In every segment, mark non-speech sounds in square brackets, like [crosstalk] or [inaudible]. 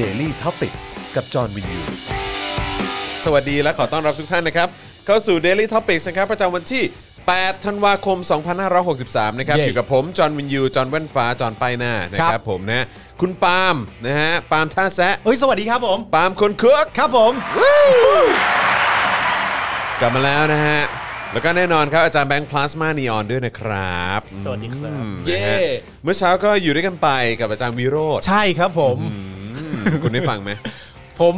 Daily t o p i c กกับจอห์นวินยู สวัสดีและขอต้อนรับทุกท่านนะครับ เข้าสู่ Daily Topics นะครับ ประจำวันที่ 8 ธันวาคม 2563 นะครับ เย้ อยู่กับผม จอห์นวินยู จอห์นแว่นฟ้า จอห์นป้ายหน้า นะค ครั รับบ ผมนะ คุณปาล์มนะฮะ ปาล์มท่าแซะ เฮ้ย สวัสดีครับผม ปาล์มคนเคือก ครับผม กลับมาแล้วนะฮะ แล้วก็แน่นอนครับ อาจารย์แบงค์พลาสมานีออนด้วยนะครับ สวัสดีครับ อืม เย้ นะฮะเมื่อเช้าก็อยู่ด้วยกันไปกับอาจารย์วิโรธ ใช่ครับผม คุณได้ฟังไหม ผม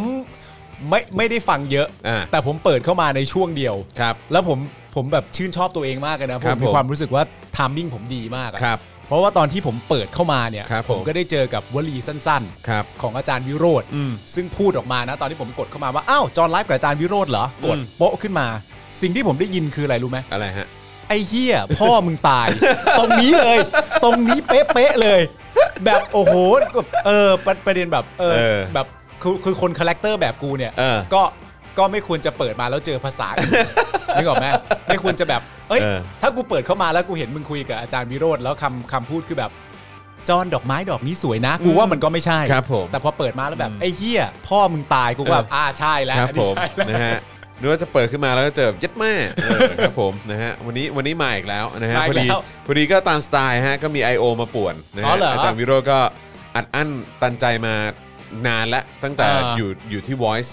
ไม่ไม่ได้ฟังเยอะ อ่า แต่ผมเปิดเข้ามาในช่วงเดียว ครับ แล้วผมผมแบบชื่นชอบตัวเองมากเลยนะ ครับผมมี ผม ความรู้สึกว่าไทมิ่งผมดีมากอะ ครับ เพราะว่าตอนที่ผมเปิดเข้ามาเนี่ย ครับผม ผมก็ได้เจอกับวลีสั้น ครับ ๆ ของอาจารย์วิโรธ อืม ซึ่งพูดออกมานะ ตอนที่ผมกดเข้ามาว่า อ้าว จอห์นไลฟ์กับอาจารย์วิโรธเหรอ กด อืม โป๊ะขึ้นมา สิ่งที่ผมได้ยินคืออะไรรู้ไหม อะไรฮะ ไอ้เฮียพ่อมึงตาย ตรงนี้เลย ตรงนี้เป๊ะๆเลย แบบโอ้โหแบบเออประประเด็นแบบเอ เอ อ อ แบบคือคือคนคาแรคเตอร์แบบกูเนี่ย เออ ก็ก็ไม่ควรจะเปิดมาแล้วเจอภาษากู นึกออกไหมไม่ควรจะแบบเอ้ย เออ ถ้ากูเปิดเข้ามาแล้วกูเห็นมึงคุยกับอาจารย์วิโรธแล้วคำคำพูดคือแบบจอนดอกไม้ดอกนี้สวยนะกูว่ามันก็ไม่ใช่ ครับผม แต่พอเปิดมาแล้วแบบไอ้เฮียพ่อมึงตายกูก็แบบอ่าใช่แล้ว ครับ อัน ผ นี้ ม ใช่แล้ว นะฮะนึกว่าจะเปิดขึ้นมาแล้วก็เจอยัดแม่เออครับผม [laughs] นะฮะวันนี้วันนี้มาอีกแล้วนะฮะ มา พ อี อก แล้ ดี ว พอดีก็ตามสไตล์ฮะก็มี I.O. มาป่วนนะ อ๋อ ฮะ เหรอ อาจารย์วิโรจน์ก็อัดอั้นตันใจมานานและตั้งแต่ อ่า อยู่อยู่ที่ Voice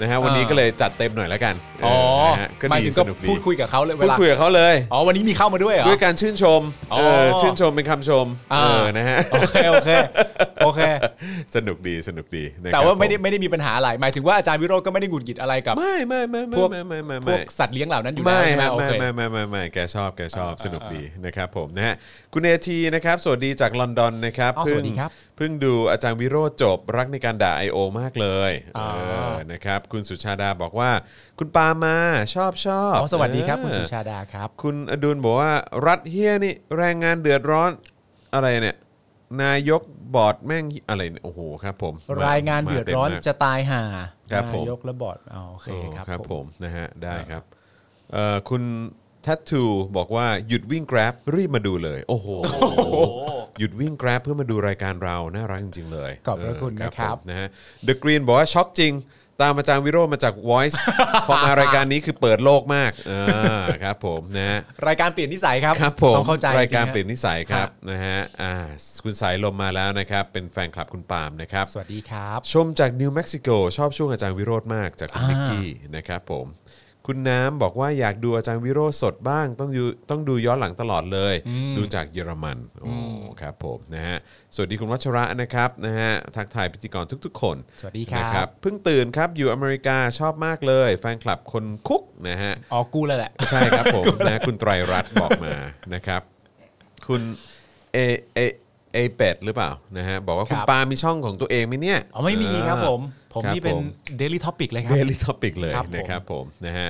นะฮะวันนี้ อ่า ก็เลยจัดเต็มหน่อยแล้วกันเ อ๋อ นะฮะก็ หมาย ดี ถึง ส ก็ นุกดี พูดคุยกับเขาเลยเว พูด ลา คุยกับเขาเลย อ๋อวันนี้มีเข้ามาด้วยเหรอ ด้วยการชื่นชม อ๋อ เออชื่นชมเป็นคำชม อ่า เออนะฮะ [laughs] โอเคโอเคโอเค สนุกดีสนุกดีนะครับ แต่ว่าไม่ได้ ผ ไม่ได้มีปัญหาอะไร หมายถึงว่าอาจารย์วิโรจน์ก็ไม่ได้หงุดหงิดอะไรกับ ไม่ไม่ไม่ไม่ พวก ไม่ไม่ไม่ พ ไม่ วกสัตว์เลี้ยงเหล่านั้นอยู่แล้ว ไม่ ใช่ไหม ฮะ โอ ไม่ เค ไม่ไม่ไม่ไม่แกชอบแกชอบสนุกดีนะครับผมนะฮะคุณเอทีนะครับสวัสดีจากลอนดอนนะครับ อ้าว เพิ่ง สวัสดีครับ เพิ่งดูอาจารย์วิโรจน์จบรักในการด่า I.O. มากเลย อ่า เออนะครับคุณสุชาดาบอกว่าคุณปามาชอบชอบ ๋อสวัสดีครับ เออ คุณสุชาดาครับ คุณอดุลบอกว่ารัฐเฮียนี่แรงงานเดือดร้อนอะไรเนี่ยนายกบอร์ดแม่งอะไรเนี่ยโอ้โหครับผมม รายงานเดือดร้อมานต็มมาก จะตายห่า ครับผม นายกและบอร์ดอ๋อโอเคครับ ครับ ผ ผม มนะฮะได้ครับเอ่อคุณทัตทูบอกว่าหยุดวิ่ง Grab รีบมาดูเลย โอ้โห หยุดวิ่ง Grab เพื่อมาดูรายการเรา น่ารักจริง ๆ เลย ขอบพระคุณนะครับ เออผมนะฮะ The Green บอกว่าช็อกจริง ตามอาจารย์วิโรจน์มาจาก Voice พอมารายการนี้คือเปิดโลกมากอ่าครับผมนะฮะ รายการเปลี่ยนนิสัยครับ ครับผม ต้องเข้าใจ รายการ จงๆฮะ เปลี่ยนนิสัยครับ ฮะ นะฮะอ่าคุณสายลมมาแล้วนะครับ เป็นแฟนคลับคุณปาล์มนะครับ สวัสดีครับ ชมจากนิวเม็กซิโกชอบช่วงอาจารย์วิโรธมากจากคุณ อ่า นิกกี้นะครับผม คุณน้ำบอกว่าอยากดูอาจารย์วิโรธสดบ้าง ต้องดูต้องดูย้อนหลังตลอดเลย ดูจากเยอรมันโอ้ครับผมนะฮะสวัสดีคุณวัชระนะครับนะฮะทักทายพิธีกรทุกๆ คน สวัสดีครั นะ บ เพิ่งตื่นครับอยู่อเมริกาชอบมากเลย แฟนคลับคนคุกนะฮะ อ๋อกูเลยแหละ ใช่ครับผมนะคุณไตรรัตน์บอกมานะครับ คุณเอเอเอเป็ดหรือเปล่านะฮะบอกว่าคุณ ครับ ปามีช่องของตัวเองไหมเนี่ย อ๋อไม่มีครับผม ผมนี่เป็น Daily Topic เลยครับ เดลิทอปิกเลย ครับผม นะครับผมนะฮะ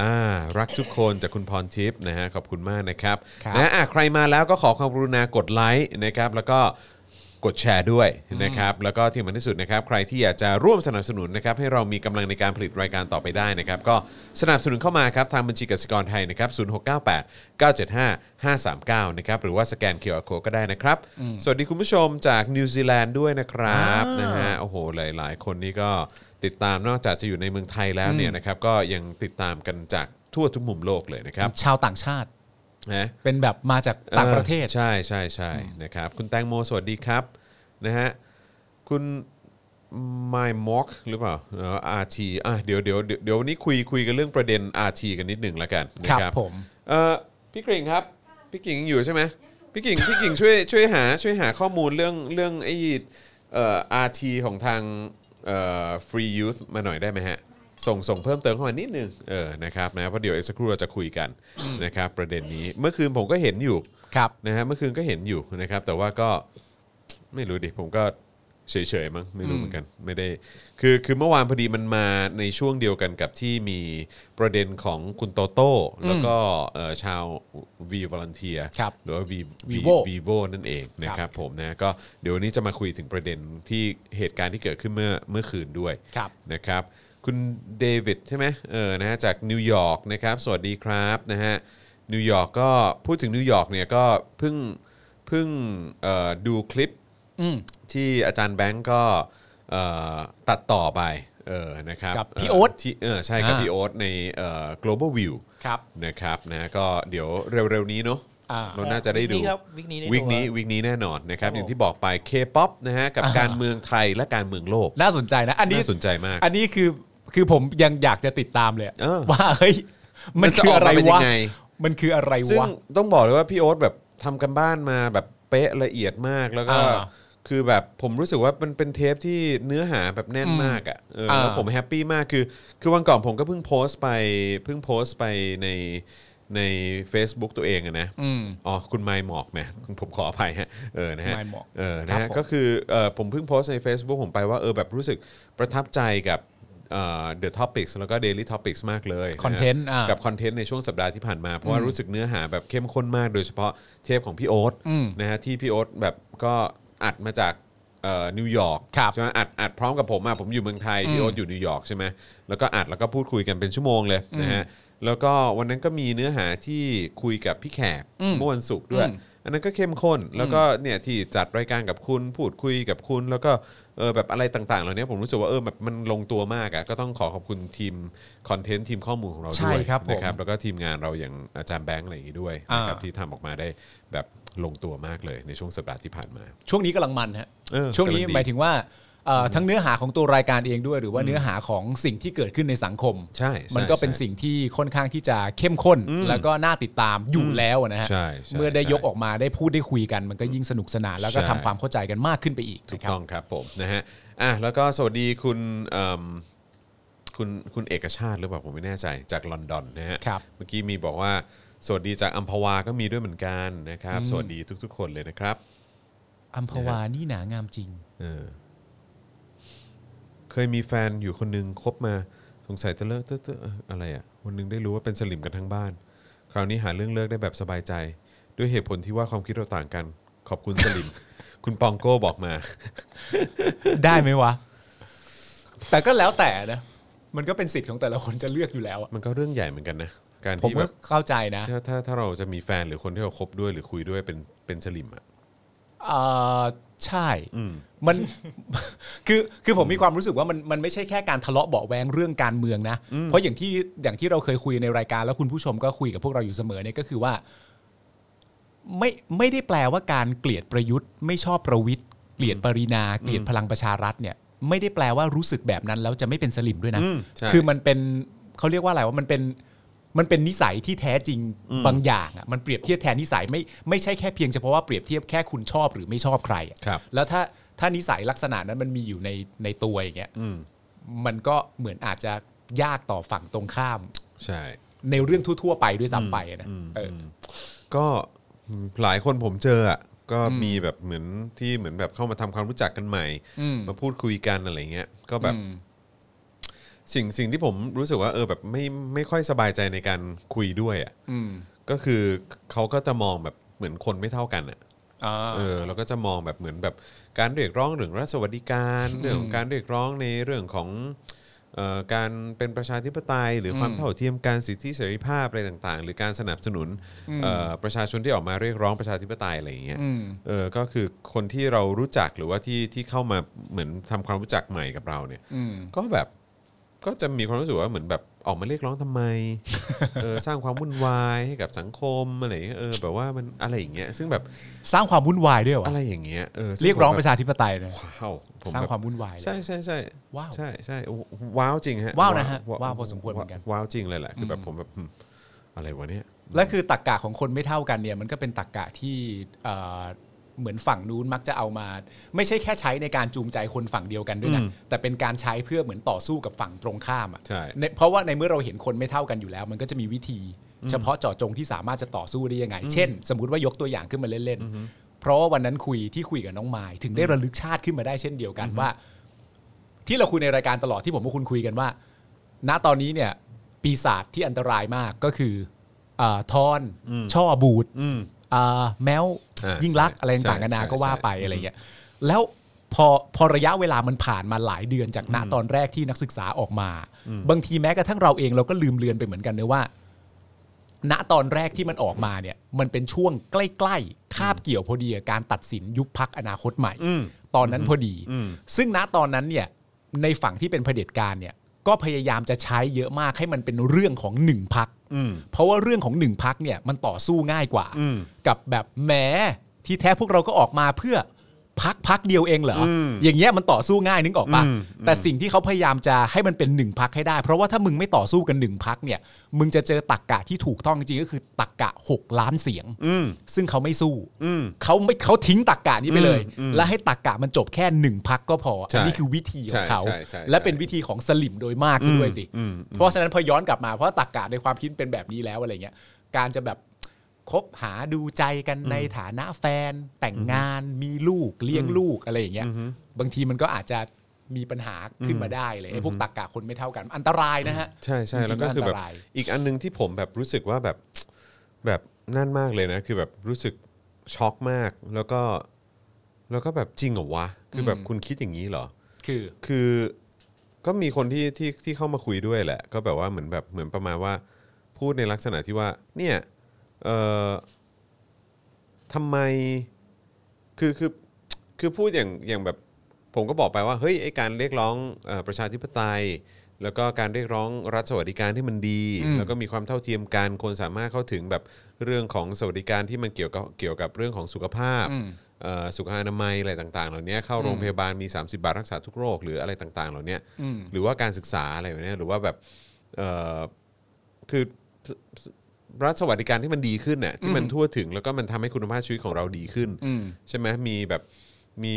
อ่ารักทุกคนจากคุณพรทิพย์นะฮะขอบคุณมากนะครับ ครับ นะอ่ะใครมาแล้วก็ขอความกรุณากดไลค์นะครับ แล้วก็กดแชร์ด้วยนะครับ แล้วก็ที่สำคัญที่สุดนะครับ ใครที่อยากจะร่วมสนับสนุนนะครับ ให้เรามีกำลังในการผลิตรายการต่อไปได้นะครับ ก็สนับสนุนเข้ามาครับทางบัญชีกสิกรไทยนะครับ0698 975 539นะครับหรือว่าสแกน QR Code ก็ได้นะครับ สวัสดีคุณผู้ชมจากนิวซีแลนด์ด้วยนะครับนะฮะโอ้โหหลาย ๆ คนนี่ก็ติดตามนอกจากจะอยู่ในเมืองไทยแล้วเนี่ยนะครับก็ยังติดตามกันจากทั่วทุกมุมโลกเลยนะครับ ชาวต่างชาติ นะ เป็นแบบมาจากต่างประเทศ ออใช่ใช่ใช่นะครับคุณแตงโมสวัสดีครับนะฮะคุณ My m o c k หรือเปล่าเอ่อ RT อ่ะเดี๋ยวเดี๋ยวเดี๋ยวเดี๋ยววันนี้คุยคุยกันเรื่องประเด็น RT กันนิดหนึ่งแล้วกันนะค ครั รับบ ผม เอ่อพี่กิ่งครับ พี่กิ่งยังอยู่ใช่ไหมพี่กิ่งพี่กิ่งช่วยช่วยหาช่วยหาข้อมูลเรื่องเรื่องไอ้เอ่อ RT ของทางเอ่อ Free Youth มาหน่อยได้ไหมฮะ ส่งส่งเพิ่มเติมเข้ามานิดนึงเออนะครับนะเพราะเดี๋ยวอีกสักครู่เราจะคุยกันนะครับประเด็นนี้เมื่อคืนผมก็เห็นอยู่ ครับ นะฮะเมื่อคืนก็เห็นอยู่นะครับ แต่ว่าก็ไม่รู้ดิผมก็เฉยๆมั้งไม่รู้เหมือนกันไม่ได้คือคือเมื่อวานพอดีมันมาในช่วงเดียวกันกับที่มีประเด็นของคุณโตโต้แล้วก็เอ่อชาววีวอลันเทีย ครับ หรือว่าวีวี Vivo วีโวนั่นเองนะค ครั รับบ ผมนะก็เดี๋ยววันนี้จะมาคุยถึงประเด็นที่เหตุการณ์ที่เกิดขึ้นเมื่อเมื่อคืนด้วย ครับ นะครับ คุณเดวิดใช่ไหมเออนะฮะจากนิวยอร์กนะครับ สวัสดีครับนะฮะนิวยอร์กก็พูดถึงนิวยอร์กเนี่ยก็เพิ่งเพิ่งเอ่อดูคลิป อืม ที่อาจารย์แบงก์ก็ เอ่อตัดต่อไปเออนะครับ กับพี่ เ โอ๊ต ที่เออใช่กับ อ่า พี่โอ๊ตในเอ่อ global view ครับ นะครับนะก็เดี๋ยวเร็วๆนี้เนาะ อ่า เราน่าจะได้ดู วิกนี้ครับวิกนี้ได้ดู วิกนี้ ครับ วิกนี้แน่นอนนะครับ ครับ อย่างที่บอกไปเคป๊อปนะฮะกับการเมืองไทยและการเมืองโลก น่าสนใจนะ อันนี้ น่าสนใจมาก อันนี้คือคือผมยังอยากจะติดตามเลย เออ ว่าเฮ้ยมัน จ คืออะไร กมาเป็นยั วะ งไง มันคืออะไร ซึ่ง วะ ต้องบอกเลยว่าพี่โอ๊ตแบบทำกันบ้านมาแบบเป๊ะละเอียดมากแล้วก็ อ่า คือแบบผมรู้สึกว่ามันเป็นเทปที่เนื้อหาแบบแน่นมากอ่ะเออแล้ว อ่า ผมแฮปปี้มากคือ คือวันก่อนผมก็เพิ่งโพสต์ไปเพิ่งโพสต์ไปในใน Facebook ตัวเองอะนะ อืม อ๋อคุณไมค์หมอกแหมผมขออภัยฮะเออนะฮะ ไมค์หมอก เออ ครั นะ บ ฮะ ผม ก็คือเออผมเพิ่งโพสต์ใน Facebook ผมไปว่าเออแบบรู้สึกประทับใจกับเอ่อ The Topics แล้วก็ Daily Topics มากเลยะฮะ คอนเทนต์อ่า กับ คอนเทนต์ในช่วงสัปดาห์ที่ผ่านมา เพราะว่ารู้สึกเนื้อหาแบบเข้มข้นมากโดยเฉพาะเทปของพี่โอ๊ต อืม นะฮะที่พี่โอ๊ตแบบก็อัดมาจากเอ่อนิวยอร์ก ครับ ใช่ไหมอัดอัดพร้อมกับผมอะผมอยู่เมืองไทยพี่โอ๊ตอยู่นิวยอร์กใช่ไหมแล้วก็อัดแล้วก็พูดคุยกันเป็นชั่วโมงเลยนะฮะแล้วก็วันนั้นก็มีเนื้อหาที่คุยกับพี่แขก อืม เมื่อวันศุกร์ด้วย อืม อันนั้นก็เข้มข้นแล้วก็เนี่ยที่จัดรายการกับคุณพูดคุยกับคุณ แล้วก็เออแบบอะไรต่างๆ เหล่านี้ผมรู้สึกว่าเออแบบมันลงตัวมากอะก็ต้องขอขอบคุณทีมคอนเทนต์ทีมข้อมูลของเรา ใช่ ด้วย ครับผม นะครับแล้วก็ทีมงานเราอย่างอาจารย์แบงค์อะไรอย่างนี้ด้วยนะครับ อ่า ที่ทำออกมาได้แบบลงตัวมากเลยในช่วงสัปดาห์ที่ผ่านมา ช่วงนี้กำลังมันฮะ เออ ช่วงนี้ กำลังดี หมายถึงว่าเอ่ออทั้งเนื้อหาของตัวรายการเองด้วย หรือว่าเนื้อหาของสิ่งที่เกิดขึ้นในสังคม ใช่ใช่ มันก็เป็น ใช่ สิ่งที่ค่อนข้างที่จะเข้มข้น แล้วก็น่าติดตามอยู่แล้วนะฮะ ใช่ใช่ เมื่อได้ ใช่ ยกออกมาได้พูดได้คุยกัน มันก็ยิ่งสนุกสนานแล้วก็ ใช่ ทำความเข้าใจกันมากขึ้นไปอีก ถูก นะครับ ต้องครับผมนะฮะอ่ะแล้วก็สวัสดีคุณเอิ่มคุณคุณเอกชาติหรือเปล่าผมไม่แน่ใจจากลอนดอนนะฮะ ครับ เมื่อกี้มีบอกว่า สวัสดีจากอัมพวาก็มีด้วยเหมือนกันนะครับ อืม สวัสดีทุก ๆ คนเลยนะครับ อัมพวานี่หนางามจริง เออเคยมีแฟนอยู่คนหนึงคบมาสงสัยจะเลิกเต้อเต้อเอ่ออะไรอะ่ะวันหนึงได้รู้ว่าเป็นสลิมกันทั้งบ้าน คราวนี้หาเรื่องเลิกได้แบบสบายใจ ด้วยเหตุผลที่ว่าความคิดเราต่างกัน ขอบคุณสลิม [laughs] คุณปองโก้บอกมา [laughs] ได้ไหมวะ แต่ก็แล้วแต่นะ มันก็เป็นสิทธิ์ของแต่ละคนจะเลือกอยู่แล้วอะ มันก็เรื่องใหญ่เหมือนกันนะการ ผม ที่แบ ก็ บ เข้าใจนะ ถ้าถ้าถ้าเราจะมีแฟนหรือคนที่เราคบด้วยหรือคุยด้วยเป็นเป็นสลิมอ่ะ เอ่อใช่ มัน [laughs] คือคือผมมีความรู้สึกว่ามันมันไม่ใช่แค่การทะเลาะเบาะแวงเรื่องการเมืองนะ เพราะอย่างที่อย่างที่เราเคยคุยในรายการแล้วคุณผู้ชมก็คุยกับพวกเราอยู่เสมอเนี่ยก็คือว่า ไม่ไม่ได้แปลว่าการเกลียดประยุทธ์ ไม่ชอบประวิทย์เกลียดปรินาเกลียดพลังประชารัฐเนี่ย ไม่ได้แปลว่ารู้สึกแบบนั้นแล้วจะไม่เป็นสลิมด้วยนะ อืมใช่ คือมันเป็นเขาเรียกว่าอะไรว่ามันเป็นมันเป็นนิสัยที่แท้จริงบางอย่างอ่ะมันเปรียบเทียบแทนนิสัยไม่ไม่ใช่แค่เพียงเฉพาะว่าเปรียบเทียบแค่คุณชอบหรือไม่ชอบใครอะ ครับ แล้วถ้าถ้านิสัยลักษณะนั้นมันมีอยู่ในในตัวอย่างเงี้ย อืม มันก็เหมือนอาจจะยากต่อฝั่งตรงข้าม ใช่ ในเรื่องทั่ว ๆ ไปด้วยซ้ำไปนะเอออ ก็หลายคนผมเจออ่ะก็มีแบบเหมือนที่เหมือนแบบเข้ามาทำความรู้จักกันใหม่ อืม มาพูดคุยกันอะไรเงี้ยก็แบบ อืม สิ่งสิ่งที่ผมรู้สึกว่าเออแบบไม่ไม่ค่อยสบายใจในการคุยด้วยอ่ะ อืม ก็คือเขาก็จะมองแบบเหมือนคนไม่เท่ากันอ่ะ อ่า เออเราก็จะมองแบบเหมือนแบบการเรียกร้องเรื่องรัฐสวัสดิการเรื่องของการเรียกร้องในเรื่องของเอ่อการเป็นประชาธิปไตย หรือความเท่าเทียมการสิทธิเสรีภาพอะไรต่างๆ หรือการสนับสนุนเอ่อประชาชนที่ออกมาเรียกร้องประชาธิปไตยอะไรอย่างเงี้ย อืม เออก็คือคนที่เรารู้จักหรือว่าที่ที่เข้ามาเหมือนทำความรู้จักใหม่กับเราเนี่ย อืม ก็แบบก็จะมีความรู้สึกว่าเหมือนแบบออกมาเรียกร้องทำ [laughs] ไม เออสร้างความวุ่นวายให้กับสังคมอะไรอย่างเงี้ยเออแบบว่ามันอะไรอย่างเงี้ยซึ่งแบบ สร้างความวุ่นวายด้วยวะ อะไรอย่างเงี้ยเออซึ่ เรียกร้องปผระม ชาธิปไตยนะ แบบว้าวผม สร้าง แบบ ความวุ่นวายเลย ใช่ใช่ใช่ ว้าว ใช่ใช่ว้าวจริงฮะ ว้าวนะฮะว้าวพอสมควรเหมือนกัน ว้าวจริงเลยแหละคือแบบผมแบบอืมอะไรวะเนี่ย และคือตักกะของคนไม่เท่ากันเนี่ยมันก็เป็นตักกะที่เอ่อเหมือนฝั่งนู้นมักจะเอามา ไม่ใช่แค่ใช้ในการจูงใจคนฝั่งเดียวกันด้วยนะ อืม แต่เป็นการใช้เพื่อเหมือนต่อสู้กับฝั่งตรงข้ามอะ ใช่ ในเพราะว่าในเมื่อเราเห็นคนไม่เท่ากันอยู่แล้ว มันก็จะมีวิธี เฉพาะเจาะจงที่สามารถจะต่อสู้ได้ยังไง เช่น สมมติว่ายกตัวอย่างขึ้นมาเล่นๆเพราะว่าวันนั้นคุยที่คุยกับน้องไมายถึงได้ระลึกชาติขึ้นมาได้เช่นเดียวกันว่า ที่เราคุยในรายการตลอดที่ผมกับคุณคุยกันว่า ณตอนนี้เนี่ย ปีศาจที่อันตรายมากก็คืออาทอน ช่อบูด อืม อ่าแมว อ่า ยิ่งลักษณ์ ใช่ อะไรต่างๆ ใช่ กันานา ใช่ ก็ว่าไป ใช่ อะไรเงี้ยแล้วพอพอระยะเวลามันผ่านมาหลายเดือนจากณตอนแรกที่นักศึกษาออกมา บางทีแม้กระทั่งเราเองเราก็ลืมเลือนไปเหมือนกันเนะว่า ณตอนแรกที่มันออกมาเนี่ย มันเป็นช่วงใกล้ๆคาบเกี่ยวพอดีกับการตัดสินยุบพักอนาคตใหม่ อืม ตอนนั้นพอดี อืม ซึ่งณตอนนั้นเนี่ยในฝั่งที่เป็นเผด็จการเนี่ย ก็พยายามจะใช้เยอะมากให้มันเป็นเรื่องของหนึ่งพัก อืม เพราะว่าเรื่องของหนึ่งพักเนี่ยมันต่อสู้ง่ายกว่า อืม กับแบบแหมที่แท้พวกเราก็ออกมาเพื่อพักพักเดียวเองเหรออ ม อย่างเงี้ยมันต่อสู้ง่ายนึกออกปะ อืมอืม แต่สิ่งที่เขาพยายามจะให้มันเป็นหนึ่งพักให้ได้ เพราะว่าถ้ามึงไม่ต่อสู้กันหนึ่งพักเนี่ย มึงจะเจอตักกะที่ถูกต้องจริงๆก็คือตักกะ 6 ล้านเสียง อืม ซึ่งเขาไม่สู้ อืม เขาไม่เขาทิ้งตักกะนี้ไปเลย อืมอืม และให้ตักกะมันจบแค่หนึ่งพักก็พอ ใช่ อันนี้คือวิธีของเขา ใช่ใช่ใช่ และเป็นวิธีของสลิมโดยมากซะด้วยสิ อืมอืม เพราะฉะนั้นพอย้อนกลับมาเพราะตักกะในความคิดเป็นแบบนี้แล้วอะไรเงี้ย การจะแบบคบหาดูใจกันในฐานะแฟน แต่งงานมีลูกเลี้ยงลูกอะไรอย่างเงี้ย บางทีมันก็อาจจะมีปัญหาขึ้นมาได้เลยไอ้พวกตักกะคนไม่เท่ากัน อันตรายนะฮะ ใช่ใช่ จริงๆ แล้วก็คือแบบ นตราย อีกอันหนึงที่ผมแบบรู้สึกว่าแบบแบบนั่นมากเลยนะคือแบบรู้สึกช็อกมากแล้วก็แล้วก็แบบจริงเหรอวะ คือแบบ อืม คุณคิดอย่างนี้เหรอ คือ คือก็มีคนที่ที่ที่เข้ามาคุยด้วยแหละ ก็แบบว่าเหมือนแบบเหมือนประมาณว่า พูดในลักษณะที่ว่า เนี่ยเอ่อทำไมคือคือคือพูดอย่างอย่างแบบ ผมก็บอกไปว่าเฮ้ยไอการเรียกร้องเออประชาธิปไตย แล้วก็การเรียกร้องรัฐสวัสดิการที่มันดี อืม แล้วก็มีความเท่าเทียมกันคนสามารถเข้าถึงแบบเรื่องของสวัสดิการที่มันเกี่ยวกับเกี่ยวกับเรื่องของสุขภาพ อืม เอ่อสุขอนามัยอะไรต่างๆ เหล่านี้เข้าโรง อืม พยาบาลมี 30 บาทรักษาทุกโรคหรืออะไรต่างๆ เหล่านี้ อืม หรือว่าการศึกษาอะไรแบบนี้หรือว่าแบบเอ่อคือรัฐสวัสดิการที่มันดีขึ้นเนี่ยที่มันทั่วถึงแล้วก็มันทำให้คุณภาพชีวิตของเราดีขึ้น อืม ใช่ไหมมีแบบมี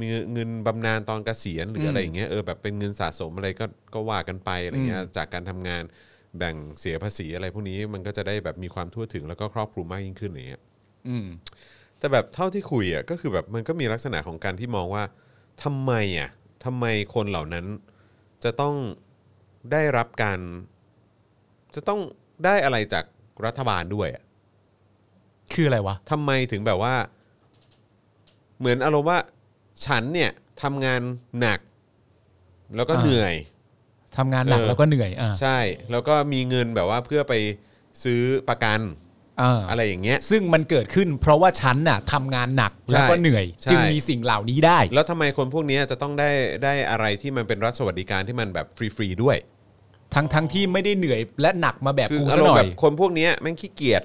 มีเงินบำนาญตอนเกษียณหรืออะไรอย่างเงี้ยเออแบบเป็นเงินสะสมอะไรก็ก็ว่ากันไปอะไรเงี้ยจากการทำงานแบ่งเสียภาษีอะไรพวกนี้มันก็จะได้แบบมีความทั่วถึงแล้วก็ครอบคลุมมากยิ่งขึ้นอย่างเงี้ย อืม แต่แบบเท่าที่คุยอ่ะก็คือแบบมันก็มีลักษณะของการที่มองว่าทำไมอ่ะทำไมคนเหล่านั้นจะต้องได้รับการ จะต้องได้อะไรจากรัฐบาลด้วยอ่ะ คืออะไรวะ ทำไมถึงแบบว่า เหมือนอารมณ์ว่า ฉันเนี่ยทำงานหนัก แล้วก็ อ่า เหนื่อย ทำงานหนัก เออ แล้วก็เหนื่อยอ่า ใช่ แล้วก็มีเงินแบบว่าเพื่อไปซื้อประกัน อ่า อะไรอย่างเงี้ย ซึ่งมันเกิดขึ้นเพราะว่าฉันน่ะทำงานหนักแล้วก็เหนื่อย ใช่ จึงมีสิ่งเหล่านี้ได้ แล้วทำไมคนพวกนี้จะต้องได้ได้อะไรที่มันเป็นรัฐสวัสดิการที่มันแบบฟรีๆด้วย ทั้งทั้งที่ไม่ได้เหนื่อยและหนักมาแบบ คือ กู อา ซะ รม หน่ ณ์ อ แบ ย บคนพวกเนี้ยแม่งขี้เกียจ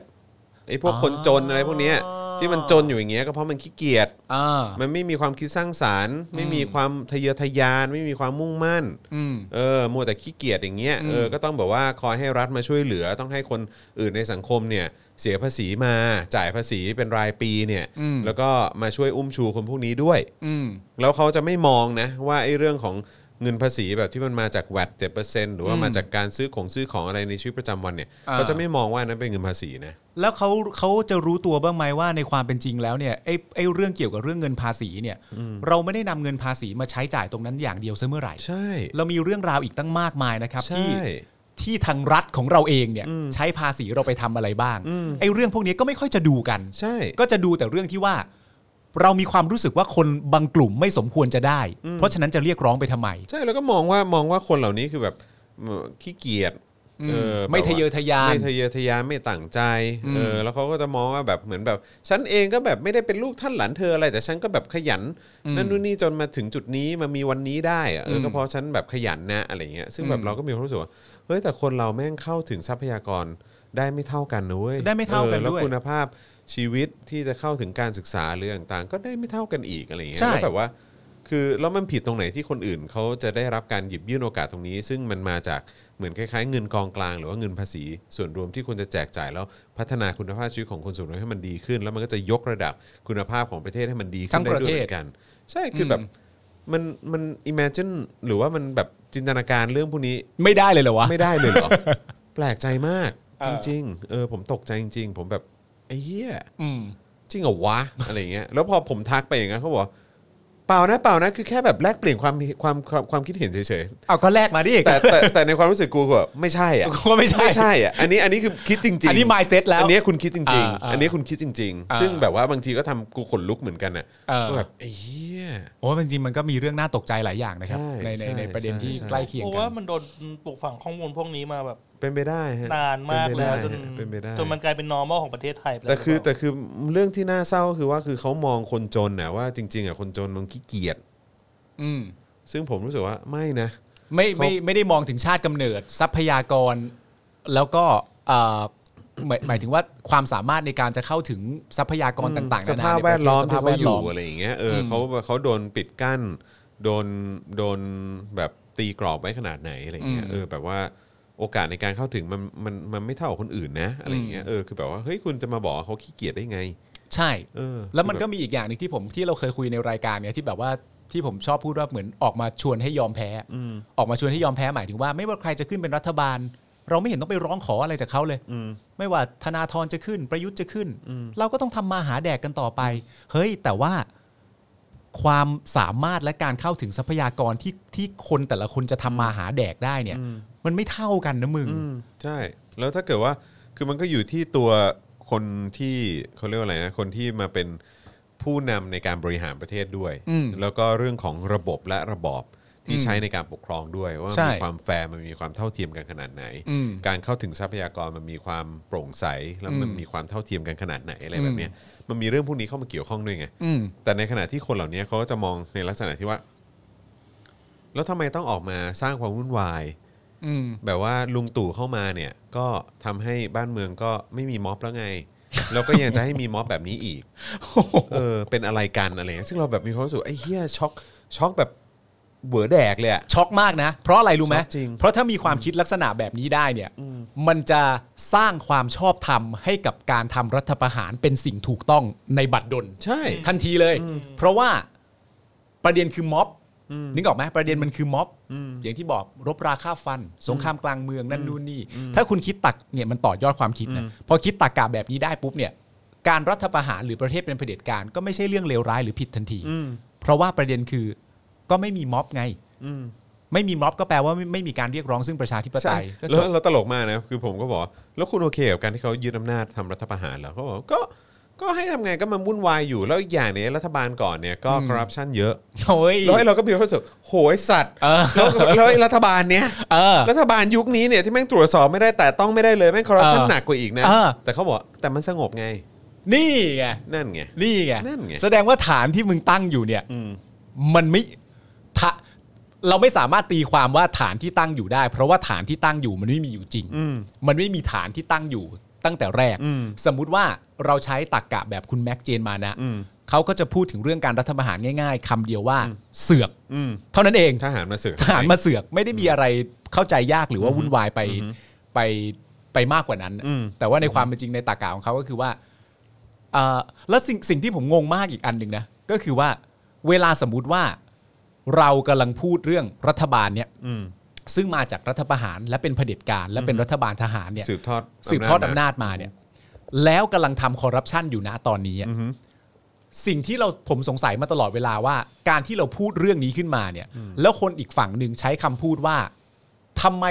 ไอ้พวก อ๋อ คนจนอะไรพวกเนี้ยที่มันจนอยู่อย่างเงี้ยก็เพราะมันขี้เกียจ อ่า มันไม่มีความคิดสร้างสารรค์ไม่มี อืม ความทะเยอทะยาน ไม่มีความมุ่งมั่น อืม เออมัวแต่ขี้เกียจอย่างเงี้ย อืม เออก็ต้องแบบว่าคอยให้รัฐมาช่วยเหลือ ต้องให้คนอื่นในสังคมเนี่ยเสียภาษีมาจ่ายภาษีเป็นรายปีเนี่ย อืม แล้วก็มาช่วยอุ้มชูคนพวกนี้ด้วย อืม แล้วเขาจะไม่มองนะว่าไอ้เรื่องของเงินภาษีแบบที่มันมาจากแวดเจ็ดเปอร์เซ็นหรือว่า อืม มาจากการซื้อของซื้อของอะไรในชีวิตประจำวันเนี่ย อ่า เขาจะไม่มองว่านั้นเป็นเงินภาษีนะ แล้วเขาเขาจะรู้ตัวบ้างไหมว่าในความเป็นจริงแล้วเนี่ยไอ้ไอ้เรื่องเกี่ยวกับเรื่องเงินภาษีเนี่ย เราไม่ได้นำเงินภาษีมาใช้จ่ายตรงนั้นอย่างเดียวซะเมื่อไหร่ ใช่ เรามีเรื่องราวอีกตั้งมากมายนะครับ ใช่ ที่ที่ทางรัฐของเราเองเนี่ยใช้ภาษีเราไปทำอะไรบ้าง อืม ไอ้เรื่องพวกนี้ก็ไม่ค่อยจะดูกัน ใช่ ก็จะดูแต่เรื่องที่ว่า เรามีความรู้สึกว่าคนบางกลุ่มไม่สมควรจะได้ เพราะฉะนั้นจะเรียกร้องไปทำไม ใช่แล้วก็มองว่ามองว่าคนเหล่านี้คือแบบเอ่อขี้เกียจเออ ไม่ แบบว่า ทะเยอทะยาน ไม่ทะเยอทะยานไม่ต่างใจ อืม เออแล้วเขาก็จะมองว่าแบบเหมือนแบบ ฉันเองก็แบบไม่ได้เป็นลูกท่านหลานเธออะไรแต่ฉันก็แบบขยัน อืม นั่นนู่นนี่จนมาถึงจุดนี้มามีวันนี้ได้อะเอออ ม ก็เพราะฉันแบบขยันนะอะไรเงี้ยซึ่งแบ อื บ ม เราก็มีความรู้สึกว่าเฮ้ยแต่คนเราแม่งเข้าถึงทรัพยากรได้ไม่เท่ากันนะเว้ย ได้ไม่เท่ากัอนอแล้ว ด้วย คุณภาพชีวิตที่จะเข้าถึงการศึกษาหรือต่างๆ ก็ได้ไม่เท่ากันอีกอะไรเงี้ย ใช่ แล้วแบบว่า คือแล้วมันผิดตรงไหนที่คนอื่นเขาจะได้รับการหยิบยื่นโอกาสตรงนี้ ซึ่งมันมาจากเหมือนคล้ายๆ เงินกองกลาง หรือว่าเงินภาษี ส่วนรวมที่ควรจะแจกจ่ายแล้วพัฒนาคุณภาพชีวิตของคนส่วนรวมให้มันดีขึ้น แล้วมันก็จะยกระดับคุณภาพของประเทศให้มันดีขึ้นได้ด้วยเหมือนกัน ใช่คือแบบมันมัน imagine หรือว่ามันแบบจินตนาการเรื่องพวกนี้ ไม่ได้เลยเหรอวะ ไม่ได้เลย [laughs] เหรอ แปลกใจมาก เอ จ อ ริงๆเออผมตกใจจริง ๆ ผมแบบไอ้เหี้ย อืม จริงเหรอวะ อะไรเงี้ยแล้วพอผมทักไปอย่างนั้นเขาบอกว่าเปล่านะเปล่านะคือแค่แบบแลกเปลี่ยนความความความความคิดเห็นเฉย เอาก็แลกมาดิ ๆแต่แต่แต่ในความรู้สึกกูก็แบบไม่ใช่อ่ะ ก็ไม่ใช่ ไม่ใช่อ่ะอันนี้อันนี้คือคิดจริงๆ อันนี้ mindset แล้ว อันนี้คุณคิดจริง อ่า ๆ อ่า อันนี้คุณคิดจริง อ่า ๆ ซึ่งแบบว่าบางทีก็ทำกูขนลุกเหมือนกันอ่ะ เออ ก็แบบไอ้เหี้ย โอ้จริงๆมันก็มีเรื่องน่าตกใจหลายอย่างนะครับ ใช่ ในใน ใช่ ในประเด็นที่ ใช่ ใกล้เคียง เพราะ กั ว่าน มันโดนปลูกฝังข้อมูลพวกนี้มาแบบ ไป เป็นไปได้ฮะ นานมาก เป็ แล้ ไป ว ได้ จน ฮะเป็นไปได้ จนมันกลายเป็น normal ของประเทศไทยไปล้ว แต่คือ หรื แต่ เปล่า คือเรื่องที่น่าเศร้าก็คือว่าคือเขามองคนจนน่ะว่าจริงๆอ่ะคนจนมันขี้เกียจ อืม ซึ่งผมรู้สึกว่าไม่นะ ไม่ เขา ไม่ไม่ได้มองถึงชาติกำเนิดทรัพยากร แล้วก็เอ่อหมายหมายถึงว่าความสามารถในการจะเข้าถึงทรัพยากรต่างๆ ส นน ภาพ ในประเทศ แวดล้อม ส ที่ ภาพแว เขา ด อ ล้อยู่ ม อะไรอย่างเงี้ยเอออ ม เขาเขาโดนปิดกั้นโดนโดนแบบตีกรอบไว้ขนาดไหนอะไรอย่างเงี้ยเออแบบว่าโอกาสในการเข้าถึงมันมันมันไม่เท่ากับคนอื่นนะอะไรอย่างเงี้ยเออคือแบบว่าเฮ้ยคุณจะมาบอกว่าเขาขี้เกียจได้ไง ใช่ เออ แล้วมันก็มีอีกอย่างหนึ่งที่ผมที่เราเคยคุยในรายการเนี่ยที่แบบว่าที่ผมชอบพูดว่าเหมือนออกมาชวนให้ยอมแพ้ออกมาชวนให้ยอมแพ้หมายถึงว่า ไม่ว่าใครจะขึ้นเป็นรัฐบาล เราไม่เห็นต้องไปร้องขออะไรจากเขาเลยไม่ว่าธนาธรจะขึ้นประยุทธ์จะขึ้น เราก็ต้องทำมาหาแดกกันต่อไป เฮ้ย แต่ว่าความสามารถและการเข้าถึงทรัพยากรที่ที่คนแต่ละคนจะทำมาหาแดกได้เนี่ย มันไม่เท่ากันนะมึง อืมใช่ แล้วถ้าเกิดว่าคือมันก็อยู่ที่ตัวคนที่เขาเรียกว่าอะไรนะคนที่มาเป็นผู้นำในการบริหารประเทศด้วย อืม แล้วก็เรื่องของระบบและระบอบที่ใช้ในการปกครองด้วย ว่า ใช่ มีความแฟร์มันมีความเท่าเทียมกันขนาดไหน อืม การเข้าถึงทรัพยากรมันมีความโปร่งใสแล้วมัน อืม มีความเท่าเทียมกันขนาดไหนอะไรแบบเนี้ยมันมีเรื่องพวกนี้เข้ามาเกี่ยวข้องด้วยไง อืม แต่ในขณะที่คนเหล่านี้เขาก็จะมองในลักษณะที่ว่า แล้วทำไมต้องออกมาสร้างความวุ่นวาย อืม แบบว่าลุงตู่เข้ามาเนี่ย ก็ทำให้บ้านเมืองก็ไม่มีม็อบแล้วไง [laughs] แล้วก็ยังจะให้มีม็อบแบบนี้ [laughs] อีกเออเป็นอะไรกันอะไรเงี้ยซึ่งเราแบบมีความรู้สึกไอ้เหี้ยช็อกช็อกแบบเบือแดกเลยอะ ช็อกมากนะ เพราะอะไรรู้ไหม ช็อกจริง เพราะถ้ามีความคิดลักษณะแบบนี้ได้เนี่ย มันจะสร้างความชอบธรรมให้กับการทำรัฐประหารเป็นสิ่งถูกต้องในบัตรดล ใช่ ทันทีเลย เพราะว่าประเด็นคือม็อบนึกออกไหมประเด็นมันคือม็อบอย่างที่บอกรบราฆ่าฟัน สงครามกลางเมืองนั่นนู่นนี่ ถ้าคุณคิดตักเนี่ยมันต่อยอดความคิดนะพอคิดตักกะแบบนี้ได้ปุ๊บเนี่ย การรัฐประหารหรือประเทศเป็นเผด็จการก็ไม่ใช่เรื่องเลวร้ายหรือผิดทันที เพราะว่าประเด็นคือก็ไม่มีม็อบไง ไม่มีม็อบก็แปลว่าไม่ไม่มีการเรียกร้องซึ่งประชาธิปไต ใช่ ยก็จบ แล้วเราตลกมากนะคือผมก็บอกว่าแล้วคุณโอเคกับการที่เขายึดอำนาจทำรัฐประหารเหรอเขาบอกก็ก็ให้ทำไงก็มันวุ่นวายอยู่แล้วอีกอย่างเนี่ยรัฐบาลก่อนเนี่ยก็คอร์รัปชันเยอะ โอ้ย แล้วไอ้เราก็มีความรู้สึกโหยสัตว์ เออ แล้วแล้วไอ้รัฐบาลเนี่ย เออ รัฐบาลยุคนี้เนี่ยที่แม่งตรวจสอบไม่ได้แต่ต้องไม่ได้เลย แม่งคอร์รัปชัน เออ หนักกว่าอีกนะ เออ แต่เขาบอกแต่มันสงบไง นี่ไง นั่นไง นี่ไง นั่นไง แสดงว่าฐานที่มึงตั้งอยู่เนี่ย อืม มันไม่ทะเราไม่สามารถตีความว่าฐานที่ตั้งอยู่ได้ เพราะว่าฐานที่ตั้งอยู่มันไม่มีอยู่จริง อืม มันไม่มีฐานที่ตั้งอยู่ตั้งแต่แรก อืม สมมุติว่าเราใช้ตรกกะแบบคุณแม็กเจนมานะ อืม เขาก็จะพูดถึงเรื่องการรัฐประหารง่าย ๆคำเดียวว่าเสือก อืม เท่านั้นเอง ทหารมาเสือก ทหารมาเสือกไม่ได้มีอะไรเข้าใจยากหรือว่าวุ่นวายไปไปไปมากกว่านั้น อืม แต่ว่าในความเป็นจริงในตากาของเขาก็คือว่าเอ่อแล้วสิ่งสิ่งที่ผมงงมากอีกอันหนึ่งนะ ก็คือว่าเวลาสมมุติว่าเรากำลังพูดเรื่องรัฐบาลเนี่ย อืม ซึ่งมาจากรัฐประหารและเป็นเผด็จการและเป็นรัฐบาลทหารเนี่ย สืบทอด สืบทอดอำนาจมาเนี่ย แล้วกำลังทำคอร์รัปชันอยู่นะตอนนี้อะ อือฮึ สิ่งที่เราผมสงสัยมาตลอดเวลาว่า การที่เราพูดเรื่องนี้ขึ้นมาเนี่ย แล้วคนอีกฝั่งหนึ่งใช้คำพูดว่าทำไม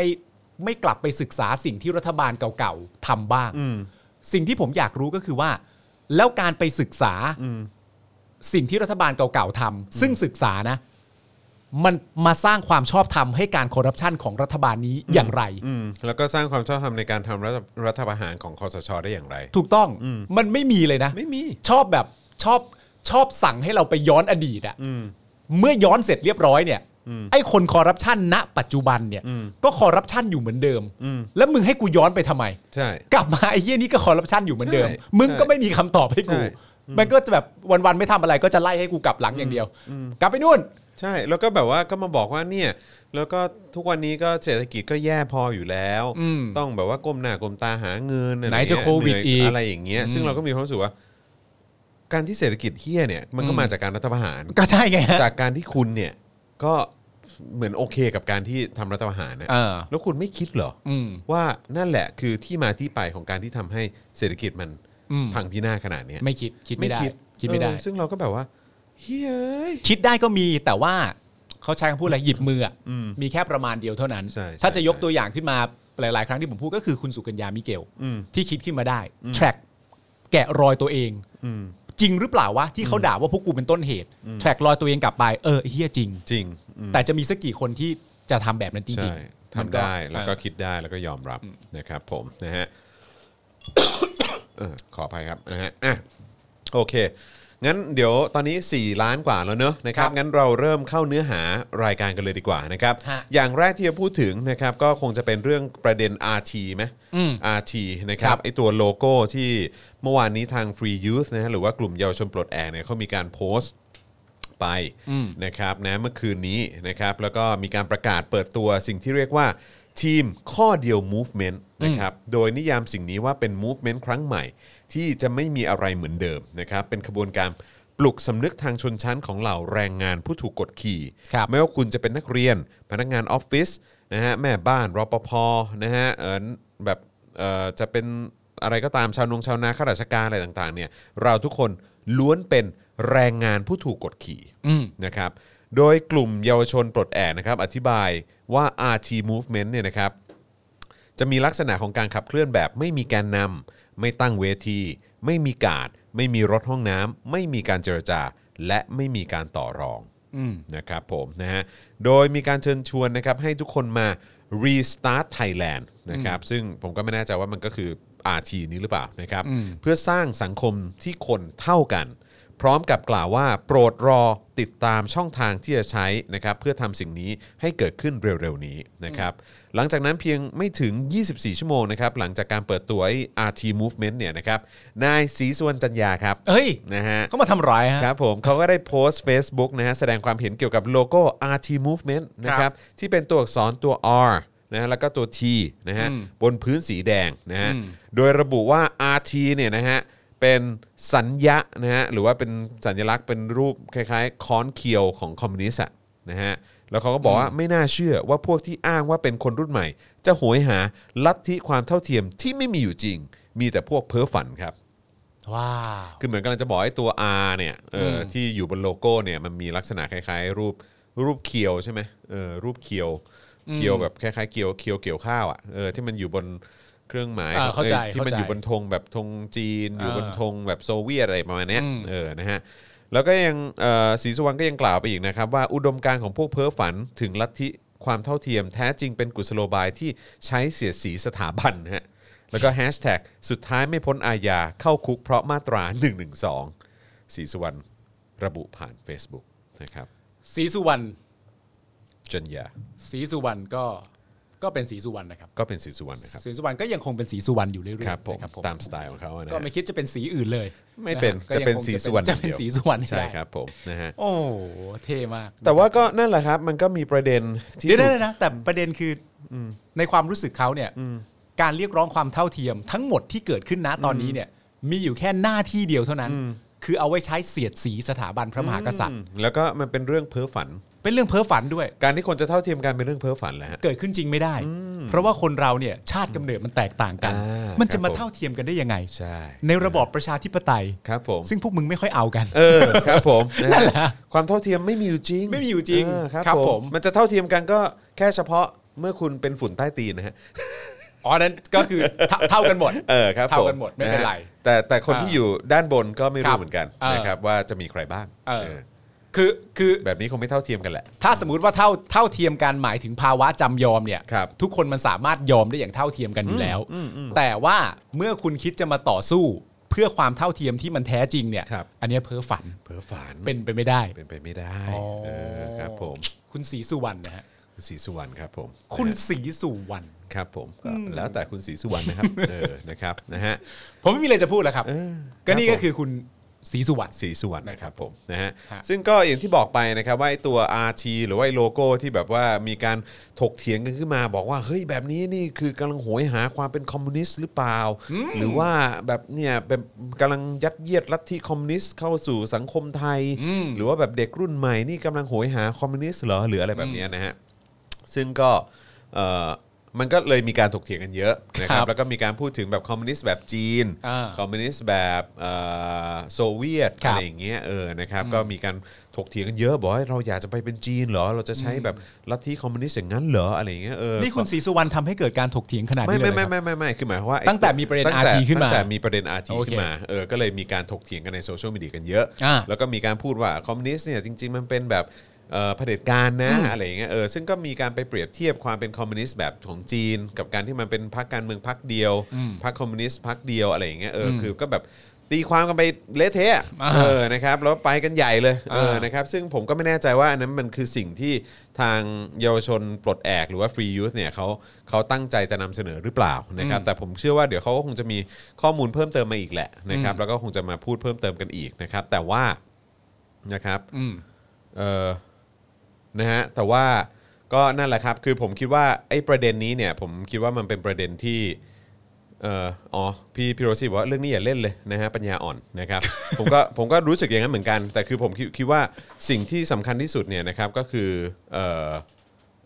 ไม่กลับไปศึกษาสิ่งที่รัฐบาลเก่าๆทำบ้าง อืม สิ่งที่ผมอยากรู้ก็คือว่า แล้วการไปศึกษา อืม สิ่งที่รัฐบาลเก่าๆทำซึ่งศึกษานะ มันมาสร้างความชอบธรรมให้การคอร์รัปชันของรัฐบาลนี้อย่างไร อืมแล้วก็สร้างความชอบธรรมในการทำรัฐรัฐประหารของคอสชได้อย่างไร ถูกต้องมันไม่มีเลยนะ ไม่มี ชอบแบบชอบชอบสั่งให้เราไปย้อนอดีตอะ อืม เมื่อย้อนเสร็จเรียบร้อยเนี่ย อืม ไอ้คนคอร์รัปชันณ ปัจจุบันเนี่ย อืม ก็คอร์รัปชันอยู่เหมือนเดิม อืม แล้วมึงให้กูย้อนไปทำไม ใช่ กลับมาไอ้เหี้ยนี่ก็คอร์รัปชันอยู่เหมือนเดิม ใช่ มึงก็ ใช่ ไม่มีคำตอบให้กู ใช่ มันก็จะแบบวันๆไม่ทำอะไรก็จะไล่ให้กูกลับหลังอย่างเดียว กลับไปนู่น ใช่ แล้วก็แบบว่าก็มาบอกว่าเนี่ย แล้วก็ทุกวันนี้ก็เศรษฐกิจก็แย่พออยู่แล้ว อืม ต้องแบบว่าก้มหน้าก้มตาหาเงินอร ไหนจะ เงี้ย โควิด เหนื่ย อีก อะไรอย่างเงี้ย ซึ่ง อืม เราก็มีความรู้สึกว่า การที่เศรษฐกิจเฮี้ยเนี่ยมันก็มาจากการรัฐประหาร ก็ใช่ไงฮะ จากการที่คุณเนี่ยก็เหมือนโอเคกับการที่ทำรัฐประหารนะ เออ แล้วคุณไม่คิดเหรอ อืม ว่านั่นแหละคือที่มาที่ไปของการที่ทำให้เศรษฐกิจมัน อืม พังพินาศขนาดเนี้ย ไม่คิดคิดไม่ได้ คิดไม่ได้ เออซึ่งเราก็แบบว่าเฮ้ยเอ้ย คิดได้ก็มีแต่ว่าเขาใช้คำพูดอะไรหยิบมืออะ อืม มีแค่ประมาณเดียวเท่านั้น ใช่ใช่ ถ้าจะยก ใช่ ตัวอย่างขึ้นมาหลาย ๆ ครั้งที่ผมพูดก็คือคุณสุกัญญามิเกล อืม ที่คิดขึ้นมาได้ แทร็กแกะรอยตัวเอง อืม จริงหรือเปล่าวะที่เขาด่าว่าพวกกูเป็นต้นเหตุ แทร็กรอยตัวเองกลับไปเออไอ้เฮียจริง จริงอืม แต่จะมีสักกี่คนที่จะทำแบบนั้นจริง ใช่ ทำได้แล้วก็คิดได้แล้วก็ยอมรับนะครับผมนะฮ [coughs] ะ เออขออภัยครับนะฮะอ่ะโอเค งั้นเดี๋ยวตอนนี้ 4 ล้านกว่าแล้วเนอะนะครับ ครับ งั้นเราเริ่มเข้าเนื้อหารายการกันเลยดีกว่านะครับ ฮะ อย่างแรกที่จะพูดถึงนะครับก็คงจะเป็นเรื่องประเด็น RT ไหม อืม RT นะครับไอตัวโลโก้ที่เมื่อวานนี้ทาง Free Youth นะฮะหรือว่ากลุ่มเยาวชนปลดแอกเนี่ยเขามีการโพสต์ ไปนะครับนะเมื่อคืนนี้นะครับแล้วก็มีการประกาศเปิดตัวสิ่งที่เรียกว่าทีมข้อเดียว movement นะครับโดยนิยามสิ่งนี้ว่าเป็น movement ครั้งใหม่ ที่จะไม่มีอะไรเหมือนเดิมนะครับเป็นขบวนการปลุกสำนึกทางชนชั้นของเหล่าแรงงานผู้ถูกกดขี่ ครับ ไม่ว่าคุณจะเป็นนักเรียน พนักงานออฟฟิศนะฮะแม่บ้านรปภนะฮะเออแบบเออจะเป็นอะไรก็ตามชาวนงชาวนาข้าราชการอะไรต่างๆเนี่ยเราทุกคนล้วนเป็นแรงงานผู้ถูกกดขี่ อืม นะครับ โดยกลุ่มเยาวชนปลดแอกนะครับ อธิบายว่า RT Movement เนี่ยนะครับ จะมีลักษณะของการขับเคลื่อนแบบไม่มีแกนนำไม่ตั้งเวที ไม่มีการดไม่มีรถห้องน้ำไม่มีการเจรจา และไม่มีการต่อรอง อืม นะครับผมนะฮะโดยมีการเชิญชวนนะครับให้ทุกคนมา Restart Thailand นะครับซึ่งผมก็ไม่แน่ใจว่ามันก็คือ RT นี้หรือเปล่านะครับเพื่อสร้างสังคมที่คนเท่ากัน พร้อมกับกล่าวว่าโปรดรอติดตามช่องทางที่จะใช้นะครับเพื่อทำสิ่งนี้ให้เกิดขึ้นเร็วๆนี้นะครับหลังจากนั้นเพียงไม่ถึง 24 ชั่วโมงนะครับหลังจากการเปิดตัวไอ้ RT Movement เนี่ยนะครับนายศรีสุวรรณจันยาครับ เฮ้ย นะฮะ เขามาทำร้ายฮะ ครับผมเขาก็ได้โพสต์ Facebook นะฮะแสดงความเห็นเกี่ยวกับโลโก้ RT Movement นะครับที่เป็นตัวอักษรตัว R นะฮะแล้วก็ตัว T นะฮะบนพื้นสีแดงนะฮะโดยระบุว่า RT เนี่ยนะฮะเป็นสัญญะนะฮะหรือว่าเป็นสัญลักษณ์เป็นรูปคล้ายๆ ค้อนเคียวของคอมมิวนิสต์อะนะฮะแล้วเขาก็บอกว่าไม่น่าเชื่อว่าพวกที่อ้างว่าเป็นคนรุ่นใหม่ จะโหยหาลัทธิความเท่าเทียมที่ไม่มีอยู่จริง มีแต่พวกเพ้อฝันครับ ว้าว คือเหมือนกำลังจะบอกไอ้ตัว R เนี่ยเอออ ม ที่อยู่บนโลโก้เนี่ยมันมีลักษณะคล้ายๆ รูปรูปเคียวใช่ไหมเออรูปเคียวเคียวแบบคล้ายๆเคียวเคียวเกี่ยวข้าวอ่ะเออที่มันอยู่บนเครื่องหมาย อ่าเข้าใจ เออที่มัน เข้าใจ อยู่บนธงแบบธงจีน อยู่บน อ่า ธงแบบโซเวียตอะไรประมาณเนี้ย อืม เออนะฮะแล้วก็ยังเอ่อศรีสุวรรณก็ยังกล่าวไปอีกนะครับว่าอุดมการณ์ของพวกเพ้อฝันถึงลัทธิความเท่าเทียม แท้จริงเป็นกุศโลบายที่ใช้เสียดสีสถาบันนะฮะแล้วก็แฮชแท็กสุดท้ายไม่พ้นอาญาเข้าคุกเพราะมาตรา 112 ศรีสุวรรณระบุผ่าน Facebook นะครับ สีสุวรรณ จันยา สีสุวรรณก็ก็เป็นสีสุวรรณนะครับ ก็เป็นศรีสุวรรณนะครับ สีสุวรรณก็ยังคงเป็นสีสุวรรณอยู่เรื่อยๆ ครับผม นะ ตามสไตล์ของเขาอะนะ ก็ ฮะ ไม่คิดจะเป็นสีอื่นเลย ไม่เป็น ฮก็ จะ ยัง เป็น คง ศรีสุวรรณ จะเป็น อย่างเดียว สีสุวรรณให้ ใช่ ได้ ครับผมนะฮะ โอ้โหเท่มาก แต่ว่าก็นั่นแหละครับ มันก็มีประเด็นที่ เดี๋ยว ถูก นะแต่ประเด็นคืออในความรู้สึกเขาเนี่ยการเรียกร้องความเท่าเทียม ทั้งหมดที่เกิดขึ้นนะตอนนี้เนี่ย มีอยู่แค่หน้าที่เดียวเท่านั้น คือเอาไว้ใช้เสียดสีสถาบันพระมหากษัตริย์ แล้วก็มันเป็นเรื่องเพ้อฝัน เป็นเรื่องเพ้อฝันด้วย การที่คนจะเท่าเทียมกันเป็นเรื่องเพ้อฝันแหละฮะ เกิดขึ้นจริงไม่ได้ เพราะว่าคนเราเนี่ยชาติกำเนิดมันแตกต่างกัน อ่ามั มันจะมา ครับผม เท่าเทียมกันได้ยังไง ใช่ ในระบอบประชาธิปไตย ครับผม ซึ่งพวกมึงไม่ค่อยเอากัน เออครับผมฮ นั่นแหละ ความเท่าเทียมไม่มีอยู่จริง ไม่มีอยู่จริง เครับ ครับ ผ ผม ม มันจะเท่าเทียมกันก็แค่เฉพาะเมื่อคุณเป็นฝุ่นใต้ตีนนะฮะ อ๋อนั้นก็คือเท่าเท่ากันหมด เออครับ เท่ากันหมด ผ ไม่เป็นไร ฮะแต่แต่คน อ่า ที่อยู่ด้านบนก็ไม่ ครั รู้ บ เหมือนกัน เออ นะครับว่าจะมีใครบ้าง เออ เออ คือคือ แบบนี้คงไม่เท่าเทียมกันแหละ ถ้าสมมติว่าเท่าเท่าเทียมกันหมายถึงภาวะจำยอมเนี่ย ครับ ทุกคนมันสามารถยอมได้อย่างเท่าเทียมกันอยู่แล้ว แต่ว่าเมื่อคุณคิดจะมาต่อสู้เพื่อความเท่าเทียมที่มันแท้จริงเนี่ย ครับ อันเนี้ยเพ้อฝัน เพ้อฝัน เป็นไปไม่ได้ เป็นไปไม่ได้ อ๋อ เออครับผม คุณศรีสุวรรณนะฮะ คุณศรีสุวรรณครับผม คุณ นะฮะ ศรีสุวรรณ ครับผมก็แล้วแต่คุณศรีสุวรรณนะครับ เออนะครับนะฮะ ผมไม่มีอะไรจะพูดแล้วครับ ก็นี่ ครับ ก็ ผม คือคุณศรีสุวรรณ ศรีสุวรรณนะครับผมนะฮะ ฮะ ซึ่งก็อย่างที่บอกไปนะครับว่าไอ้ตัว RT หรือว่าไอ้โลโก้ที่แบบว่ามีการถกเถียงกันขึ้นมา บอกว่าเฮ้ยแบบนี้นี่คือกำลังโหยหาความเป็นคอมมิวนิสต์หรือเปล่า หรือว่าแบบเนี่ยแบบกำลังยัดเยียดลัทธิคอมมิวนิสต์เข้าสู่สังคมไทย อืม หรือว่าแบบเด็กรุ่นใหม่นี่กำลังโหยหาคอมมิวนิสต์เหรอหรืออะไรแบบเนี้ยนะฮะ ซึ่งก็เอ่อมันก็เลยมีการถกเถียงกันเยอะนะค ครั รับบ แล้วก็มีการพูดถึงแบบคอมมิวนิสต์แบบจีน อ่า คอมมิวนิสต์แบบเอ่อโซเวียต ครั อะ บ ไรอย่างเงี้ยเออนะครับก็มีการถกเถียงกันเยอะบอกว่าเราอยากจะไปเป็นจีนเหรอ เราจะใช้แบบลัทธิคอมมิวนิสต์อย่างนั้นเหรออะไรอย่างเงี้ยเออ ี่คุณศรีสุวรรณทำให้เกิดการถกเถียงขนาด ไม่ นี้เล ไม่ ย ไม่ไม่ไม่ไม่คือหมายความว่าไอ้ ตั้งแต่มีประเด็น ตั้งแต่ RT ขึ้นมา ตั้งแต่มีประเด็น RT โอเค ขึ้นมาเออก็เลยมีการถกเถียงกันในโซเชียลมีเดียกันเยอะ อ่า แล้วก็มีการพูดว่าคอมมิวนิสต์เนี่ยจริง ๆ มันเป็นแบบ เอ่อเผด็จการนะอะไรอย่างเงี้ยเออซึ่งก็มีการไปเปรียบเทียบความเป็นคอมมิวนิสต์แบบของจีน กับการที่มันเป็นพรรคการเมืองพรรคเดียวพรรคคอมมิวนิสต์พรรคเดียวอะไรอย่างเงี้ยเอออคือก็แบบตีความกันไปเละเทะอะ อ่า เออนะครับแล้วไปกันใหญ่เลยเออ อ่าน นะครับซึ่งผมก็ไม่แน่ใจว่าอันนั้นมันคือสิ่งที่ทางเยาวชนปลดแอกหรือว่าฟรียูธเนี่ยเขาเขาตั้งใจจะนำเสนอหรือเปล่านะครับแต่ผมเชื่อว่าเดี๋ยวเขาก็คงจะมีข้อมูลเพิ่มเติมมาอีกแหละนะครับแล้วก็คงจะมาพูดเพิ่มเติมกันอีกนะครับแต่ว่านะครับ อืม เออนะฮะ แต่ว่าก็นั่นแหละครับ คือผมคิดว่าไอ้ประเด็นนี้เนี่ย ผมคิดว่ามันเป็นประเด็นที่ เอออ๋อ พี่พี่โรซี่บอกว่าเรื่องนี้อย่าเล่นเลยนะฮะ ปัญญาอ่อนนะครับ [laughs] ผมก็ผมก็รู้สึกอย่างนั้นเหมือนกัน แต่คือผมคิดคิดว่าสิ่งที่สำคัญที่สุดเนี่ยนะครับ ก็คือ เออ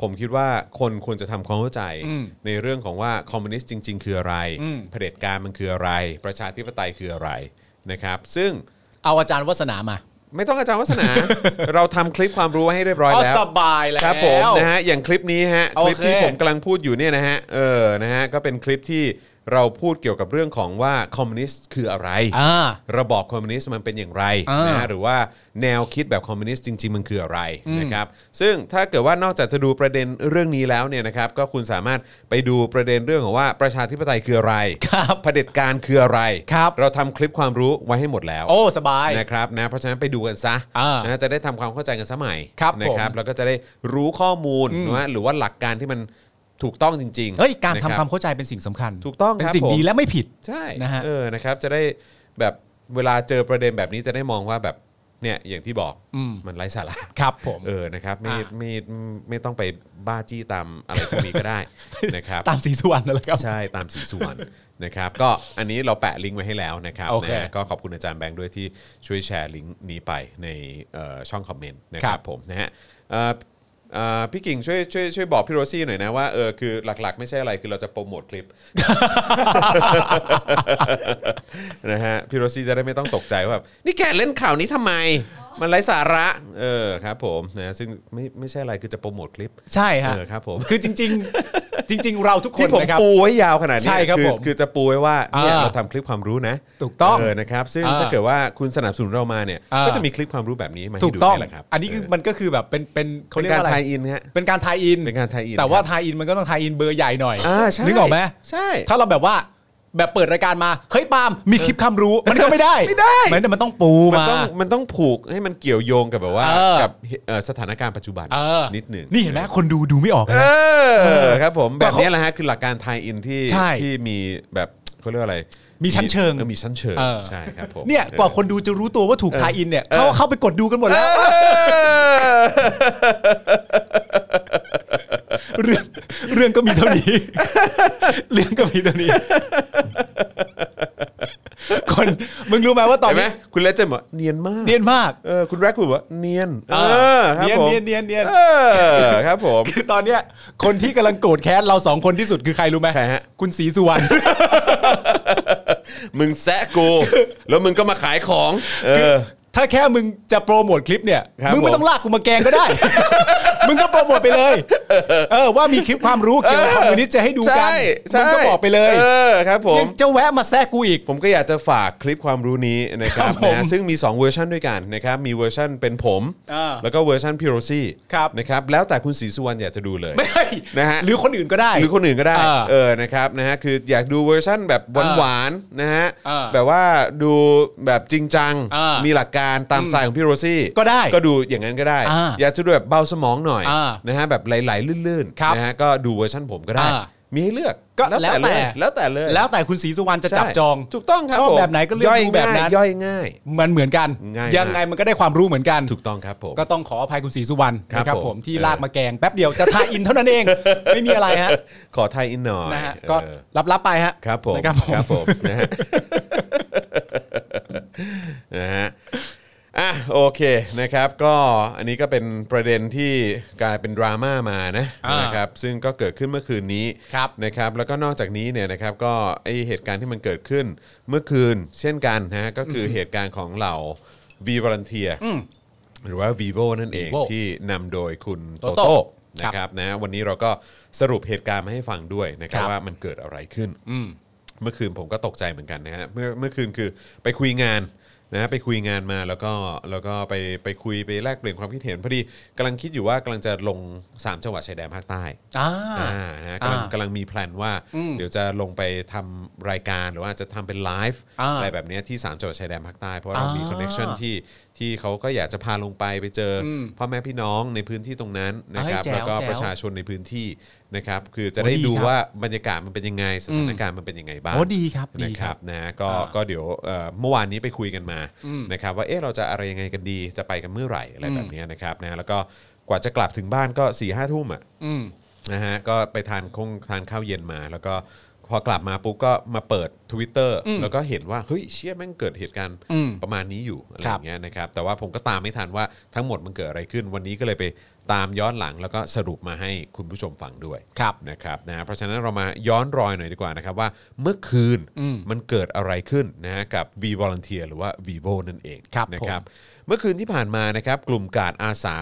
ผมคิดว่าคนควรจะทำความเข้าใจ อืม ในเรื่องของว่าคอมมิวนิสต์จริง ๆ คืออะไร อืม เผด็จการมันคืออะไร ประชาธิปไตยคืออะไรนะครับ ซึ่ง เอาอาจารย์วัสนามา ไม่ต้องอาจารย์วัฒนา [laughs] เราทำคลิปความรู้ไว้ให้เรียบร้อย อ๋อ แล้ว สบายแล้ว ครับผมนะฮะอย่างคลิปนี้ฮะคลิปที่ โอเค ผมกำลังพูดอยู่เนี่ยนะฮะเออนะฮะก็เป็นคลิปที่เราพูดเกี่ยวกับเรื่องของว่าคอมมิวนิสต์คืออะไร อ่า ระบอบคอมมิวนิสต์มันเป็นอย่างไร อ่าน นะฮะหรือว่าแนวคิดแบบคอมมิวนิสต์จริง ๆ มันคืออะไรนะครับซึ่งถ้าเกิดว่านอกจากจะดูประเด็นเรื่องนี้แล้วเนี่ยนะครับก็คุณสามารถไปดูประเด็นเรื่องของว่าประชาธิปไตยคืออะไร ครับ เผด็จการคืออะไร ครับ เราทำคลิปความรู้ไว้ให้หมดแล้ว โอ้สบาย นะครับนะเพราะฉะนั้นไปดูกันซะ อ่า นะจะได้ทำความเข้าใจกันสมัย ครับ นะครับ ผม แล้วก็จะได้รู้ข้อมูลนะหรือว่าหลักการที่มันถูกต้องจริงๆ เฮ้ยการนะทำค บ วามเข้าใจเป็นสิ่งสำคัญ ถูกต้อง เป็น ครับ สิ่ง ผม ดีและไม่ผิด ใช่ นะฮะ เออนะครับจะได้แบบเวลาเจอประเด็นแบบนี้จะได้มองว่าแบบเนี่ยอย่างที่บอก อืม มันไร้สาระ ครับผม เออนะครับไม่ อ่า ไม่ไม่ไม่ต้องไปบ้าจี้ตามอะไรพวกนี้ก็ได้ นะครับ ตามสีสุวรรณนั่นแหละ [laughs] ครับ ใช่ตามสีส่วน นะครับก็อันนี้เราแปะลิงก์ไว้ให้แล้วนะครับ โอเค นะฮะก็ขอบคุณอาจารย์แบงค์ด้วยที่ช่วยแชร์ลิงก์นี้ไปในเอ่อช่องคอมเมนต์นะค ครั รับบ ผมนะฮะเอ่อเอ่อพี่กิ่งช่วยช่วยช่วยบอกพี่โรซี่หน่อยนะว่าเออคือหลักๆ ไม่ใช่อะไรคือเราจะโปรโมทค [laughs] ลิป นะฮะพี่โรซี่จะได้ไม่ต้องตกใจว่าแบบนี่แกเล่นข่าวนี้ทำไม มันไร้สาระเออครับผมนะซึ่งไม่ไม่ใช่อะไรคือจะโปรโมทคลิป ใช่ฮะ เออครับผม คือจริง [laughs] ๆ จริง ๆ เราทุกคน ที่ผม นะครับ ปูไว้ยาวขนาดนี้ ใช่ครับ อ ผม คือจะปูไว้ว่าเนี่ย อ่า เราทำคลิปความรู้นะ ถูกต้อง เออนะครับ ซึ่ง อ่า ถ้าเกิดว่าคุณสนับสนุนเรามาเนี่ย อ่า ก็จะมีคลิปความรู้แบบนี้มาให้ ถูก ดู ต้อง นี่แหละครับ อันนี้คือ เ มันก็คือแบบเป็นเป็นเขา เป็น เรียก การ ว่าอะไร ทายอินฮะ เป็นการทายอิน เป็นการทายอิน แต่คว่ารับ ทายอินมันก็ต้องทายอินเบอร์ใหญ่หน่อย อ่าใช่ นึกออกไหม ใช่ ถ้าเราแบบว่าแบบเปิดรายการมาเฮ้ยปาล์มมีคลิปคำรู้ มันก็ไม่ได้ ไม่ได้ มันมันต้องปู มัน มา ต้องมันต้องผูกให้มันเกี่ยวโยงกับแบบว่า เออ กับเอ่อสถานการณ์ปัจจุบัน เออ นิดหนึ่ง นี่เห็นไหมคนดูดูไม่ออกเลย เอ นะ อครับผมแบบนี้แหละฮะคือหลักการทายอินที่ ใช่ ที่มีแบบเขาเรียกว่าอะไร มีชั้นเชิง ออมีชั้นเชิง เออ ใช่ครับผม เนี่ยกว่าคนดูจะรู้ตัวว่าถูกทายอินเนี่ยเขาเข้าไปกดดูกันหมดแล้ว เรื่องเรื่องก็มีเท่านี้ [laughs] เรื่องก็มีเท่านี้ คนมึงรู้ไหมว่าตอน เห็นไหม นี้ คุณเลเจนด์บอกเนียนมาก เนียนมาก เออคุณแรกคุณบอกว่าเนียน เออ ครับ เนียน ผม เนียนเนียนเนียน เออครับผม คือตอนเนี้ยคนที่กำลังโกรธแค้นเราสองคนที่สุดคือใครรู้ไหม ใครฮะ คุณศรีสุวรรณ มึงแซะกู แล้วมึงก็มาขายของ เออ ถ้าแค่มึงจะโปรโมทคลิปเนี่ย ครับ มึงไม่ ผม ต้องลากกูมาแกงก็ได้ [laughs] มึงก็โปรโมทไป [laughs] เลย เออว่ามีคลิปความรู้เกี่ยวกับคอมมิวนิสต์จะให้ดูกัน ใช่ใช่ มึงก็บอกไปเลย เออครับผม ยังจะแวะมาแทรกกูอีก ผมก็อยากจะฝากคลิปความรู้นี้นะครับ ครับผม นะซึ่งมี 2 เวอร์ชันด้วยกันนะครับมีเวอร์ชันเป็นผม อ่า แล้วก็เวอร์ชันพิโรซี่ ครับ นะครับแล้วแต่คุณศรีสุวรรณอยากจะดูเลย ไม่ได้ นะฮะ หรือคนอื่นก็ได้ หรือคนอื่นก็ได้ เออ เออ นะครับ นะฮะ คืออยากดูเวอร์ชั่นแบบหวานๆ นะฮะ เออ แบบว่าดูแบบจริงจัง เออ มีหลักการตามสไตล์ของพี่โรซี่ ก็ได้ ก็ดูอย่างนั้นก็ได้ อ่า อยากจะดูแบบเบาสมองหน่อย อ่า นะฮะ แบบไหลๆ ลื่น ครับ ๆ นะฮะ ก็ดูเวอร์ชั่นผมก็ได้ อ่า มีให้เลือก ก็แล้วแต่ เยแล้วแต่เลย แล้วแต่คุณศรีสุวรรณจะ ใช่ จับจอง ถูกต้องครับ ชอบ ผม แบบไหนก็เลือก ย่ย ดูแบบ ง่าย นั้น ย่อยง่าย มันเหมือนกัน ง่าย ยัง มาก ไงมันก็ได้ความรู้เหมือนกัน ถูกต้องครับผม ก็ต้องขออภัยคุณศรีสุวรรณ ครับ นะครับ ผม ผมที่ เออ ลากมาแกงแป๊บเดียวจะทายอินเท่า [laughs] นั้นเอง ไม่มีอะไรฮะ ขอไทยอินหน่อย นะฮะ เออ ก็รับรับๆไปฮะ ครับผม นะครับผม ผมนะฮะ นะฮะอ่ะโอเคนะครับก็อันนี้ก็เป็นประเด็นที่กลายเป็นดราม่ามานะ อ่าน นะครับซึ่งก็เกิดขึ้นเมื่อคืนนี้ ครับ นะครับแล้วก็นอกจากนี้เนี่ยนะครับก็ไอเหตุการณ์ที่มันเกิดขึ้นเมื่อคืนเช่นกันนะฮะก็คือเหตุการณ์ของเหล่าวีวอลันเทียหรือว่า Vivo นั่นเอง Vivo ที่นำโดยคุณโต โตโต้ โต้ ครั นะ บ ครับนะวันนี้เราก็สรุปเหตุการณ์มาให้ฟังด้วยนะครับ ครับ ว่ามันเกิดอะไรขึ้น อืม เมื่อคืนผมก็ตกใจเหมือนกันนะฮะเมื่อเมื่อคืนคือไปคุยงาน นะฮะไปคุยงานมาแล้วก็แล้วก็ไปไปคุยไปแลกเปลี่ยนความคิดเห็นพอดีกำลังคิดอยู่ว่ากำลังจะลง 3 จังหวัดชายแดนภาคใต้ อ่า อ่านะฮะกำลัอ่ากงำลังมีแพลนว่า อืม เดี๋ยวจะลงไปทำรายการหรือว่าจะทำเป็นไลฟ์ อ่า อะไรแบบเนี้ยที่ 3 จังหวัดชายแดนภาคใต้เพราะว่าเรามี อ่า คอนเนคชันที่ที่เขาก็อยากจะพาลงไปไปเจออ ม พ่อแม่พี่น้องในพื้นที่ตรงนั้นนะครับ เอ้ยแจ๋ว แล้วก็ แจ๋ว ประชาชนในพื้นที่นะครับคือจะ โอ้ ได้ ดี ดู ครับ ว่าบรรยากาศมันเป็นยังไงสถาน อืม การณ์มันเป็นยังไงบ้าง โอ้ดีครับ นะ ดี ค ค รั รั บบ นะก็ อ่า ก็เดี๋ยวเอ่อเมื่อวานนี้ไปคุยกันมา อืม นะครับว่าเอ๊ะเราจะอะไรยังไงกันดีจะไปกันเมื่อไหร่อะไร อืม แบบเนี้ยนะครับนะแล้วก็กว่าจะกลับถึงบ้านก็4ี่ห้าทุ่มอ่ะ อืม นะฮะก็ไปทานคงทานข้าวเย็นมา แล้วก็พอกลับมาปุ๊บก็มาเปิด Twitter อืม แล้วก็เห็นว่าเฮ้ยเชี่ยแม่งเกิดเหตุการณ์ อืม ประมาณนี้อยู่อะไรอครับ ย่างเงี้ยนะครับแต่ว่าผมก็ตามไม่ทันว่าทั้งหมดมันเกิดอะไรขึ้น วันนี้ก็เลยไปตามย้อนหลังแล้วก็สรุปมาให้คุณผู้ชมฟังด้วย ครับ นะครับนะเพราะฉะนั้นเรามาย้อนรอยหน่อยดีกว่านะครับว่าเมื่อคืน อืม มันเกิดอะไรขึ้นนะฮะกับ V Volunteer หรือว่า Vivo นั่นเอง ครับ นะครับเมื่อคืนที่ผ่านมานะครับกลุ่มกาดอาสา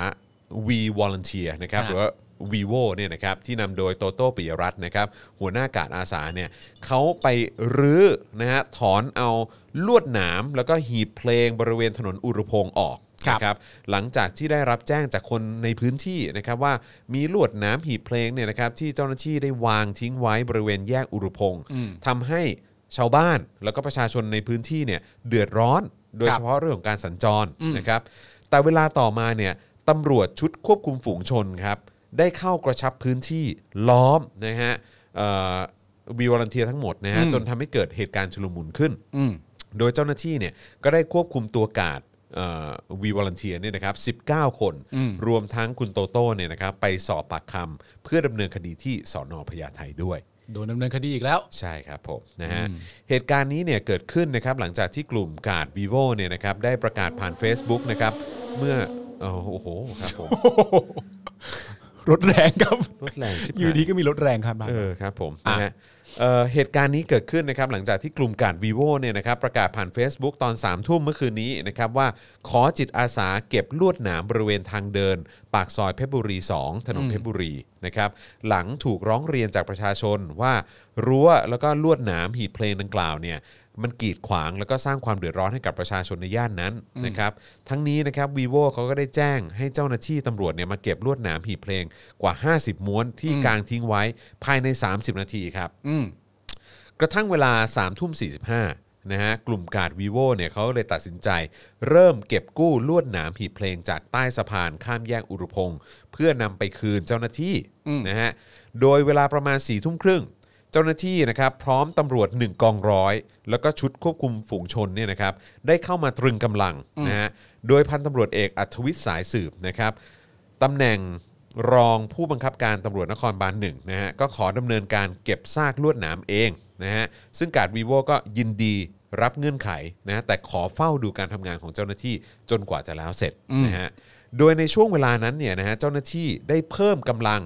V Volunteer นะครับ คหรับรือว่า vivo เนี่ยนะครับที่นำโดยโตโต้ปิยรัตน์นะครับหัวหน้ากาดอาสาเนี่ยเขาไปรื้อนะฮะถอนเอาลวดหนามแล้วก็หีบเพลงบริเวณถนนอุรุพงศ์ออก ครับ นะครับหลังจากที่ได้รับแจ้งจากคนในพื้นที่นะครับว่ามีลวดหน้ำหีบเพลงเนี่ยนะครับที่เจ้าหน้าที่ได้วางทิ้งไว้บริเวณแยกอุรุพงศ์ทำให้ชาวบ้านแล้วก็ประชาชนในพื้นที่เนี่ยเดือดร้อน โดย ครั เฉ บ พาะเรื่องของการสัญจรนะครับแต่เวลาต่อมาเนี่ยตำรวจชุดควบคุมฝูงชนครับได้เข้ากระชับพื้นที่ล้อมนะฮะวีวอลันเทียทั้งหมดนะฮะจนทำให้เกิดเหตุการณ์ชุลมุนขึ้น อืม โดยเจ้าหน้าที่เนี่ยก็ได้ควบคุมตัวกาดวีวอลันเทียเนี่ยนะครับ 19 คน อืม รวมทั้งคุณโตโต้เนี่ยนะครับไปสอบปากคำเพื่อดำเนินคดีที่สอนอพญาไทด้วย โดนดำเนินคดีอีกแล้ว ใช่ครับผมนะฮะเหตุการณ์นี้เนี่ยเกิดขึ้นนะครับหลังจากที่กลุ่มกาด vivo เนี่ยนะครับได้ประกาศผ่าน Facebook นะครับเมื่อเอ่อโอ้โหครับผ [laughs] ม รถแรงครับ รวดแรงชิบ อ หา ยู่ดีก็มีรถแรงครับมา เออครับผมนะฮะเอ่อเหตุการณ์นี้เกิดขึ้นนะครับหลังจากที่กลุ่มกาด vivo เนี่ยนะครับประกาศผ่าน Facebook ตอน3ามทุ่มเมื่อคืนนี้นะครับว่าขอจิตอาสาเก็บลวดหนามบริเวณทางเดิน ปากซอยเพชรบุรี 2 ถนนเพชรบุรีนะครับหลังถูกร้องเรียนจากประชาชนว่ารั้วแล้วก็ลวดหนามหีบเพลงดังกล่าวเนี่ย มันกีดขวางแล้วก็สร้างความเดือดร้อนให้กับประชาชนในย่านนั้นนะครับทั้งนี้นะครับ vivo เขาก็ได้แจ้งให้เจ้าหน้าที่ตำรวจเนี่ยมาเก็บลวดหนามหีบเพลงกว่า 50 ม้วนที่กางทิ้งไว้ภายใน 30 นาทีครับ อืม กระทั่งเวลา3ามทุ่มสีนะฮะกลุ่มกาด vivo เนี่ยเขาเลยตัดสินใจ เริ่มเก็บกู้ลวดหนามหีบเพลงจากใต้สะพานข้ามแยกอุรุพงศ์เพื่อนำไปคืนเจ้าหน้าที่นะฮะโดยเวลาประมาณ4ี่ทุ่มครึ่ง เจ้าหน้าที่นะครับพร้อมตำรวจ 1 กองร้อย แล้วก็ชุดควบคุมฝูงชนเนี่ยนะครับได้เข้ามาตรึงกำลังนะฮะโดยพันตำรวจเอกอัธวิทย์สายสืบนะครับ ตำแหน่งรองผู้บังคับการตำรวจนครบาลหนึ่งนะฮะก็ขอดำเนินการเก็บซากลวดหนามเองนะฮะซึ่งการวีโวก็ยินดีรับเงื่อนไขนะฮะแต่ขอเฝ้าดูการทำงานของเจ้าหน้าที่จนกว่าจะแล้วเสร็จนะฮะโดยในช่วงเวลานั้นเนี่ยนะฮะเจ้าหน้าที่ได้เพิ่มกำลัง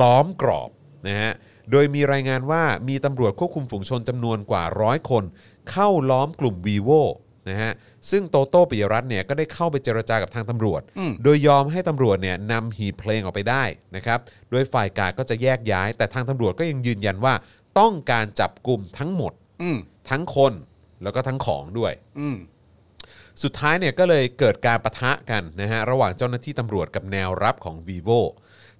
ล้อมกรอบนะฮะโดยมีรายงานว่ามีตำรวจควบคุมฝูงชนจำนวนกว่าร้อยคน เข้าล้อมกลุ่มวีโวนะฮะซึ่งโตโต้ปิยรัตน์เนี่ยก็ได้เข้าไปเจรจากับทางตำรวจ อืม โดยยอมให้ตำรวจเนี่ยนำหีบเพลงออกไปได้นะครับ โดยฝ่ายกาดก็จะแยกย้าย แต่ทางตำรวจก็ยังยืนยันว่า ต้องการจับกลุ่มทั้งหมด อืม ทั้งคนแล้วก็ทั้งของด้วย อืม สุดท้ายเนี่ยก็เลยเกิดการประทะกันนะฮะระหว่างเจ้าหน้าที่ตำรวจกับแนวรับของ vivo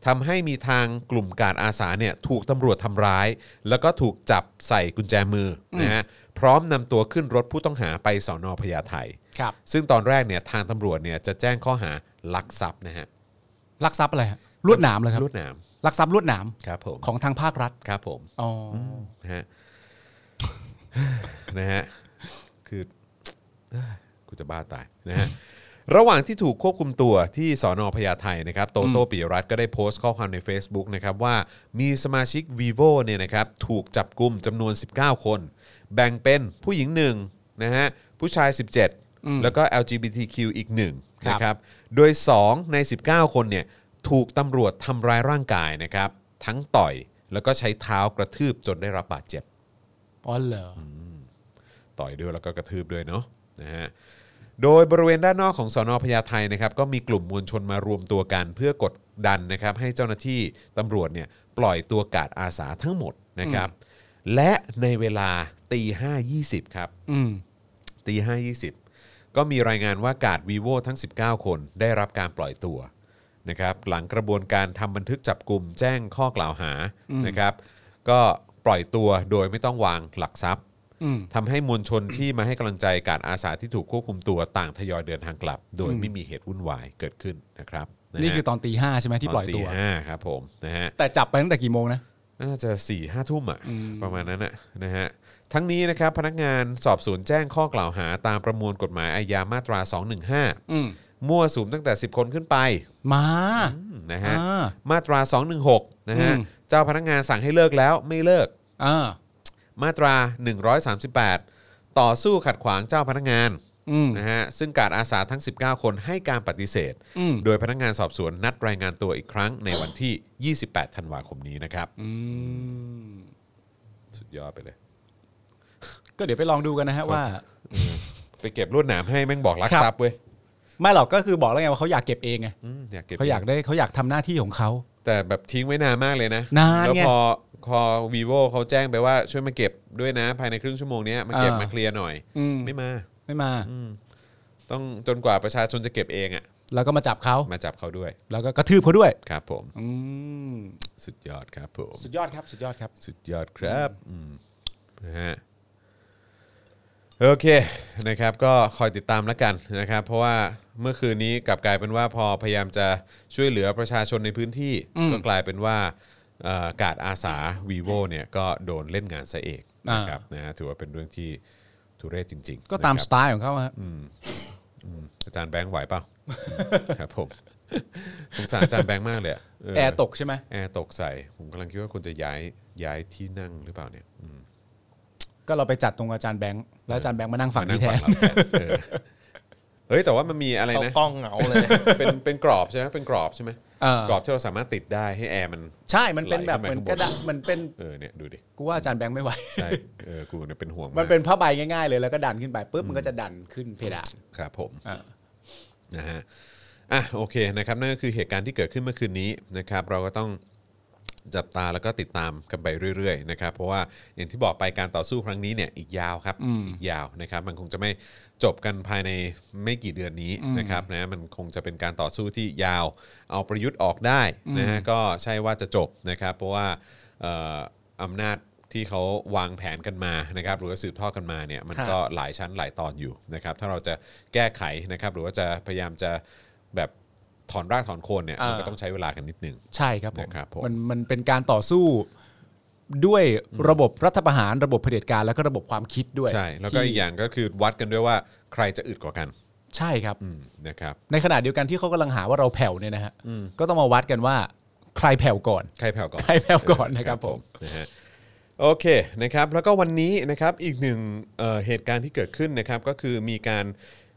ทำให้มีทางกลุ่มการอาสาเนี่ยถูกตำรวจทำร้าย แล้วก็ถูกจับใส่กุญแจมืออนะฮะพร้อมนำตัวขึ้นรถผู้ต้องหาไปสอนอพญาไท ครับ ซึ่งตอนแรกเนี่ยทางตำรวจเนี่ยจะแจ้งข้อหาลักทรัพย์นะฮะ ลักทรัพย์อะไรฮะลวดหนามเลยครับ ลวดหนาม ลักทรัพย์ลวดหนาม ครับผม ของทางภาครัฐ ครับผม อ๋ออ นะ [laughs] ฮะ นะฮะคือ [sighs] เอ้ยกูจะบ้าตายนะฮะระหว่างที่ถูกควบคุมตัวที่สอนอพญาไทนะครับโตโต้ปิยรัตน์ก็ได้โพสต์ข้อความใน Facebook นะครับว่ามีสมาชิก vivo เนี่ยนะครับถูกจับกลุ่มจำนวน 19 คน แบ่งเป็นผู้หญิงหนึ่งนะฮะผู้ชาย 17 แล้วก็ LGBTQ อีกหนึ่งนะครับ โดย 2 ใน 19 คนเนี่ยถูกตำรวจทำร้ายร่างกายนะครับ ทั้งต่อยแล้วก็ใช้เท้ากระทืบจนได้รับบาดเจ็บ อ๋อเหรออ ต่อยด้วยแล้วก็กระทืบด้วยเนาะนะฮะโดยบริเวณด้านนอกของสอนอพญาไทนะครับก็มีกลุ่มมวลชนมารวมตัวกัน เพื่อกดดันนะครับให้เจ้าหน้าที่ตำรวจเนี่ยปล่อยตัวกาดอาสาทั้งหมดนะครับและในเวลาตีห้ายี่สิบครับ อืม ตีห้ายี่สิบ ก็มีรายงานว่ากาดวีโวทั้ง 19 คนได้รับการปล่อยตัวนะครับหลังกระบวนการทำบันทึกจับกลุ่มแจ้งข้อกล่าวหานะครับ ก็ปล่อยตัวโดยไม่ต้องวางหลักทรัพย์ อืม ทำให้มวลชนที่มาให้กำลังใจการอาสาที่ถูกควบคุมตัวต่างทยอยเดินทางกลับ โดย อืม ไม่มีเหตุวุ่นวายเกิดขึ้นนะครับะฮะ นี่คือตอนตีห้าใช่ไหมที่ปล่อยตัว นห้าครับผมนะฮะ แต่จับไปตั้งแต่กี่โมงนะ น่าจะ4ี่ห้าทุ่มอ่ะประมาณนั้นอ่ะนะฮะทั้งนี้นะครับพนักงานสอบสวนแจ้งข้อกล่าวหาตามประมวลกฎหมายอาญามาตรา 215 อืม มั่วสุมตั้งแต่ 10 คนขึ้นไป มา นะฮะ อ่า มาตรา 216นะฮะ อืม เจ้าพนักงานสั่งให้เลิกแล้วไม่เลิก อ่า มาตรา 138 ต่อสู้ขัดขวางเจ้าพนักงาน อืม นะฮะซึ่งการอาสาทั้ง 19 คนให้การปฏิเสธ อืม โดยพนักงานสอบสวนนัดรายงานตัวอีกครั้งในวันที่ 28 ธันวาคมนี้นะครับ อืม สุดยอดไปเลย ก็เดี๋ยวไปลองดูกันนะฮะว่า ไปเก็บรวดหนามให้แม่งบอกรัก ครับ ทรัพย์เว้ย ไม่หรอกก็คือบอกแล้วไงว่าเขาอยากเก็บเองไง อืมอยากเก็บ เขาอยากได้เขาอยากทำหน้าที่ของเขา แต่แบบทิ้งไว้นานมากเลยนะ นานไง แล้วพอพอ vivo เขาแจ้งไปว่าช่วยมาเก็บด้วยนะ ภายในครึ่งชั่วโมงเนี้ยมาเก็บ อ่าม มาเคลียร์หน่อย อืม ไม่มา ไม่มา ต้องจนกว่าประชาชนจะเก็บเองอะ แล้วก็มาจับเขา มาจับเขาด้วย แล้วก็กระทืบเขาด้วย ครับผม อืม สุดยอดครับผม สุดยอดครับ สุดยอดครับ สุดยอดครับอืมนะฮะโอเคนะครับ ก็คอยติดตามแล้วกันนะครับ เพราะว่าเมื่อคืนนี้กลับกลายเป็นว่าพอพยายามจะช่วยเหลือประชาชนในพื้นที่ อืม ก็กลายเป็นว่าเอ่อการอาสา vivo เนี่ยก็โดนเล่นงานซะเอง อ่าน นะครับนะฮะถือว่าเป็นเรื่องที่ทุเรศจริงๆ ก็ตาม นะค ส รับ ไตล์ของเขาฮะ อืมอาจารย์แบงค์ไหวเปล่า [laughs] ครับผมสงสารอาจารย์แบงค์มากเลยะเ แอร์ตกใช่ไหม แอร์ตกใส่ผมกำลังคิดว่าควรจะย้ายย้ายที่นั่งหรือเปล่าเนี่ยอืม ก็เราไปจัดตรงอาจารย์แบงค์แล้วอาจารย์แบงค์มานั่งฝั่งนี้แทน มานั่งฝั่งเราแทนเออเฮ้ยแต่ว่ามันมีอะไร เขา นะ กล้องเหงาเลย เป็นเป็นกรอบใช่ไหมเป็นกรอบใช่ไหม เออ กรอบที่เราสามารถติดได้ให้แอร์มัน ใช่มันเป็นแบบ ไหล เหมือน เข้าไป กระดาษมันเป็น เออเนี่ยดูดิ กูว่าอาจารย์แบงค์ไม่ไหว [laughs] ใช่เออกูเนี่ยเป็นห่วงาก มันเป็นผ้าใบง่ายๆเลยแล้วก็ดันขึ้นไปปุ๊บมันก็จะดันขึ้นเพดาน ครับผม อ่ะ นะฮะอ่ะโอเคนะครับนั่นก็คือเหตุการณ์ที่เกิดขึ้นเมื่อคืนนี้นะครับ เราก็ต้องจับตาแล้วก็ติดตามกันไปเรื่อยๆนะครับเพราะว่าอย่างที่บอกไปการต่อสู้ครั้งนี้เนี่ยอีกยาวครับอีกยาวนะครับ มันคงจะไม่จบกันภายในไม่กี่เดือนนี้นะครับนะมันคงจะเป็นการต่อสู้ที่ยาว เอาประยุทธ์ออกได้นะฮะก็ใช่ว่าจะจบนะครับ เพราะว่าเอ่ออำนาจที่เขาวางแผนกันมานะครับหรือว่าสืบทอดกันมาเนี่ยมันก็หลายชั้นหลายตอนอยู่นะครับถ้าเราจะแก้ไขนะครับหรือว่าจะพยายามจะแบบถอนรากถอนโคนเนี่ยมันก็ อ่า ต้องใช้เวลากันนิดนึง ใช่ครับผม นะครับผม มันมันเป็นการต่อสู้ด้วยระบบรัฐประหารระบบเผด็จการแล้วก็ระบบความคิดด้วย ใช่ แล้วก็อีกอย่างก็คือวัดกันด้วยว่าใครจะอึดกว่ากัน ใช่ครับ อืมนะครับ ในขณะเดียวกันที่เขากำลังหาว่าเราแผ่วเนี่ยนะฮะก็ต้องมาวัดกันว่าใครแผ่วก่อน ใครแผ่วก่อน ใครแผ่วก่อนนะครับผม นะฮะโอเคนะครับแล้วก็วันนี้นะครับอีกหนึ่งเอ่อเหตุการณ์ที่เกิดขึ้นนะครับก็คือมีการ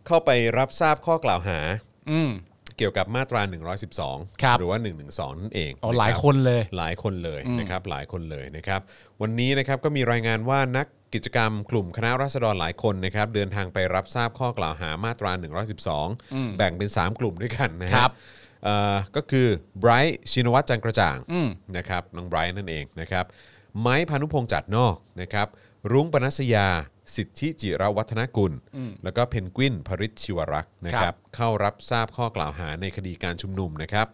เข้าไปรับทราบข้อกล่าวหา อืม เกี่ยวกับมาตรา ครับ 112 หรือว่า 112 นั่นเอง อ๋อะ รับ หลายคนเลย หลายคนเลยนะครับหลายคนเลยนะครับวันนี้นะครับก็มีรายงานว่านักกิจกรรมกลุ่มคณะราษฎรหลายคนนะครับเดินทางไปรับทราบข้อกล่าวหามาตรา 112 แบ่งเป็น 3 กลุ่มด้วยกันนะฮะ ครับ เอ่อก็คือไบรท์ชินวัตรจันทร์กระจ่างนะครับน้องไบรท์นั่นเองนะครับไม้พานุพงษ์จัดนอกนะครับรุ้งปนัสยา สิทธิจิรวัฒนกุล แล้วก็เพนกวินพริชชิวรักษ์นะค ครั รับบ เข้ารับทราบข้อกล่าวหาในคดีการชุมนุมนะครับ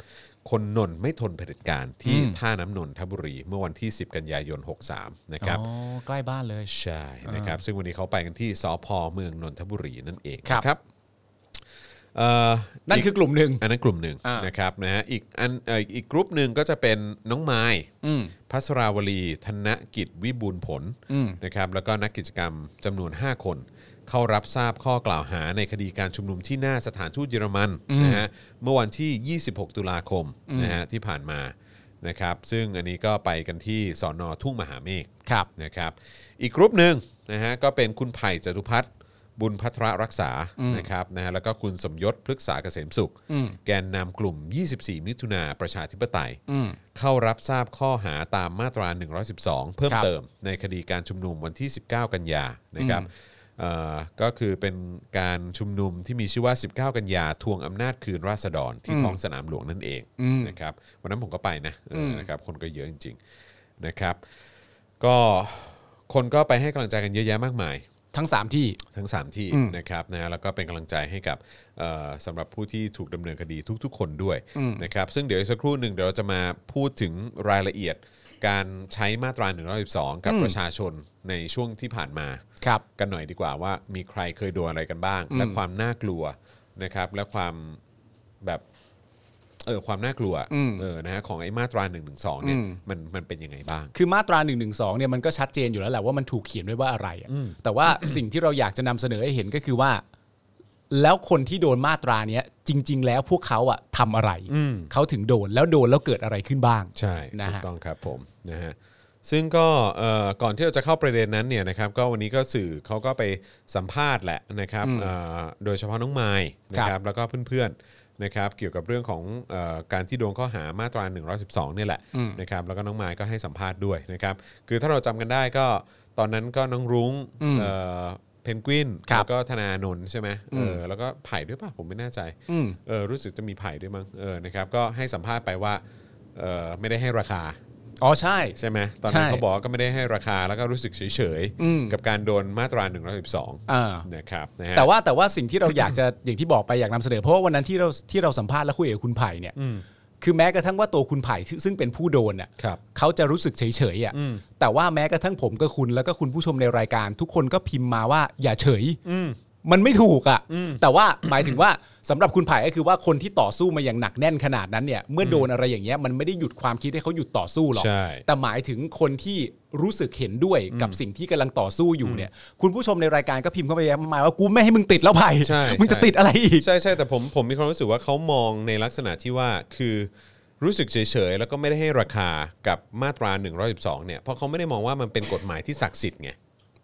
คนนนท์ไม่ทนเผด็จการที่ท่าน้ำนนทบุรี เมื่อวันที่ 10 กันยายน 63 นะครับ อ๋อใกล้บ้านเลย ใช่นะครับซึ่งวันนี้เขาไปกันที่สพเมืองนนทบุรีนั่นเอง ครับ นะครับเอ่อ นั่นคือกลุ่มหนึ่ง อันนั้นกลุ่มหนึ่ง อ่าน นะครับนะฮะอีกอันเอ่ออีกกลุ่มหนึ่งก็จะเป็นน้องไม้ อืม พัสราวลี ธนกิจวิบูลย์ผล อืม นะครับแล้วก็นักกิจกรรมจำนวน 5 คน เข้ารับทราบข้อกล่าวหาในคดีการชุมนุมที่หน้าสถานทูตเยอรมันนะฮะเมื่อวันที่ 26 ตุลาคมนะฮะที่ผ่านมานะครับซึ่งอันนี้ก็ไปกันที่สอนอทุ่งมหาเมฆ ครับ นะครับอีกกรุ๊ปหนึ่งนะฮะก็เป็นคุณไผ่จตุพัฒน์บุญพัทรรักษานะครับนะฮะแล้วก็คุณสมยศพฤกษาเกษมสุข แกนนำกลุ่ม 24 มิถุนาประชาธิปไตย เข้ารับทราบข้อหาตามมาตรา 112 เพิ่ม ครับ เติมในคดีการชุมนุมวันที่ 19 กันยานะครับเอ่อก็คือเป็นการชุมนุมที่มีชื่อว่า 19 กันยาทวงอำนาจคืนราษฎรที่ท้องสนามหลวงนั่นเองนะครับวันนั้นผมก็ไปนะเอออนะครับคนก็เยอะจริงๆนะครับ ก็คนก็ไปให้กำลังใจกันเยอะแยะมากมาย ทั้งสามที่ ทั้ง 3 ที่นะครับนะฮะแล้วก็เป็นกำลังใจให้กับเอ่อสำหรับผู้ที่ถูกดำเนินคดีทุกๆ คนด้วยนะครับซึ่งเดี๋ยวอีกสักครู่หนึ่งเดี๋ยวเราจะมาพูดถึงรายละเอียด การใช้มาตรา1 1 2 กับ อืม ประชาชนในช่วงที่ผ่านมา ครับ กันหน่อยดีกว่าว่ามีใครเคยโดนอะไรกันบ้าง และความน่ากลัวนะครับและความแบบเออความน่ากลัว อืม เออนะฮะของไอ้มาตรา1นึเนี่ย อืม มันมันเป็นยังไงบ้าง คือมาตรา1นึเนี่ยมันก็ชัดเจนอยู่แล้วแหละว่ามันถูกเขียนไว้ว่าอะไรอะแต่ว่า [coughs] สิ่งที่เราอยากจะนำเสนอให้เห็นก็คือว่า แล้วคนที่โดนมาตราเนี้ยจริง ๆ แล้วพวกเขาอะทำอะไร อืม เขาถึงโดนแล้วโดนแล้วเกิดอะไรขึ้นบ้าง ใช่ นะฮะ ถูกต้องครับผมนะฮะซึ่งก็เอ่อก่อนที่เราจะเข้าประเด็นนั้นเนี่ยนะครับก็วันนี้ก็สื่อเขาก็ไปสัมภาษณ์แหละนะครับเอ่อโดยเฉพาะน้องไม้นะค ครั รับบ แล้วก็เพื่อนๆนะครับเกี่ยวกับเรื่องของเออการที่โดนข้อหามาตรา 112เนี่ยแหละนะครับแล้วก็น้องไม้ก็ให้สัมภาษณ์ด้วยนะครับคือถ้าเราจำกันได้ก็ตอนนั้นก็น้องรุ้งเอ่อเพนกวิน ครับ แล้วก็ธนาโนนท์ใช่ไหมเออแล้วก็ไผ่ด้วยป่ะผมไม่แน่ใจ อืม เออรู้สึกจะมีไผ่ด้วยมั้งเออนะครับก็ให้สัมภาษณ์ไปว่าเออไม่ได้ให้ราคา อ๋อใช่ ใช่ไหมตอนนั้น ใช่ เขาบอกว่าก็ไม่ได้ให้ราคาแล้วก็รู้สึกเฉย อืม ๆ กับการโดนมาตรา1นึ อ่า นะครับนะฮะ แต่ว่าแต่ว่าสิ่งที่เราอยากจะ [coughs] อย่างที่บอกไปอยากนำเสนอ เพราะว่าวันนั้นที่เราที่เราสัมภาษณ์และคุยกับคุณไผ่เนี่ยคือแม้กระทั่งว่าตัวคุณไผ่ซึ่งซึ่งเป็นผู้โดนอ่ะ ครับ เขาจะรู้สึกเฉยๆอ่ะแต่ว่าแม้กระทั่งผมกับคุณแล้วก็คุณผู้ชมในรายการ ทุกคนก็พิมพ์มาว่าอย่าเฉย อืม มันไม่ถูกอ่ะ อืม แต่ว่า [coughs] หมายถึงว่าสำหรับคุณไผ่ก็คือว่าคนที่ต่อสู้มาอย่างหนักแน่นขนาดนั้นเนี่ยเมื่อโดนอะไรอย่างเงี้ยมันไม่ได้หยุดความคิดให้เขาหยุดต่อสู้หรอก ใช่ แต่หมายถึงคนที่รู้สึกเห็นด้วยกับสิ่งที่กำลังต่อสู้อยู่เนี่ย คุณผู้ชมในรายการก็พิมพ์เข้าไปมากมายว่ากูไม่ให้มึงติดแล้วไผ่ ใช่ [laughs] มึงจะ ใช่ ติดอะไรอีก ใช่ใช่แต่ผมผมมีความรู้สึกว่าเขามองในลักษณะที่ว่าคือรู้สึกเฉยๆ แล้วก็ไม่ได้ให้ราคากับมาตรา1นึเนี่ยเพราะเขาไม่ได้มองว่ามันเป็นกฎหมายที่ศักดิ์สิทธิ์ไง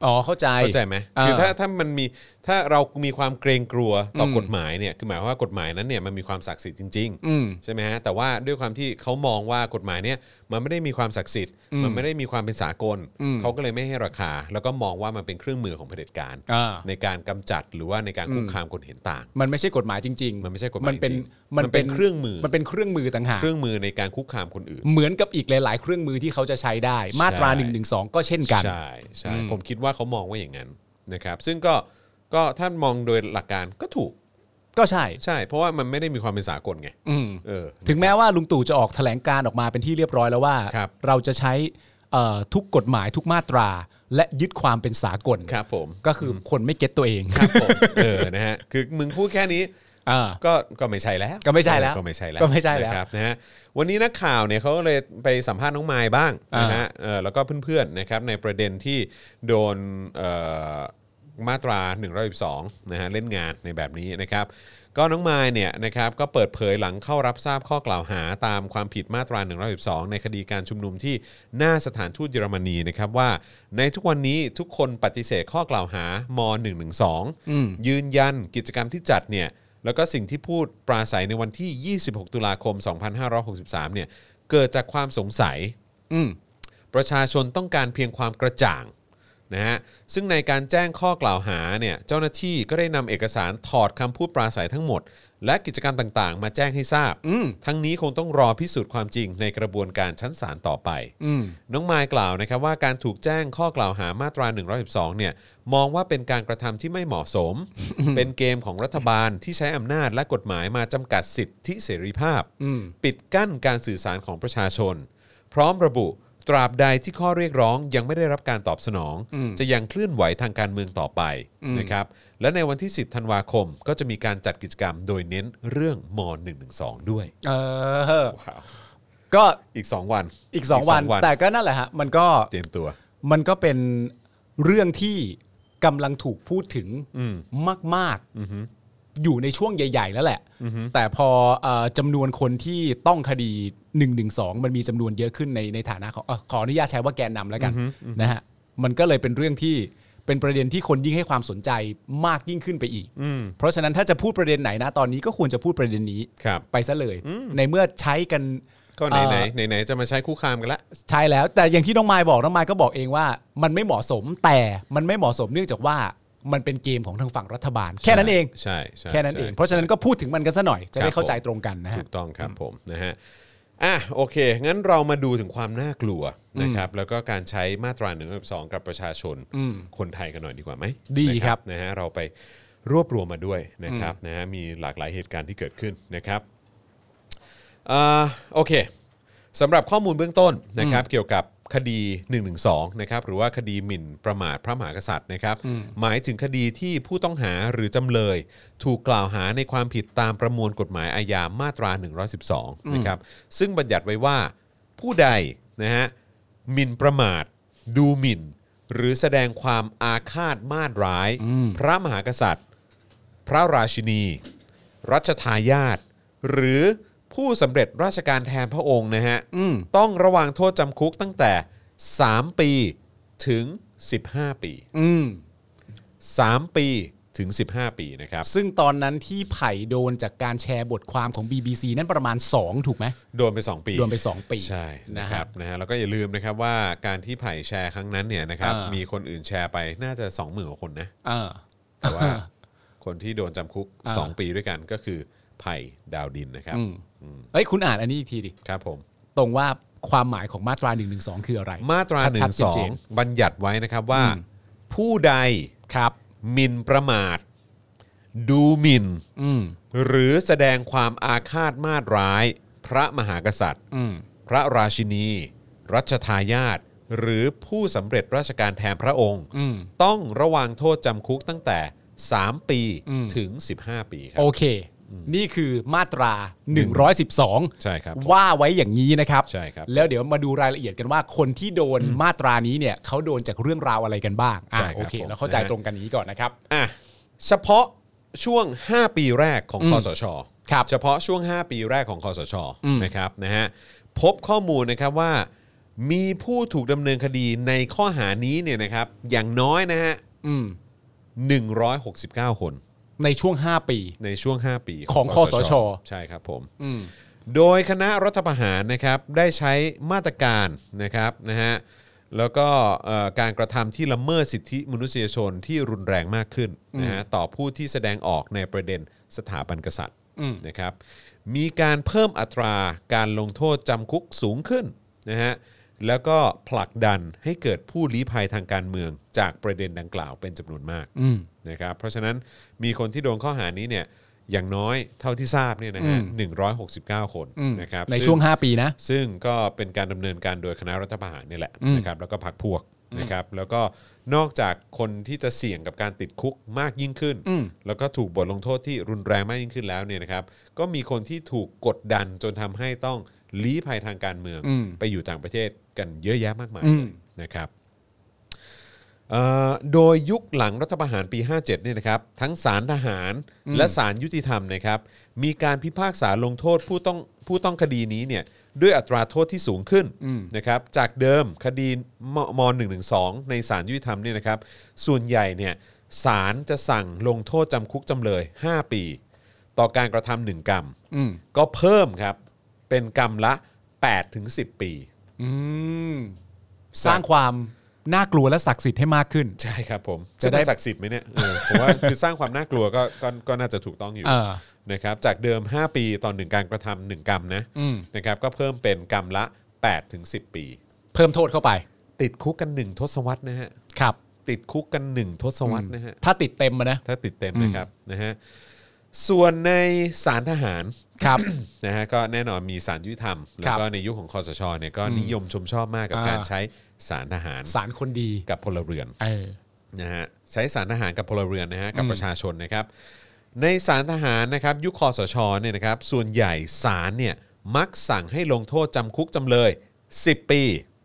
อ๋อเข้าใจ เข้าใจไหม อ่า คือถ้าถ้ามันมีถ้าเรามีความเกรงกลัวต่ออ ม กฎหมายเนี่ยคือหมายความว่ากฎหมายนั้นเนี่ยมันมีความศักดิ์สิทธิ์จริง อืม ๆใช่ไหมฮะแต่ว่าด้วยความที่เขามองว่ากฎหมายเนี่ยมันไม่ได้มีความศักดิ์สิทธิ์ มันไม่ได้มีความเป็นสากล อืม เขาก็เลยไม่ให้ราคา แล้วก็มองว่ามันเป็นเครื่องมือของเผด็จการ อ่า ในการกำจัดหรือว่าในการคุกคามคนเห็นต่าง มันไม่ใช่กฎหมายจริง ๆ มันไม่ใช่กฎหมาย มันเป็น จริงๆ มันมันเป็นเป็นเครื่องมือ มันเป็นเครื่องมือต่างหาก เครื่องมือในการคุกคามคนอื่น เหมือนกับอีกหลาย ๆ เครื่องมือที่เขาจะใช้ได้ มาตรา ใช่ 1นึก็เช่นกัน ใช่ใช่ อืม ผมคิดว่าเขามองว่าอย่างนั้นนะครับ ซึ่งก็ก็ถ้ามองโดยหลักการก็ถูก ก็ใช่ ใช่ เพราะว่ามันไม่ได้มีความเป็นสากลไง อืม เออ ถึงแม้ว่าลุงตู่จะออกแถลงการออกมาเป็นที่เรียบร้อยแล้วว่า ครับ เราจะใช้เอ่อทุกกฎหมายทุกมาตรา และยึดความเป็นสากล ครับผม ก็คืออคนไม่เก็ตตัวเอง ครับผมเออนะฮะคือมึงพูดแค่นี้ อ่า ก็ก็ไม่ใช่แล้ว ก็ไม่ใช่แล้ว ก็ไม่ใช่แล้ว ก็ไม่ใช่แล้ว นะครับนะฮะวันนี้นักข่าวเนี่ยเขาก็เลยไปสัมภาษณ์น้องไม้บ้าง อ่า นะฮะเออแล้วก็เพื่อนๆนะครับในประเด็นที่โดนเอ่อมาตรา1นึนะฮะเล่นงานในแบบนี้นะครับ ก็น้องไม้เนี่ยนะครับก็เปิดเผยหลังเข้ารับทราบข้อกล่าวหาตามความผิดมาตรา 112 ในคดีการชุมนุมที่หน้าสถานทูตเยอรมนีนะครับว่าในทุกวันนี้ทุกคนปฏิเสธข้อกล่าวหาม อืม 112 ยืนยันกิจกรรมที่จัดเนี่ยแล้วก็สิ่งที่พูดปราศัยในวันที่ 26 ตุลาคม 2563 เนี่ยเกิดจากความสงสัย อืม ประชาชนต้องการเพียงความกระจ่างนะฮะซึ่งในการแจ้งข้อกล่าวหาเนี่ยเจ้าหน้าที่ก็ได้นำเอกสารถอดคำพูดปราศัยทั้งหมด และกิจกรรมต่างๆ มาแจ้งให้ทราบ อืม ทั้งนี้คงต้องรอพิสูจน์ความจริงในกระบวนการชั้นศาลต่อไป อืม น้องมายกล่าวนะครับว่าการถูกแจ้งข้อกล่าวหามาตรา 112 เนี่ยมองว่าเป็นการกระทำที่ไม่เหมาะส [laughs] ม เป็นเกมของรัฐบาลที่ใช้อำนาจและกฎหมายมาจำกัดสิทธิเสรีภาพ อืม ปิดกั้นการสื่อสารของประชาชน พร้อมระบุตราบใดที่ข้อเรียกร้องยังไม่ได้รับการตอบสนอง จะยังเคลื่อนไหวทางการเมืองต่อไปนะครับและในวันที่ 10 ธันวาคม ก็จะมีการจัดกิจกรรมโดยเน้นเรื่องม .112 ด้วย เออก็ อีก 2 วัน อีกสองวัน แต่ก็นั่นแหละฮะ มันก็ เตรียมตัว มันก็เป็นเรื่องที่กำลังถูกพูดถึง อืม มาก ๆ อยู่ในช่วงใหญ่ ๆ แล้วแหละ แต่พอเอ่อจำนวนคนที่ต้องคดี1นึมันมีจำนวนเยอะขึ้นในในฐานะของเอ่อขออนุญาตใช้ว่าแกนนำแล้วกันนะฮะมันก็เลยเป็นเรื่องที่เป็นประเด็นที่คนยิ่งให้ความสนใจมากยิ่งขึ้นไปอีก เพราะฉะนั้นถ้าจะพูดประเด็นไหนนะตอนนี้ก็ควรจะพูดประเด็นนี้ ครับ ไปซะเลย ในเมื่อใช้กัน ก็ไหนไหนไหนไหนจะมาใช้คู่คามกันละ ใช้แล้ว แต่อย่างที่น้องไมายบอกน้องไมายก็บอกเองว่า มันไม่เหมาะสมแต่มันไม่เหมาะสมเนื่องจากว่ามันเป็นเกมของทางฝั่งรัฐบาล แค่นั้นเอง ใช่ใช่ แค่นั้นเอง ใช่ เพราะฉะนั้นก็พูดถึงมันกันซะหน่อยจะ ค ได้ รับ เข้าใจตรงกันนะ ถู ฮะ กต้องครับผมนะฮะ อ่ะโอเค งั้นเรามาดูถึงความน่ากลัวนะครับแล้วก็การใช้มาตรา1นึสองกับประชาชนคนไทยกันหน่อยดีกว่าไหม ดี นะครับ นะฮะเราไปรวบรวมมาด้วยนะครับนะฮะมีหลากหลายเหตุการณ์ที่เกิดขึ้นนะครับอ่าโอเคสำหรับข้อมูลเบื้องต้นนะครับเกี่ยวกับคดี 112นะครับหรือว่าคดีหมิ่นประมาทพระมหากษัตริย์นะครับหมายถึงคดีที่ผู้ต้องหาหรือจำเลย ถูกกล่าวหาในความผิดตามประมวลกฎหมายอาญามาตรา 112นะครับซึ่งบัญญัติไว้ว่าผู้ใดนะฮะหมิ่นประมาท ดูหมิ่น หรือแสดงความอาฆาตมาดร้าย พระมหากษัตริย์ พระราชินี รัชทายาทหรือผู้สำเร็จราชการแทนพระองค์นะฮะต้องระวังโทษจำคุกตั้งแต่ 3 ปีถึง 15 ปี อืม 3 ปีถึง 15 ปีนะครับ ซึ่งตอนนั้นที่ไผ่โดนจากการแชร์บทความของ BBC นั่นประมาณ 2 ถูกไหม โดนไป 2 ปี รวมไป 2 ปี ใช่นะ นะ ค ค รั รั บบ นะฮะแล้วก็อย่าลืมนะครับว่าการที่ไผ่แชร์ครั้งนั้นเนี่ยนะครับ อ่ามี มีคนอื่นแชร์ไปน่าจะ 20,000กว่าคนนะ เออ แต่ว่าคนที่โดนจำคุก อ่า 2 ปีด้วยกันก็คือไผ่ดาวดินนะครับ อืมเอ้ยคุณอ่านอันนี้อีกทีดิ ครับผม ตรงว่าความหมายของมาตรา1นึคืออะไร มาตราหนึ่ ชัด ง ๆ สอ เจ ง น บัญญัติไว้นะครับว่า อืม ผู้ใด ๆครับ หมิ่นประมาท ดูหมิ่น อืม หรือแสดงความอาฆาตมาดร้าย พระมหากษัตริย์ อืม พระราชินี รัชทายาทหรือผู้สำเร็จราชการแทนพระองค์ อืม ต้องระวังโทษจำคุกตั้งแต่ 3 ปี อืม ถึง 15 ปีครั โอบ เค นี่คือมาตรา 112 ใช่ครับผม ว่าไว้อย่างนี้นะครับ ใช่ครับ แล้วเดี๋ยวมาดูรายละเอียดกันว่าคนที่โดนมาตรานี้เนี่ยเขาโดนจากเรื่องราวอะไรกันบ้างอ่ะ ใช่ครับ โอเค ผม เราเข้าใจ นะฮะ ตรงกันอย่างนี้ก่อนนะครับ อ่ะเฉพาะช่วง 5 ปีแรกของ อืม คอสช ครับ เฉพาะช่วง 5 ปีแรกของคอสช อืม นะครับนะฮะพบข้อมูลนะครับว่า มีผู้ถูกดำเนินคดีในข้อหานี้เนี่ยนะครับอย่างน้อยนะฮะ อืม 169 คน ในช่วง 5 ปี ในช่วง 5 ปี ของคสช ใช่ครับผม อืม โดยคณะรัฐประหารนะครับได้ใช้มาตรการนะครับนะฮะแล้วก็เอ่อการกระทำที่ละเมิดสิทธิมนุษยชนที่รุนแรงมากขึ้นนะฮะต่อผู้ที่แสดงออกในประเด็นสถาบันกษัตริย์ อืม นะครับมีการเพิ่มอัตราการลงโทษจำคุกสูงขึ้นนะฮะแล้วก็ผลักดันให้เกิดผู้ลี้ภัยทางการเมืองจากประเด็นดังกล่าวเป็นจำนวนมาก อืม นะครับเพราะฉะนั้นมีคนที่โดนข้อหานี้เนี่ยอย่างน้อยเท่าที่ทราบเนี่ยนะฮะหนึ่งร้อยหกสิบเก้าคน อืม นะครับ ในช่วง ซึ่ 5 ปีนะ ซึ่งก็เป็นการดำเนินการโดยคณะรัฐประหารเนี่ยแหละ อืม นะครับแล้วก็พักพวกนะครับแล้วก็นอกจากคนที่จะเสี่ยงกับการติดคุกมากยิ่งขึ้น อืม แล้วก็ถูกบทลงโทษที่รุนแรงมากยิ่งขึ้นแล้วเนี่ยนะครับก็มีคนที่ถูกกดดันจนทำให้ต้องลี้ภัยทางการเมือง อืม ไปอยู่ต่างประเทศกันเยอะแยะมากมาย อืม นะครับเอ่อโดยยุคหลังรัฐประหารปี 57เนี่ยนะครับทั้งศาลทหารและศาลยุติธรรมนะครับมีการพิพากษาลงโทษผู้ต้องผู้ต้องคดีนี้เนี่ยด้วยอัตราโทษที่สูงขึ้นนะครับจากเดิมคดีมม .112 ในศาลยุติธรรมเนี่ยนะครับส่วนใหญ่เนี่ยศาลจะสั่งลงโทษจำคุกจำเลย 5 ปี ต่อการกระทำหนึ่งกรรม อืม ก็เพิ่มครับ เป็นกรรมละ8ถึง10 ปี อืม สร้างความน่ากลัวและศักดิ์สิทธิ์ให้มากขึ้น ใช่ครับผม จะ จะ ได้ ได้ศักดิ์สิทธิ์ไหมเนี่ยเออผมว่า คือสร้างความน่ากลัวก็ก็ก็น่าจะถูกต้องอยู่ เออ นะครับจากเดิม 5 ปีต่อหนึ่งการกระทำหนึ่งกรรมนะ อืม นะครับก็เพิ่มเป็นกรรมละ8ถึง10 ปี เพิ่มโทษเข้าไป ติดคุกกัน 1 ทศวรรษนะฮะ ครับ ติดคุกกัน 1 ทศวรรษนะฮะ ถ้าติดเต็มอะนะ ถ้าติดเต็ม อืม นะครับนะฮะส่วนในศาลทหาร ครับ นะฮะก็แน่นอนมีสารยุติธรรม ค แล้ รั ว บ ก็ในยุคของคอสชเนี่ยก็นิยมชมชอบมากกับ อ่า การใช้สารทหาร สารคนดี กับพลเรือน เออ นะฮะใช้สารทหารกับพลเรือนนะฮะกับ อืม ประชาชนนะครับในสารทหารนะครับยุคคอสชเนี่ยนะครับส่วนใหญ่สารเนี่ยมักสั่งให้ลงโทษจำคุกจำเลย 10 ปี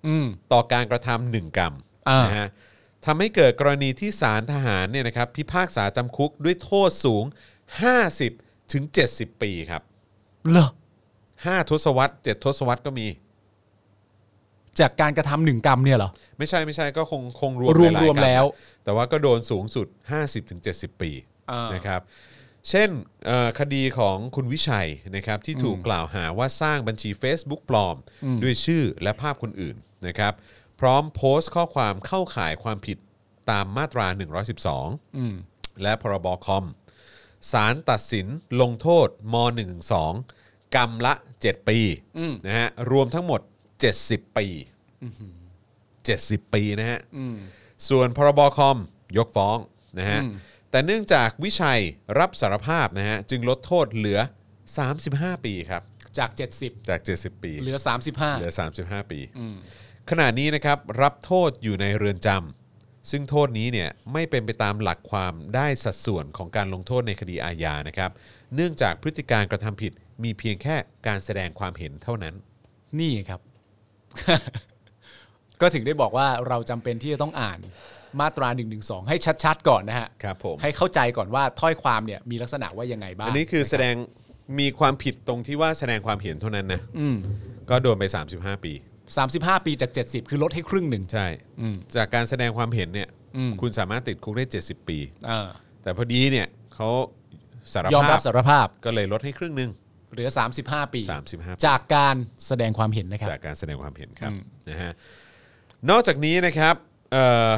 อืม ต่อการกระทำหนึ่งกรรม อ่าน นะฮะทำให้เกิดกรณีที่สารทหารเนี่ยนะครับพิพากษาจำคุกด้วยโทษสูง 50ถึง70 ปีครับ เหรอ ห้าทศวรรษเจ็ดทศวรรษก็มี จากการกระทำหนึ่งกรรมเนี่ยเหรอ ไม่ใช่ไม่ใช่ก็คงคงรวม รวม หายๆ รวม กร แล้ว แต่ว่าก็โดนสูงสุด 50-70 ปี อ่าน นะครับ เช่นเอ่อคดีของคุณวิชัยนะครับที่ถูกกล่าวหาว่าสร้างบัญชี Facebook ปลอม ด้วยชื่อและภาพคนอื่นนะครับ พร้อมโพสต์ข้อความเข้าข่ายความผิดตามมาตรา 112 และพรบคอมสารตัดสินลงโทษม .112 กรรมละ 7 ปี อืม นะฮะรวมทั้งหมด 70 ปี 70 ปีนะฮะ อืม ส่วนพรบคอมยกฟ้องนะฮะ อืม แต่เนื่องจากวิชัยรับสารภาพนะฮะจึงลดโทษเหลือ 35 ปีครับ จาก 70 จาก 70 ปี เหลือ เหลือ 35 35 ปี อืม ขณะนี้นะครับรับโทษอยู่ในเรือนจำซึ่งโทษนี้เนี่ยไม่เป็นไปตามหลักความได้สัดส่วนของการลงโทษในคดีอาญานะครับ เนื่องจากพฤติการกระทำผิดมีเพียงแค่การแสดงความเห็นเท่านั้น นี่ครับ [laughs] ก็ถึงได้บอกว่าเราจำเป็นที่จะต้องอ่านมาตรา1นึให้ชัดๆ ก่อนนะฮะ ครับผม ให้เข้าใจก่อนว่าถ้อยความเนี่ยมีลักษณะว่ายังไงบ้าง อันนี้คือแสดงมีความผิดตรงที่ว่าแสดงความเห็นเท่านั้นนะ อืม ก็โดนไป 35 ปี 35 ปีจาก 70 คือลดให้ครึ่งหนึ่ง ใช่ อืม จากการแสดงความเห็นเนี่ย อืม คุณสามารถติดคุกได้ 70 ปี อ่า แต่พอดีเนี่ยเขาสาร ยอม ภา รั พ บสารภาพ ก็เลยลดให้ครึ่งหนึ่ง เหลือ 35 ปี 35 จากการแสดงความเห็นนะครับ จากการแสดงความเห็นครับ อืม นะฮะนอกจากนี้นะครับเอ่อ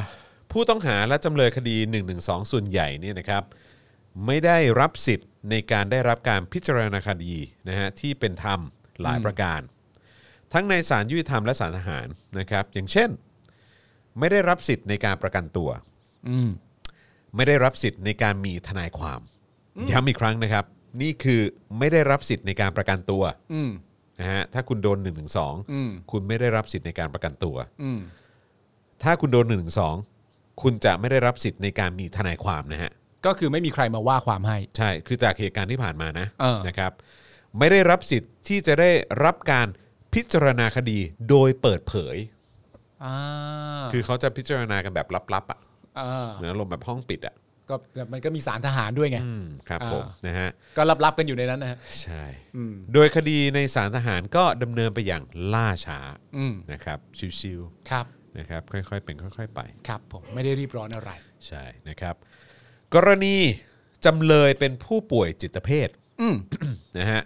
ผู้ต้องหาและจำเลยคดี 112 ส่วนใหญ่เนี่ยนะครับไม่ได้รับสิทธิ์ในการได้รับการพิจารณาคดีนะฮะที่เป็นธรรมหลายประการ ทั้งในศาลยุติธรรมและศาลทหารนะครับ อย่างเช่น ไม่ได้รับสิทธิ์ในการประกันตัว อืม ไม่ได้รับสิทธิ์ในการมีทนายความย้ำอีกครั้งนะครับ นี่คือไม่ได้รับสิทธิ์ในการประกันตัว อืม นะฮะถ้าคุณโดน1นึ อืม คุณไม่ได้รับสิทธิ์ในการประกันตัว อืม ถ้าคุณโดน1นึคุณจะไม่ได้รับสิทธิ์ในการมีทนายความนะฮะ ก็คือไม่มีใครมาว่าความให้ ใช่คือจากเหตุการณ์ที่ผ่านมานะ เออ นะครับ ไม่ได้รับสิทธิ์ที่จะได้รับการพิจารณาคดีโดยเปิดเผย อ่า คือเขาจะพิจารณากันแบบลับๆอ่ะ อ่า เหมือนอารมณ์แบบห้องปิดอ่ะ ก็มันก็มีสารทหารด้วยไง อืมครับผม อ่าน นะฮะ ก็ลับๆกันอยู่ในนั้นนะฮะ ใช่ อืม โดยคดีในศาลทหารก็ดำเนินไปอย่างล่าช้า อืม นะครับชิว ครับ ๆนะครับค่อยๆเป็นค่อยๆไป ครับผมไม่ได้รีบร้อนอะไร ใช่นะครับ กรณีจำเลยเป็นผู้ป่วยจิตเภท อืม [coughs] นะฮะ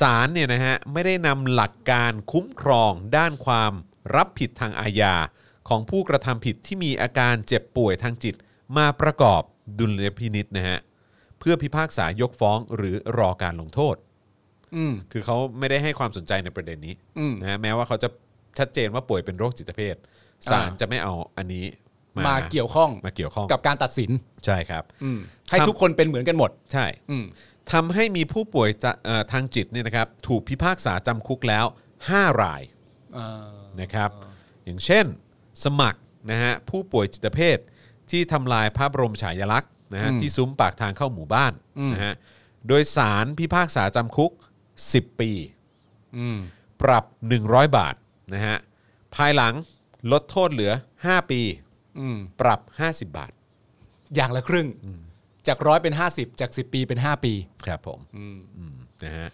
ศาลเนี่ยนะฮะไม่ได้นำหลักการคุ้มครองด้านความรับผิดทางอาญา ของผู้กระทำผิดที่มีอาการเจ็บป่วยทางจิต มาประกอบดุลยพินิษนะฮะเพื่อพิพากษายกฟ้องหรือรอการลงโทษ อืม คือเขาไม่ได้ให้ความสนใจในประเด็นนี้ อืม นะฮะแม้ว่าเขาจะชัดเจนว่าป่วยเป็นโรคจิตเภทศาล อ่า จะไม่เอาอันนี้มา มาเกี่ยวข้อง มาเกี่ยวข้อง กับการตัดสิน ใช่ครับ อืม ให้ ครับ ทุกคนเป็นเหมือนกันหมด ใช่ อืม ทำให้มีผู้ป่วยจะเอ่อทางจิตเนี่ยนะครับถูกพิพากษาจำคุกแล้ว 5 ราย เอ่อ นะครับ อย่างเช่น สมัครนะฮะผู้ป่วยจิตเภทที่ทำลายภาพรมฉายลักษณ์นะฮะที่ซุ้มปากทางเข้าหมู่บ้านนะฮะโดยสารพิพากษาจำคุก 10 ปี อืม ปรับ 100 บาทนะฮะภายหลังลดโทษเหลือ 5 ปี อืม ปรับ 50 บาท อย่างละครึ่ง จากร้อยเป็น 50 จาก 10 ปีเป็น 5 ปี ครับผม นะฮะ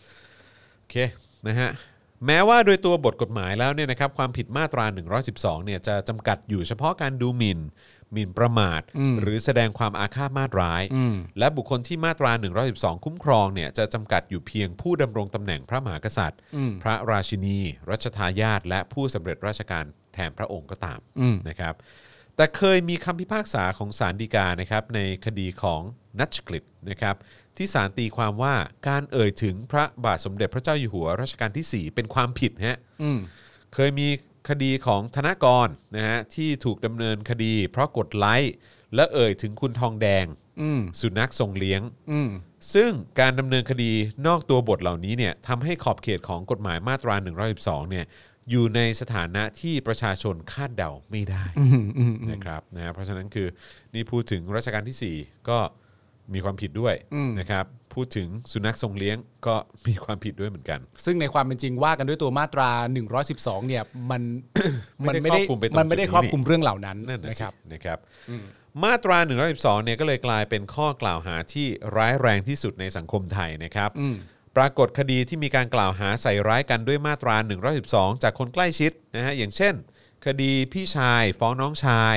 โอเคนะฮะแม้ว่าโดยตัวบทกฎหมายแล้วเนี่ยนะครับความผิดมาตรา 112เนี่ยจะจำกัดอยู่เฉพาะการดูหมิ่นหมิ่นประมาท หรือแสดงความอาฆาตมาตร้าย อืม และบุคคลที่มาตรา 112 คุ้มครองเนี่ยจะจำกัดอยู่เพียงผู้ดำรงตำแหน่งพระมหากษัตริย์ พระราชินี รัชทายาทและผู้สำเร็จราชการแทนพระองค์ก็ตามนะครับแต่เคยมีคำพิพากษาของศาลฎีกานะครับในคดีของนัชกฤษนะครับที่ศาลตีความว่าการเอ่ยถึงพระบาทสมเด็จพระเจ้าอยู่หัวรัชกาลที่ 4 เป็นความผิดฮะ อืม เคยมีคดีของธนากรนะฮะที่ถูกดำเนินคดี เพราะกดไลค์และเอ่ยถึงคุณทองแดง อืม สุนัขทรงเลี้ยง อืม ซึ่งการดำเนินคดีนอกตัวบทเหล่านี้เนี่ยทำให้ขอบเขตของกฎหมายมาตรา112เนี่ยอยู่ในสถานะที่ประชาชนคาดเดาไม่ได้นะครับนะฮะเพราะฉะนั้นคือนี่พูดถึงรัชกาลที่ 4 ก็มีความผิดด้วยนะครับพูดถึงสุนัขทรงเลี้ยงก็มีความผิดด้วยเหมือนกัน ซึ่งในความเป็นจริงว่ากันด้วยตัวมาตรา 112 เนี่ย มัน มั [coughs] นไม่ ไม่ ได้ ได้ ครอบคลุมไปตรง มันไม่ได้ จุดนี้ ครอบคลุมเรื่องเหล่านั้น นั่นนะ นะ ค ค รั รั บบ นะครับมาตรา1นึเนี่ยก็เลยกลายเป็นข้อกล่าวหาที่ร้ายแรงที่สุดในสังคมไทยนะครับ ปรากฏคดีที่มีการกล่าวหาใส่ร้ายกันด้วยมาตรา1นึจากคนใกล้ชิดนะฮะอย่างเช่น คดีพี่ชายฟ้องน้องชาย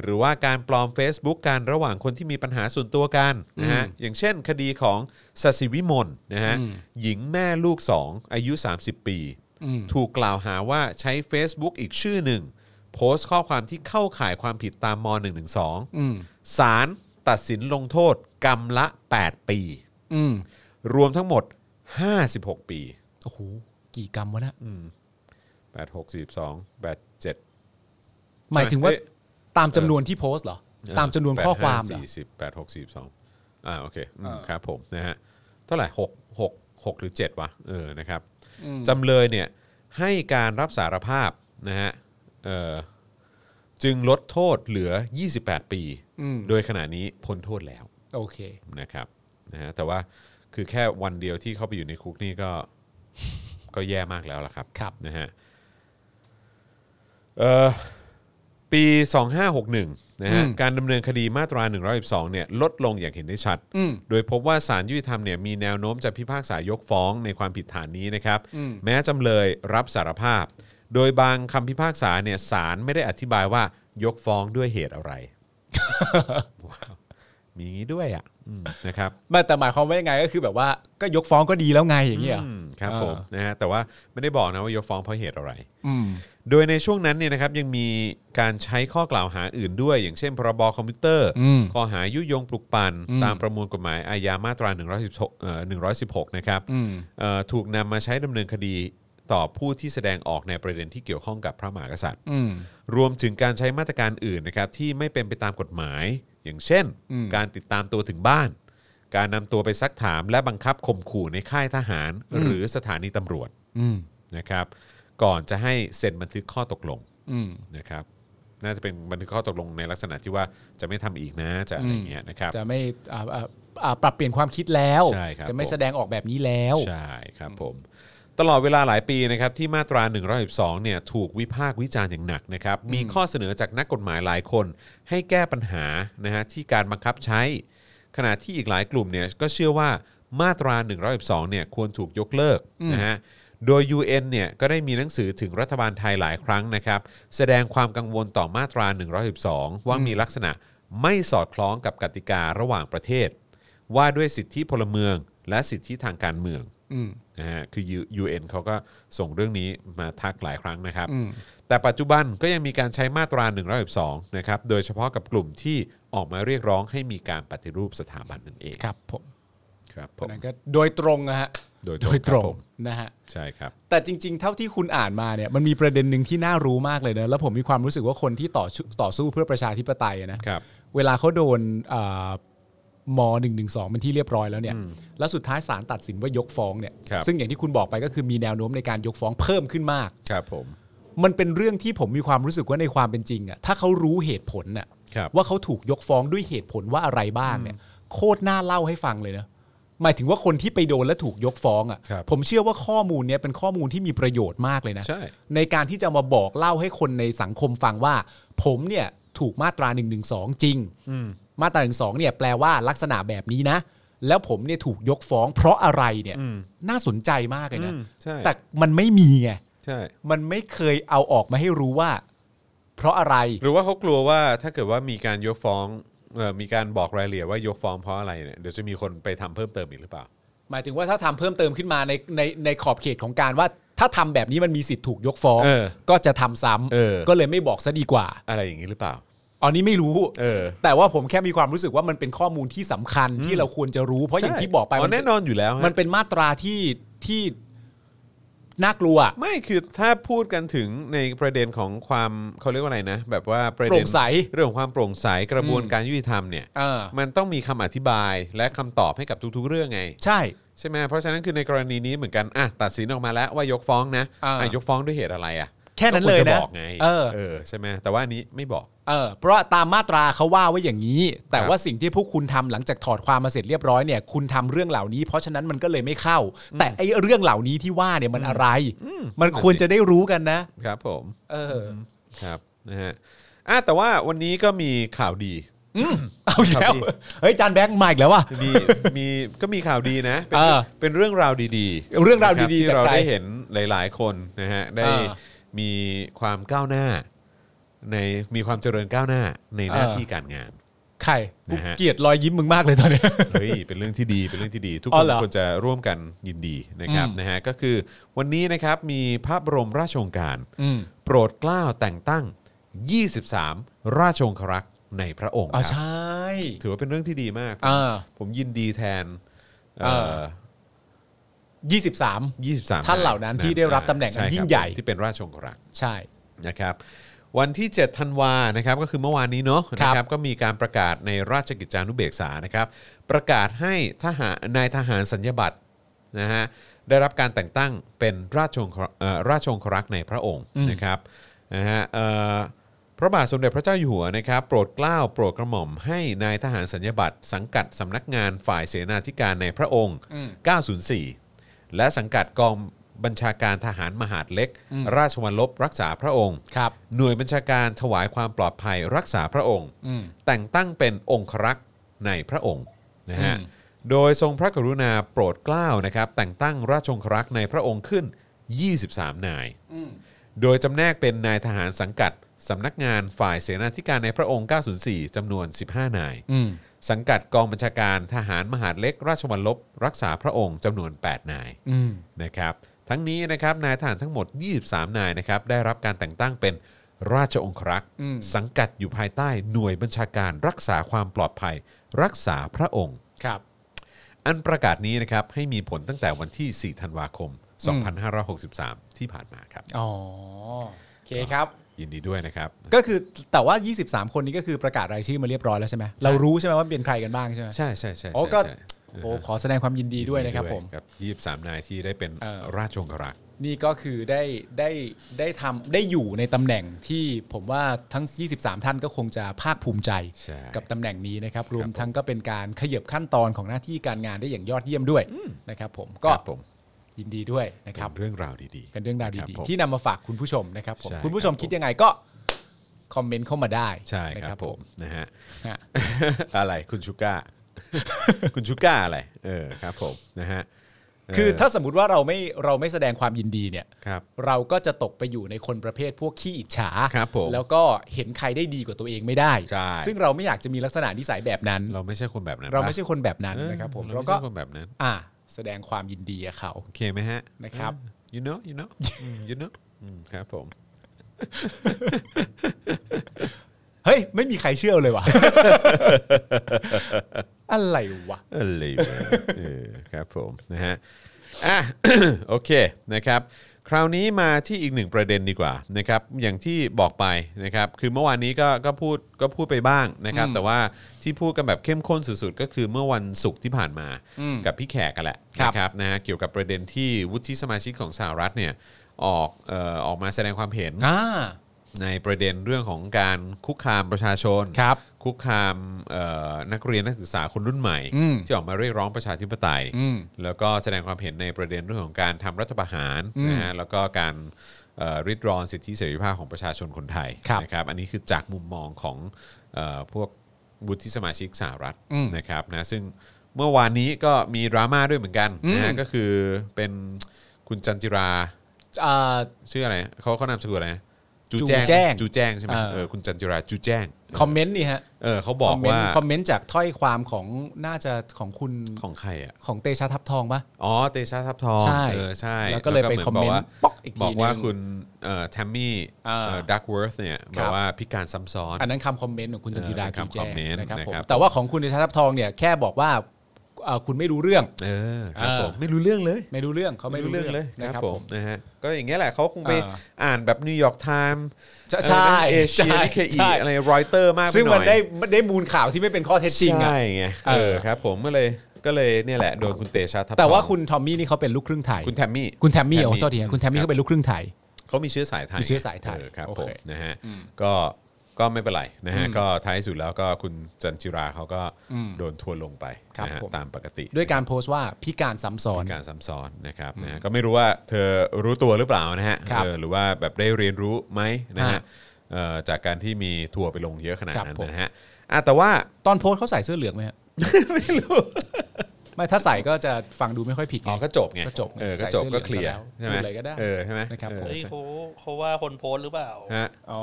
หรือว่าการปลอม Facebook กันระหว่างคนที่มีปัญหาส่วนตัวกันนะฮะอย่างเช่น คดีของสสิวิมลนะฮะหญิงแม่ลูกสองอายุ 30 ปี ถูกกล่าวหาว่าใช้ Facebook อีกชื่อหนึ่ง โพสต์ข้อความที่เข้าข่ายความผิดตามม .112 ศาลตัดสินลงโทษกรรมละ 8 ปี อืม รวมทั้งหมด 56 ปี โอ้โหกี่กรรมวะนะ แปดหกสี่สองแปดเจ็ด หมายถึงว่า เอ๊ะ ตามจำนวนที่โพสต์เหรอ ตามจำนวนข้อความเหรอ สี่สิบแปดหกสี่สองอ่าโอเคอืมครับผมนะฮะเท่าไหร่หกหกหกหรือเจ็ดวะเออนะครับจำเลยเนี่ยให้การรับสารภาพนะฮะเออจึงลดโทษเหลือ 28 ปี อืม โดยขณะนี้พ้นโทษแล้ว โอเค นะครับนะฮะแต่ว่าคือแค่วันเดียวที่เข้าไปอยู่ในคุกนี่ก็ [laughs] ก็แย่มากแล้วล่ะครับ ครับ นะฮะเอ่อปี 2561นะฮะ อืม การดำเนินคดีมาตรา 112เนี่ยลดลงอย่างเห็นได้ชัด อืม โดยพบว่าสารยุติธรรมเนี่ยมีแนวโน้มจะพิพากษายกฟ้องในความผิดฐานนี้นะครับ อืม แม้จำเลยรับสารภาพ โดยบางคำพิพากษาเนี่ยสารไม่ได้อธิบายว่ายกฟ้องด้วยเหตุอะไร ว้าวมีอย่างนี้ด้วยอ่ะอืมนะครับ ไม่แต่หมายความว่ายังไงก็คือแบบว่าก็ยกฟ้องก็ดีแล้วไงอย่างเงี้ยเหรอ อืมครับ เออ ผมนะฮะแต่ว่าไม่ได้บอกนะว่ายกฟ้องเพราะเหตุอะไร อืม โดยในช่วงนั้นเนี่ยนะครับยังมีการใช้ข้อกล่าวหาอื่นด้วย อย่างเช่น พรบคอมพิวเตอร์ อืม ข้อหายุยงปลุกปั่น อืม ตามประมวลกฎหมายอาญามาตรา 116เอ่อ116 นะครับ อืม เอ่อถูกนำมาใช้ดำเนินคดีต่อผู้ที่แสดงออกในประเด็นที่เกี่ยวข้องกับพระมหากษัตริย์ อืม รวมถึงการใช้มาตรการอื่นนะครับที่ไม่เป็นไปตามกฎหมาย อย่างเช่น อืม การติดตามตัวถึงบ้าน การนำตัวไปซักถาม และบังคับข่มขู่ในค่ายทหาร หรือสถานีตำรวจ อืม นะครับ ก่อนจะให้เซ็นบันทึกข้อตกลง อืม นะครับน่าจะเป็นบันทึกข้อตกลงในลักษณะที่ว่าจะไม่ทำอีกนะจะอะไรอย่างเงี้ยนะครับ จะไม่อ่าอ่าอ่าปรับเปลี่ยนความคิดแล้ว ใช่ครับ จะไม่แสดงออกแบบนี้แล้ว ใช่ครับผม ตลอดเวลาหลายปีนะครับที่มาตรา 112เนี่ยถูกวิพากษ์วิจารณ์อย่างหนักนะครับมีข้อเสนอจากนักกฎหมายหลายคน ให้แก้ปัญหานะฮะที่การบังคับใช้ ขณะที่อีกหลายกลุ่มเนี่ยก็เชื่อว่ามาตรา 112เนี่ยควรถูกยกเลิกนะฮะโดย UN เนี่ยก็ได้มีหนังสือถึงรัฐบาลไทยหลายครั้งนะครับแสดงความกังวลต่อมาตรา 112 ว่ามีลักษณะไม่สอดคล้องกับกติการะหว่างประเทศ ว่าด้วยสิทธิพลเมือง และสิทธิทางการเมือง อืม นะฮะคือ U- UN เขาก็ส่งเรื่องนี้มาทักหลายครั้งนะครับ อืม แต่ปัจจุบันก็ยังมีการใช้มาตรา1นึนะครับโดยเฉพาะกับกลุ่มที่ออกมาเรียกร้องให้มีการปฏิรูปสถาบันนั่นเอง ครับผม ครับผ เพราะ ม ฉะนั้นก็โดยตรงนะฮะ โดยตรงครับผม นะฮะ ใช่ครับ แต่จริง ๆ เท่าที่คุณอ่านมาเนี่ยมันมีประเด็นหนึ่งที่น่ารู้มากเลยนะแล้วผมมีความรู้สึกว่าคนที่ต่อชุต่อสู้เพื่อประชาธิปไตยอะนะครับ เวลาเขาโดนอ่ามหนึ่งหนึ่งสองเป็นที่เรียบร้อยแล้วเนี่ยแล้วสุดท้ายศาลตัดสินว่ายกฟ้องเนี่ย ครับ ซึ่งอย่างที่คุณบอกไปก็คือมีแนวโน้มในการยกฟ้องเพิ่มขึ้นมาก ครับผม มันเป็นเรื่องที่ผมมีความรู้สึกว่าในความเป็นจริงอะถ้าเขารู้เหตุผลน่ะ ครับ ว่าเขาถูกยกฟ้องด้วยเหตุผลว่าอะไรบ้างเนี่ย โคตรน่าเล่าให้ฟังเลยนะหมายถึงว่าคนที่ไปโดนและถูกยกฟ้อง ครั อะ่ะ บ ผมเชื่อว่าข้อมูลเนี้ยเป็นข้อมูลที่มีประโยชน์มากเลยนะ ใช่ ในการที่จะมาบอกเล่าให้คนในสังคมฟังว่า ผมเนี่ยถูกมาตรา1นึจริงมาตรา1นึเนี่ยแปลว่าลักษณะแบบนี้นะ แล้วผมเนี่ยถูกยกฟ้องเพราะอะไรเนี่ยน่าสนใจมากเลยนะ อืมใช่ แต่มันไม่มีไง ใช่ มันไม่เคยเอาออกมาให้รู้ว่า เพราะอะไร หรือว่าเขากลัวว่าถ้าเกิดว่ามีการยกฟ้องเอ่อมีการบอกรายละเอียดว่ายกฟ้องเพราะอะไรเนี่ยเดี๋ยวจะมีคนไปทำเพิ่มเติมอีกหรือเปล่า หมายถึงว่าถ้าทำเพิ่มเติมขึ้นมาในในในขอบเขตของการว่า ถ้าทำแบบนี้มันมีสิทธิ์ถูกยกฟ้อง เออ ก็จะทำซ้ำ เออ ก็เลยไม่บอกซะดีกว่า อะไรอย่างนี้หรือเปล่า อันนี้ไม่รู้ เออ แต่ว่าผมแค่มีความรู้สึกว่ามันเป็นข้อมูลที่สำคัญที่เราควรจะรู้เพราะอย่างที่บอกไป ใช่ มั แน่นอนอยู่แล้วฮะ มันเป็นมาตราที่ที่น่ากลัว ไม่คือถ้าพูดกันถึงในประเด็นของความเขาเรียกว่าอะไรนะ แบบว่าประเด็น โปร่งใส เรื่องของความโปร่งใสกระบวนการยุติธรรมเนี่ย เออ มันต้องมีคำอธิบายและคำตอบให้กับทุกๆ เรื่องไง ใช่ ใช่ไหมเพราะฉะนั้นคือในกรณีนี้เหมือนกันอ่ะตัดสินออกมาแล้วว่ายกฟ้องนะ อ่า ะยกฟ้องด้วยเหตุอะไรอ่ะ แค่นั้นเลย ก็ควรจบนะอกไง เออ เออใช่ไหมแต่ว่าอันนี้ไม่บอก เออเพราะตามมาตราเขาว่าไว้อย่างนี้ แต่ ครับ ว่าสิ่งที่พวกคุณทำหลังจากถอดความมาเสร็จเรียบร้อยเนี่ยคุณทำเรื่องเหล่านี้ เพราะฉะนั้นมันก็เลยไม่เข้า แต่ไอ้เรื่องเหล่านี้ที่ว่าเนี่ยมันอะไร มันควร นั่นสิ จะได้รู้กันนะครับ ผม เออ ครับนะฮะอ่ะแต่ว่าวันนี้ก็มีข่าวดี เอาอีกคแล้วรับพี่ เฮ้ยจานแบงค์มาอีกแล้วว่ะ มี [laughs] มีก็มีข่าวดีนะเป็น เออ เป็นเรื่องราวดีๆ เรื่องราวดีนะคบที่ๆจาก เรา ใคร ได้เห็นหลาย ๆ คนนะฮะได้ เออ มีความก้าวหน้า ในมีความเจริญก้าวหน้าในหน้า เออ ที่การงาน ใคร นะฮะ เกลียดรอยยิ้มมึงมากเลยตอนเนี้ย เฮ้ยเป็นเรื่องที่ดีเป็นเรื่องที่ดี ทุก อ๋ ค อน เหรอ ควรจะร่วมกันยินดีนะครับ อืม นะฮะก็คือวันนี้นะครับมีพระบรมราชโองการ อืม โปรดเกล้าแต่งตั้ง 23 ราชองครักษ์ในพระองค์ อ๋อ ครับ ใช่ ถือว่าเป็นเรื่องที่ดีมาก อ่า ผมยินดีแทนเอ่อ เออ 23 23 ท่านเหล่านั้นะที่ได้รับตำแหน่งอัน ช่ครับ ยิ่งใหญ่ ที่เป็นราชองครักษ์ ใช่ นะครับวันที่ 7 ธันวานะครับก็คือเมื่อวานนี้เนาะ ครับ นะครับก็มีการประกาศในราชกิจจานุเบกษานะครับประกาศให้ทหารนายทหารสัญญบัตรนะฮะได้รับการแต่งตั้งเป็นราชองครักษ์เอ่อราชองครักษ์ในพระองค์ อืม นะครับนะฮะเอ่อพระบาทสมเด็จพระเจ้าอยู่หัวนะครับโปรดเกล้าโปรดกระหม่อมให้นายทหารสัญญบัตรสังกัดสำนักงานฝ่ายเสนาธิการในพระองค์ 904 และสังกัดกองบัญชาการทหารมหาดเล็ก ราชวัลลบรักษาพระองค์ ครับ หน่วยบัญชาการถวายความปลอดภัยรักษาพระองค์ อืม แต่งตั้งเป็นองครักษ์ในพระองค์นะฮะ อืม โดยทรงพระกรุณาโปรดเกล้านะครับแต่งตั้งราชองครักษ์ในพระองค์ขึ้น 23 นาย โดยจำแนกเป็นนายทหารสังกัดสำนักงานฝ่ายเสนาธิการในพระองค์ 904จำนวน 15 นาย อืม สังกัดกองบัญชาการทหารมหาดเล็ก ราชวัลลบรักษาพระองค์จำนวน 8 นาย อืม นะครับทั้งนี้นะครับนายทหารทั้งหมด 23 นายนะครับได้รับการแต่งตั้งเป็นราชองครักษ์ อืม สังกัดอยู่ภายใต้หน่วยบัญชาการรักษาความปลอดภัย รักษาพระองค์ ครับ อันประกาศนี้นะครับให้มีผลตั้งแต่วันที่ 4 ธันวาคม 2563 ที่ผ่านมาครับ อ๋อ โอเคครับ ยินดีด้วยนะครับ ก็คือแต่ว่า 23 คนนี้ก็คือประกาศรายชื่อมาเรียบร้อยแล้วใช่ไหมเรารู้ใช่ไหมว่าเป็นใครกันบ้างใช่ไหม ใช่ใช่ใช่ อ๋อก็ ใช่ โอ้โหขอแสดงความยินดีด้วยนะครับผม 23 นายที่ได้เป็น เออ ราชองครักษ์ นี่ก็คือได้ได้ได้ทำได้อยู่ในตำแหน่งที่ผมว่าทั้ง 23 ท่านก็คงจะภาคภูมิใจ ใช่ กับตำแหน่งนี้นะครับ รว ค ม รับผม ทั้งก็เป็นการขยับขั้นตอนของหน้าที่การงานได้อย่างยอดเยี่ยมด้วยนะครับ ผมก็ ครับผม ยินดีด้วยนะครับ เป็นเรื่องราวดีๆ เป็นเรื่องราว คบ ดี ผม ๆ ที่นำมาฝากคุณผู้ชมนะครับผม ใช่ คุณผู้ชม ครับ คิดยังไงก็ คอมเมนต์เข้ามาได้ ใช่ นะครับ ผมนะฮะ ฮะ [laughs] อะไรคุณชูก้า คุณชูก้าอะไร เออครับผมนะฮะเ คือถ้าสมมติว่าเราไม่เราไม่แสดงความยินดีเนี่ย ครับ เราก็จะตกไปอยู่ในคนประเภทพวกขี้อิจฉา ครับผม แล้วก็เห็นใครได้ดีกว่าตัวเองไม่ได้ ใช่ ซึ่งเราไม่อยากจะมีลักษณะนิสัยแบบนั้น เราไม่ใช่คนแบบนั้น เราไม่ใช่ ปะ คนแบบนั้น เออ นะครับผม เรา เรา ไม่ ก็ ใช่คนแบบนั้น อ่าแสดงความยินดีกับเขา โอเคไหมฮะ นะครับ เออ you know you [laughs] know อืม you know อืมครับผม เฮ้ย ไม่มีใครเชื่อเลย [laughs] ว่ะ อะไรวะ อะไรวะเออครับผมนะฮะอ่ะ [coughs] โอเคนะครับ คราวนี้มาที่อีกหนึ่งประเด็นดีกว่านะครับ อย่างที่บอกไปนะครับ คือเมื่อวานนี้ก็ก็พูดก็พูดไปบ้างนะครับ แต่ว่าที่พูดกันแบบเข้มข้นสุดๆ ก็คือเมื่อวันศุกร์ที่ผ่านมา อืม กับพี่แขกกันแหละ ครับ นะครับนะฮะเกี่ยวกับประเด็นที่วุฒิสมาชิกของสหรัฐเนี่ยออกเอ่อออกมาแสดงความเห็น อ่า ในประเด็นเรื่องของการคุกคามประชาชน ครับ คุกคามเอ่อนักเรียนนักศึกษาคนรุ่นใหม่ อืม ที่ออกมาเรียกร้องประชาธิปไตย อืม แล้วก็แสดงความเห็นในประเด็นเรื่องของการทำรัฐประหาร อืม นะฮะแล้วก็การเอ่อริดรอนสิทธิเสรีภาพของประชาชนคนไทย ครับ นะครับอันนี้คือจากมุมมองของเออพวกวุฒิสมาชิกสหรัฐ อืม นะครับนะซึ่งเมื่อวานนี้ก็มีดราม่าด้วยเหมือนกันนะฮะ อืม ก็คือเป็นคุณจันจิรา อ่า ชื่ออะไรเขาเขานามสกุลอะไรนะจู จูแจ้ง จูแจ้งใช่ไหม เออ เออคุณจันจิราจูแจ้ง คอมเมนต์นี่ฮะ เออเขาบอกว่า คอมเมนต์จากถ้อยความของน่าจะของคุณ ของใครอ่ะ ของเตชะทับทองปะ อ๋อเตชะทับทอง ใช่ เออใช่ แล้วก็เลยไป หบกว่า คอมเมนต์ป๊อกอีกที บอกว่า หนึ่ง คุณเอ่อแทมมี่ อ่า ดักเวิร์ธเนี่ยบครั อบ กว่าพิการซ้ำซ้อน อันนั้นคำคอมเมนต์ของคุณจันจิรา เออเป็นคำจูคแจ้อมเมนต์ งนะครับผ นะ ม ครับ แต่ว่าของคุณเดชะทัพทองเนี่ยแค่บอกว่าเอ่อคุณไม่รู้เรื่อง เออครับ เออ ผมไม่รู้เรื่องเลย ไม่รู้เรื่องเขาไม่รู้เรื่อง เลย นะ นะคครั รั บบ ผ ผม ม นะฮะก็อย่างเงี้ยแหละเขาคงไป เออ อ่านแบบนิวยอร์กไทม์ ใช่ใช่ เอเชีย ใช่ นิเคอี ใช่ อะไรรอยเตอร์มาก ซึ่ง ปห มัน อย ได้มันได้มูลข่าวที่ไม่เป็นข้อเท็จจริงอ่ะ ใช่ไง เอ เอ อ อครับผมก็เลยก็เลยเนี่ยแหละโดนคุณเตชะทัพ แต่ว่า ทอง คุณทอมมี่นี่เขาเป็นลูกครึ่งไทย คุณแทมมี่ คุณแทมมี่โอ้โทษทีนะคุณแทมมี่ รับ เขาเป็นลูกครึ่งไทย เขามีเชื้อสายไทย มีเชื้อสายไทย เครับ โอ ผ เค มนะฮะก็ก็ไม่เป็นไรนะฮะก็ท้ายสุดแล้วก็คุณจันจิราเขาก็โดนทัวร์ลงไป ครับ นะฮะ ผม ตามปกติ ด้วยการโพสต์ว่าพิการซ้ำซ้อน เป็นการซ้ำซ้อนนะครับนะฮะก็ไม่รู้ว่าเธอรู้ตัวหรือเปล่านะฮะ ครับ เออหรือว่าแบบได้เรียนรู้ไหมนะฮะ ฮะ เอ่อจากการที่มีทัวร์ไปลงเยอะขนาด ครับ นั้น ผม นะฮะอ่ะแต่ว่า ตอนโพสต์เขาใส่เสื้อเหลืองไหม [laughs] ฮะไม่รู้ ไม่ถ้าใส่ก็จะฟังดูไม่ค่อยผิดไง อ๋อก็จบไง ก็จบไง เออก็ ใส่ จบ เสื้อ ก็เคลียร์ เหลื ใช่ อง ไหม เสร็จแล้วพูดอะไรก็ได้ เออใช่ไหม นะครับ เออ ผม เฮ้ยเขาเขาว่าคนโพสต์หรือเปล่า ฮะ อ๋อ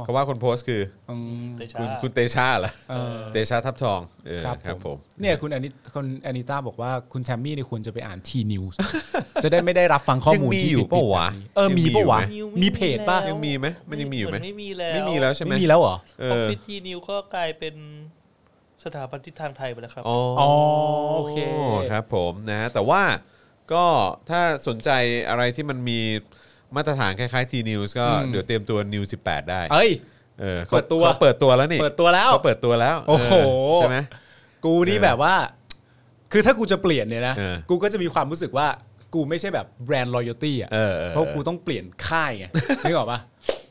เขาว่าคนโพสต์คือ อืม เตชะ คุณคุณเตชาเหรอ เออ เตชาทับทองเออ ครับ ครับผม เนี่ยคุณอนิคุณอนิต้าบอกว่าคุณแทมมี่เนี่ยควรจะไปอ่านทีนิวส์ จะได้ไม่ได้รับฟังข้อมูล ยังมี ที่ อยู่ ผิดๆแบบ ปะ นี้ วะ เออมี ยัง ปะวะ อยู่ไห มีเพจปะ ยังมีไหมมันยังมีอยู่ไหม ไม่มีแล้ว ไม่มีแล้วใช่ไหม ไม่มีแล้วเหรอ เอ ออฟ อ ฟิศทีนิวก็กลายเป็นสถาบันทิศทางไทยไปแล้วครับ อ๋อ อ๋อโอเค ครับผมนะแต่ว่า ก็ถ้าสนใจอะไรที่มันมีมาตรฐานคล้ายๆ T News ก็เดี๋ยวเตรียมตัว News 18 ได้ เอ้ย เออขา เปิดตัว ขาเปิดตัวแล้วนี่ เปิดตัวแล้ว เขาเปิดตัวแล้ว โอ้โห เออใช่ไหม กูนี่แบบว่า คือถ้ากูจะเปลี่ยนเนี่ยนะ เออ กูก็จะมีความรู้สึกว่ากูไม่ใช่แบบแบรนด์รอยัลตี้อ่ะ เออออ เพราะกูต้องเปลี่ยนค่ายไง นึกออกปะ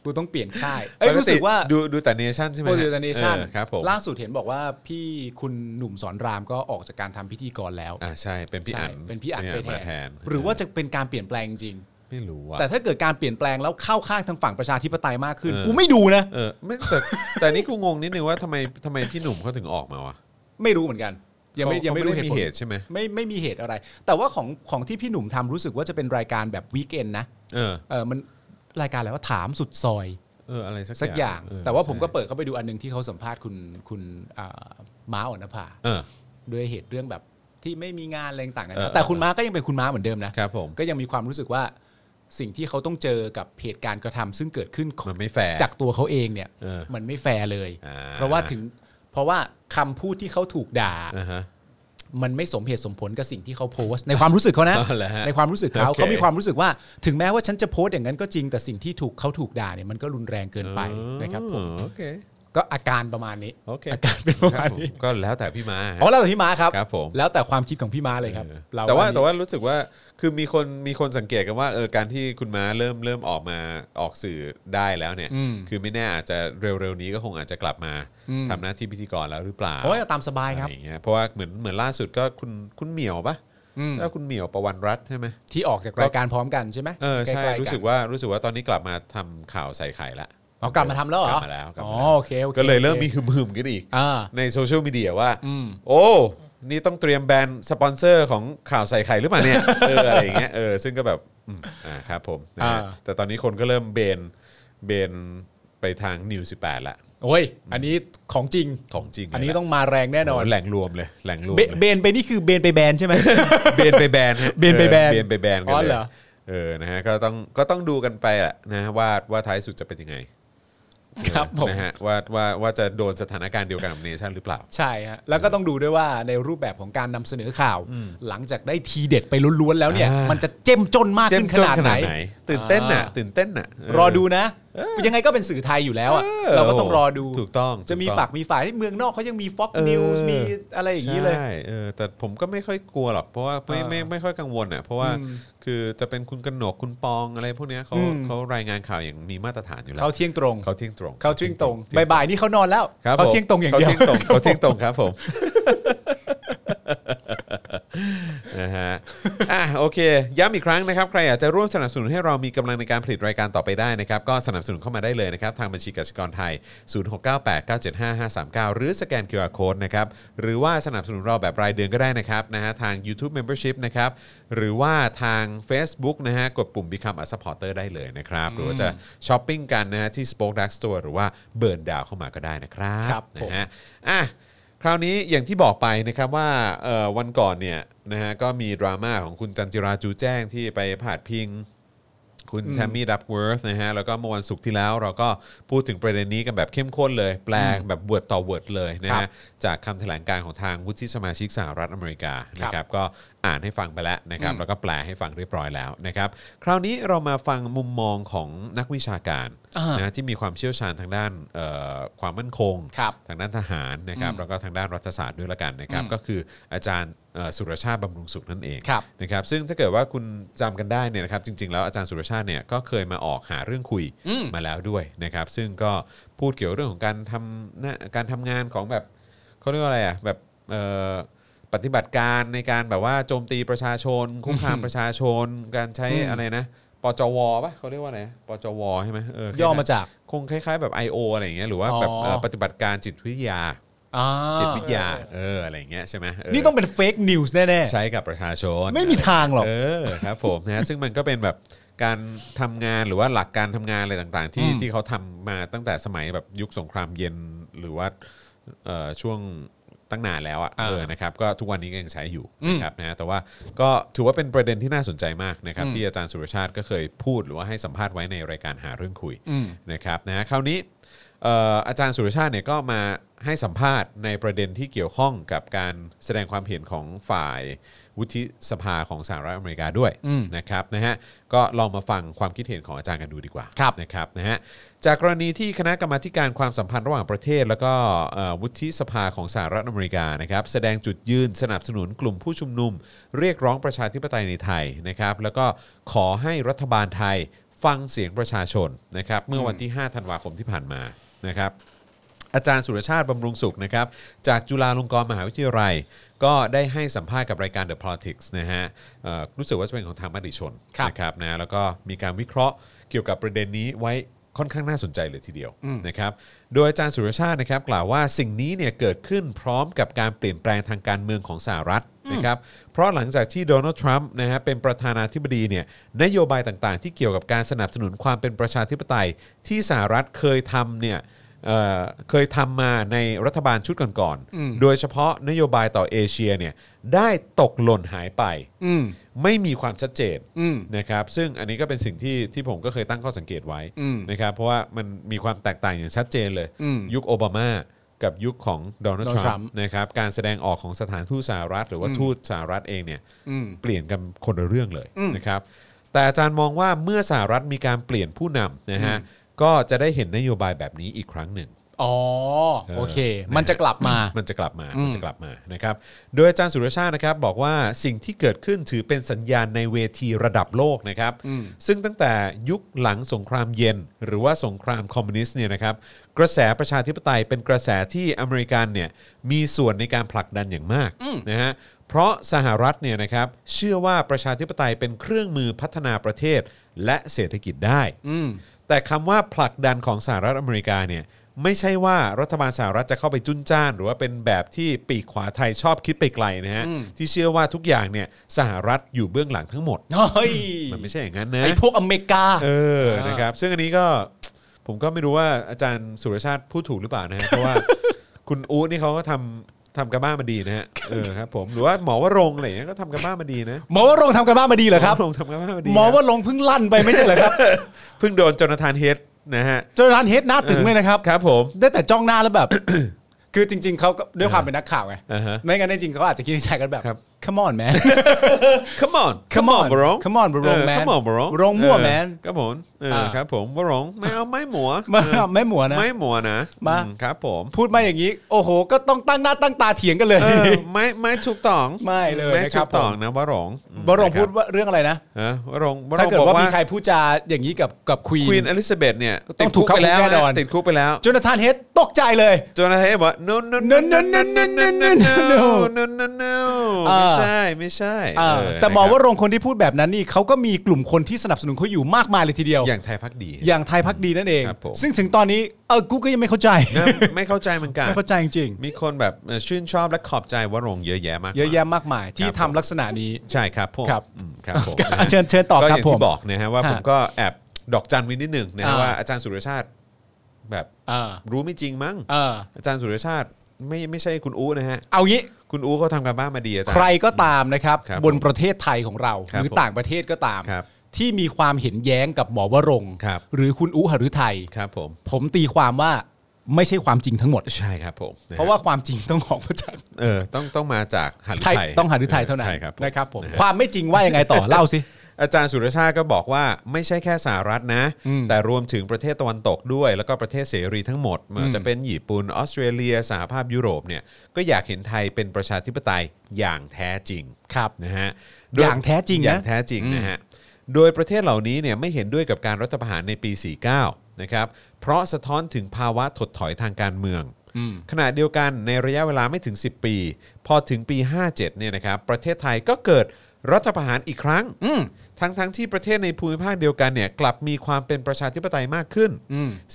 กูต้องเปลี่ยนค่าย ป เอ้ยรู้สึกว่า ดูดูแต่เนชั่นใช่ไหม โปรดิวเนชั่น เออครับผม ล่าสุดเห็นบอกว่าพี่คุณหนุ่มสอนรามก็ออกจากการทำพิธีกรแล้ว อ่าใช่เป็นพี่ ใช่ อั๋น เป็นพี่อันไป มา แท แท น น หรือว่าจะเป็นการเปลี่ยนแปลงจริง ไม่รู้ว่ะ แต่ถ้าเกิดการเปลี่ยนแปลงแล้วเข้าข้างทางฝั่งประชาธิปไตยมากขึ้น เออ กูไม่ดูนะ เออไม่แต่แต่นี่กูงงนิดนึงว่าทำไมทำไมพี่หนุ่มเขาถึงออกมาวะ ไม่รู้เหมือนกัน ยังไม่ ขา ยังไม่รู้ ขา เหตุ มี ผล เหตุใช่ไหม ไม่ไม่มีเหตุอะไร แต่ว่าของของที่พี่หนุ่มทำรู้สึกว่าจะเป็นรายการแบบวีคเอนนะ เออ เออมันรายการอะไรว่าถามสุดซอย เอออะไรสัก สักอย่าง เ แต่ว่าผมก็ ใช่ เปิดเข้าไปดูอันหนึงที่เขาสัมภาษณ์คุณคุณอ่าม้าอ่อนภา เออ ด้วยเหตุเรื่องแบบที่ไม่มีงานอะไรต่างๆกั เออ นะแต่คุณม้าก็ยังเป็นคุณม้าเหมือนเดิมนะครับ ผม ก็ยังมีความรู้สึกว่าสิ่งที่เขาต้องเจอกับเหตุการณ์กระทำซึ่งเกิดขึ้น มันไม่แฟร์ จากตัวเขาเองเนี่ย เออ มันไม่แฟร์เลย อ่า เพราะว่าถึงเพราะว่าคำพูดที่เขาถูกด่า อ่าฮะ มันไม่สมเหตุสมผลกับสิ่งที่เขาโพสต์ในความรู้สึกเขานะ อ๋อเหรอฮะ ในความรู้สึกเขา โอเค เขามีความรู้สึกว่า ถึงแม้ว่าฉันจะโพสต์อย่างนั้นก็จริงแต่สิ่งที่ถูกเขาถูกด่าเนี่ยมันก็รุนแรงเกินไปนะครับผม โอเค ก็อาการประมาณนี้ โอเค อาการเป็นประ ค มา รับ ณ ผม นี้ ก็แล้วแต่พี่มา อ๋อแล้วแต่พี่ม้าครับ ครับผม แล้วแต่ความคิดของพี่ม้าเลยครับ เออ เร แต่ว่า อันนี้ แต่ว่ารู้สึกว่าคือมีคนมีคนสังเกตกันว่าเออการที่คุณม้าเริ่มเริ่มออกมาออกสื่อได้แล้วเนี่ย อืม คือไม่แน่อาจจะเร็วๆนี้ก็คงอาจจะกลับมา อืม ทำหน้าที่พิธีกรแล้วหรือเปล่า โอ้ยตามสบายครับ อะไรอย่างเงี้ยเพราะว่าเหมือนเหมือนล่าสุดก็คุณคุณเหมียวปะ อืม แล้วคุณเหมียวประวันรัตน์ใช่ไหม ที่ออกจากรายการพร้อมกันใช่ไหม เออใช่ ใกล้ๆน รู้สึกว่ารู้สึกว่าตอนนี้กลับมาทำข่าวใส่ไข่ละ อ๋อกลับมาทำแล้วเหรอก ลับมาแล้วกลับ อ๋อ มาแล้ว โอเคโอเค ก็เลยเริ่มมีหึมๆกันอีก อ่า ในโซเชียลมีเดียว่า อืม โอ้ นี่ต้องเตรียมแบนสปอนเซอร์ของข่าวใส่ไข่หรือเปล่าเนี่ย เอออะไรอย่างเงี้ยเออซึ่งก็แบบอืมอ่าครับผมนะฮะ อ่า แต่ตอนนี้คนก็เริ่มเบนเบนไปทางนิว18 ละ โอ้ยอันนี้ของจริง ของจริงเลย อันนี้ ล่ะ ต้องมาแรงแน่นอน โโหแหล่งรวมเลยแหล่งรวม เบ เลย เบนไปนี่คือเบนไปแบนใช่ไหม เบนไปแบนฮะ เบนไปแบน เออเบนไปแบนกัน อ๋อ เล เห ย รอ เออนะฮะก็ต้องก็ต้องดูกันไปอะนะฮะว่าว่าท้ายสุดจะเป็นยังไง ครับผม นะฮะว่าว่าว่าจะโดนสถานการณ์เดียวกันกับเนชั่นหรือเปล่า ใช่ฮะแล้วก็ต้องดูด้วยว่าในรูปแบบของการนำเสนอข่าว หลังจากได้ทีเด็ดไปล้วนๆแล้วเนี่ย อ่ามั มันจะเจ้มจนมาก เจ้ม ขึ้นจนขนาด ข ไหน นาดไหน ตื่นเต้นน่ะ อ่า ตื่นเต้นน่ะเออ รอดูนะ ยังไงก็เป็นสื่อไทยอยู่แล้วอะเราก็ต้องรอดู ถูกต้อง จะมี ถูกต้อง ฝักมีฝ่ายที่เมืองนอกเขายังมี Fox เออ News มีอะไรอย่างนี้เลย ใช่เออแต่ผมก็ไม่ค่อยกลัวหรอก เพราะว่าไม่ อ่า ไม่ไม่ค่อยกังวลอ่ะเพราะว่า อืม คือจะเป็นคุณกนกคุณปองอะไรพวกเนี้ยเขา อืม เขารายงานข่าวอย่างมีมาตรฐานอยู่แล้ว เขาเที่ยงตรง เขาเที่ยงตรง เขาเที่ยงตรงบ่ายๆนี่เขานอนแล้ว ครับผม เขาเที่ยงตรงอย่างเดียว เขาเที่ยงตรงเขาเที่ยงตรงครับผมนะฮะอ่ะโอเค ย้ำอีกครั้งนะครับ ใครอยากจะร่วมสนับสนุนให้เรามีกำลังในการผลิตรายการต่อไปได้นะครับ ก็สนับสนุนเข้ามาได้เลยนะครับ ทางบัญชีกสิกรไทย 0698975539 หรือสแกน QR Code นะครับ หรือว่าสนับสนุนเราแบบรายเดือนก็ได้นะครับนะฮะทาง YouTube Membership นะครับ หรือว่าทาง Facebook นะฮะกดปุ่ม Become a supporter ได้เลยนะครับ หรือว่าจะช้อปปิ้งกันนะฮะที่ Spoke Dark Store หรือว่าเบิร์นดาวเข้ามาก็ได้นะครับ ครับผม นะฮะอ่ะ คราวนี้อย่างที่บอกไปนะครับว่าเอ่อวันก่อนเนี่ยนะฮะก็มีดราม่าของคุณจันจิราจูแจ้งที่ไปพาดพิง คุณแทมมี่ดับเวิร์ธนะฮะแล้วก็เมื่อวันศุกร์ที่แล้วเราก็พูดถึงประเด็นนี้กันแบบเข้มข้นเลย แปลงแบบวดต่อวดเลยนะ ครั ฮะ บ จากคำแถลงการณ์ของทางวุฒิสมาชิกสหรัฐอเมริกานะครับก็อ่านให้ฟังไปแล้วนะครับ อืม แล้วก็แปลให้ฟังเรียบร้อยแล้วนะครับคราวนี้เรามาฟังมุมมองของนักวิชาการ อ่าน นะที่มีความเชี่ยวชาญทางด้านเอ่อความมั่นคง ครับ ทางด้านทหารนะครับแล้วก็ทางด้านรัฐศาสตร์ด้วยละกันนะครับ อืม ก็คืออาจารย์เอ่อสุรชาติบำรุงสุขนั่นเอง ครับ นะครับซึ่งถ้าเกิดว่าคุณจำกันได้เนี่ยนะครับจริง ๆ แล้วอาจารย์สุรชาติเนี่ยก็เคยมาออกหาเรื่องคุยมาแล้วด้วยนะครับ ซึ่งก็พูดเกี่ยวเรื่องของการทำหน้าการทำงานของแบบเขาเรียกว่าอะไรอ่ะแบบเอ่อปฏิบัติการในการแบบว่าโจมตีประชาชน คุกคามประชาชน การใช้อะไรนะปจวปะเขาเรียกว่าอะไรปจวใช่ไหมเออ ย่อมาจาก คงคล้าย ๆ แบบ I.O. อะไรอย่างเงี้ยหรือว่าแบบ อ๋อ เอ่อปฏิบัติการจิตวิทยา อ่า จิตวิทยาเอออะไรอย่างเงี้ยใช่ไหมเ นี่ต้องเป็นเฟกนิวส์แน่ ใช้กับประชาชน ๆไม่มีทางหรอก เออครับผมนะฮะ [laughs] ซึ่งมันก็เป็นแบบการทำงานหรือว่าหลักการทำงานอะไรต่างๆ ที่ อืม ที่เขาทำมาตั้งแต่สมัยแบบยุคสงครามเย็นหรือว่าเอ่อช่วงตั้งนานแล้วอ่ะเออนะครับก็ทุกวันนี้ก็ยังใช้อยู่นะครับนะฮะแต่ว่าก็ถือว่าเป็นประเด็นที่น่าสนใจมากนะครับที่อาจารย์สุรชาติก็เคยพูดหรือว่าให้สัมภาษณ์ไว้ในรายการหาเรื่องคุย อืม นะครับนะฮะคราวนี้เอ่ออาจารย์สุรชาติเนี่ยก็มาให้สัมภาษณ์ในประเด็นที่เกี่ยวข้องกับการแสดงความเห็นของฝ่าย วุฒิสภาของสหรัฐอเมริกาด้วย อืม นะครับนะฮะก็ลองมาฟังความคิดเห็นของอาจารย์กันดูดีกว่า ครับ นะครับนะฮะจากกรณีที่คณะกรรมาธิการความสัมพันธ์ระหว่างประเทศ แล้วก็เอ่อวุฒิสภาของสหรัฐอเมริกานะครับแสดงจุดยืนสนับสนุนกลุ่มผู้ชุมนุม เรียกร้องประชาธิปไตยในไทยนะครับแล้วก็ขอให้รัฐบาลไทยฟังเสียงประชาชนนะครับเมื่อวันที่ 5 ธันวาคมที่ผ่านมานะครับ อาจารย์สุรชาติบำรุงสุขนะครับจากจุฬาลงกรณ์มหาวิทยาลัย ก็ได้ให้สัมภาษณ์กับรายการ The Politics นะฮะเอ่อรู้สึกว่าจะเป็นของทางมติชน ครับ นะครับนะแล้วก็มีการวิเคราะห์เกี่ยวกับประเด็นนี้ไว้ค่อนข้างน่าสนใจเลยทีเดียวนะครับโดยอาจารย์สุรชาตินะครับกล่าวว่าสิ่งนี้เนี่ยเกิดขึ้นพร้อมกับการเปลี่ยนแปลงทางการเมืองของสหรัฐนะครับเพราะหลังจากที่โดนัลด์ทรัมป์นะฮะเป็นประธานาธิบดีเนี่ยนโยบายต่างๆ ที่เกี่ยวกับการสนับสนุนความเป็นประชาธิปไตยที่สหรัฐเคยทำเนี่ย เอ่อเคยทำมาในรัฐบาลชุดก่อน อืม ๆ โดยเฉพาะนโยบายต่อเอเชียเนี่ยได้ตกหล่นหายไป อืม ไม่มีความชัดเจน อืม นะครับ ซึ่งอันนี้ก็เป็นสิ่งที่ที่ผมก็เคยตั้งข้อสังเกตไว้ อืม นะครับ เพราะว่ามันมีความแตกต่างอย่างชัดเจนเลย อืม ยุคโอบามากับยุคของโดนัลด์ Donald ทรัม Trump ป์นะครับ การแสดงออกของสถานทูตสหรัฐ หรือว่าทูตสหรัฐเองเนี่ย อืม เปลี่ยนกันคนละเรื่องเลย อืม นะครับ แต่อาจารย์มองว่าเมื่อสหรัฐมีการเปลี่ยนผู้นำนะฮะ ก็จะได้เห็นนโยบายแบบนี้อีกครั้งหนึ่ง ๋อโอเค มันจะกลับมา มันจะกลับมา อืม มันจะกลับมานะครับ โดยอาจารย์สุรชาตินะครับบอกว่าสิ่งที่เกิดขึ้นถือเป็นสัญญาณในเวทีระดับโลกนะครับ อืม ซึ่งตั้งแต่ยุคหลังสงครามเย็น หรือว่าสงครามคอมมิวนิสต์เนี่ยนะครับ กระแสประชาธิปไตยเป็นกระแสที่อเมริกันเนี่ยมีส่วนในการผลักดันอย่างมากนะฮะ เพราะสหรัฐเนี่ยนะครับเชื่อว่าประชาธิปไตยเป็นเครื่องมือพัฒนาประเทศและเศรษฐกิจได้ อืม แต่คำว่าผลักดันของสหรัฐอเมริกาเนี่ยไม่ใช่ว่ารัฐบาลสหรัฐจะเข้าไปจุนจ้าน หรือว่าเป็นแบบที่ปีกขวาไทยชอบคิดไปไกลนะฮะ อืม ที่เชื่อว่าทุกอย่างเนี่ยสหรัฐอยู่เบื้องหลังทั้งหมด เฮ้ย มันไม่ใช่อย่างนั้นนะ ไอพวกอเมริกา เออ อ่าน นะครับ ซึ่งอันนี้ก็ผมก็ไม่รู้ว่าอาจารย์สุรชาติพูดถูกหรือเปล่านะฮะเพราะ [laughs] ว่า คุณอู๊ดนี่เขาก็ทำทำกันบ้านมาดีนะฮะเออครับผมหรือว่าหมอวรงค์อะไรอย่างเงี้ยก็ทำกันบ้านมาดีนะ หมอว่ารงค์ทำกันบ้านมาดีเหรอครับ หมอวงค์ทำกันบ้านมาดี หมอว่ารงค์เพิ่งลั่นไปไม่ใช่เหร [laughs] อครับ เพิ่งโดนจนทานเฮดนะฮะ จนร้านเฮดหน้าตึงเลยนะครับ ครับผม ได้แต่จ้องหน้าแล้ว [laughs] แบบ คือจริง ๆเขาก็ด้วยความเป็นนักข่าวไง อ่าฮะ ไม่งั้นจริงๆเขาอาจจะคิดในใจกันแบบ ครับ come on [laughs] man Come on Come on, bro come on, bro, เออ man. Come on bro โรงมั่ว man เออครับผมเออ อ่า ครับผมวรง [laughs] ไม่เอาไม่หมัว มา เออ [laughs] ไม่หมัวนะ ไม่หมัวนะ มา อืครับ [laughs] ผม พูดมาอย่างนี้ โอ้โห ก็ต้องตั้งหน้าตั้งตาเถียงกันเลย เออไม่ไม่ถูกต้อง ไม่เลย ไม่ นะค ถู รับ กต้อง ผม นะวรง บรงค์พูดว่าเรื่องอะไรนะ เออวรงวร ถ้าง เกิด บอก ว่า ว่า มีใครพูดจาอย่างนี้กับกับควี ควีน น อลิซาเบธเนี่ย ต้ ติ อ ด งถู คุ ก ก เข้า ไปแล้ว คุกแน่นอน นะติดคุกไปแล้ว จนทานเฮดตกใจเลย จนทานเฮดบอก no no no no no no no no no no no no อ่า ไม่ใช่ไม่ใช่ อ่า เ แต่หมอ นะค ว่า รับ โรงคนที่พูดแบบนั้นนี่เขาก็มีกลุ่มคนที่สนับสนุนเขาอยู่มากมายเลยทีเดียว อย่างไทยพักดี อย่างไทยพักดีนั่นเอง ครับผม ซึ่งถึงตอนนี้เออกูก็ยังไม่เข้าใจ นะไม่เข้าใจเหมือนกัน ไม่เข้าใจจริง มีคนแบบเอ่อชื่นชอบและขอบใจวรงค์เยอะแยะมาก ๆเยอะ มาย แยะมากมายที่ ครับผทำม ลักษณะนี้ ใช่ครับผม ครับ อืมครับผมนะ อ่ะ ฮะ เชิญเชิญต่อ ก็อครับ ย่าง ผม ที่บอกนะฮะว่า ฮะ ผมก็แอบดอกจันไวินิดหนึ่งนะฮะ อ่า ว่าอาจารย์สุรชาติแบบ เออ รู้ไม่จริงมั้ง เออ อาจารย์สุรชาติไม่ไม่ใช่คุณอู้นะฮะ เอางี้ คุณอู้เขาทำการบ้านมาดีอาจาร ใคร ย์ ก็ตามนะครับ ครับ บนประเทศไทยของเรา ครับ หรือต่างประเทศก็ตาม ครับ ที่มีความเห็นแย้งกับหมอวรงค์ ครับ หรือคุณอุหฤทัย ครับผม ผมตีความว่าไม่ใช่ความจริงทั้งหมด ใช่ครับผมนฮ เพราะว่าความจริงต้องของพระจักร เออต้องต้องมาจากหัน ไทย ไทย ต้องหาฤทัยเท่านั้น ใช่ครับผม นะครับผมความไม่จริงว่ายังไงต่อ เล่าสิ อาจารย์สุรชาติก็บอกว่าไม่ใช่แค่สหรัฐนะ อืม แต่รวมถึงประเทศตะวันตกด้วย แล้วก็ประเทศเสรีทั้งหมดไม่ว่าจะเป็นญี่ปุ่นออสเตรเลียสหภาพยุโรปเนี่ยก็อยากเห็นไทยเป็นประชาธิปไตยอย่างแท้จริง ครับ นะฮะโด อย่างแท้จริงนะ อย่างแท้จริงนะฮะโดยประเทศเหล่านี้เนี่ยไม่เห็นด้วยกับการรัฐประหารในปี 49 นะครับเพราะสะท้อนถึงภาวะถดถอยทางการเมือง ขณะเดียวกันในระยะเวลาไม่ถึง 10 ปี พอถึงปี 57เนี่ยนะครับประเทศไทยก็เกิดรัฐประหารอีกครั้ง ทั้งทั้งที่ประเทศในภูมิภาคเดียวกันเนี่ยกลับมีความเป็นประชาธิปไตยมากขึ้น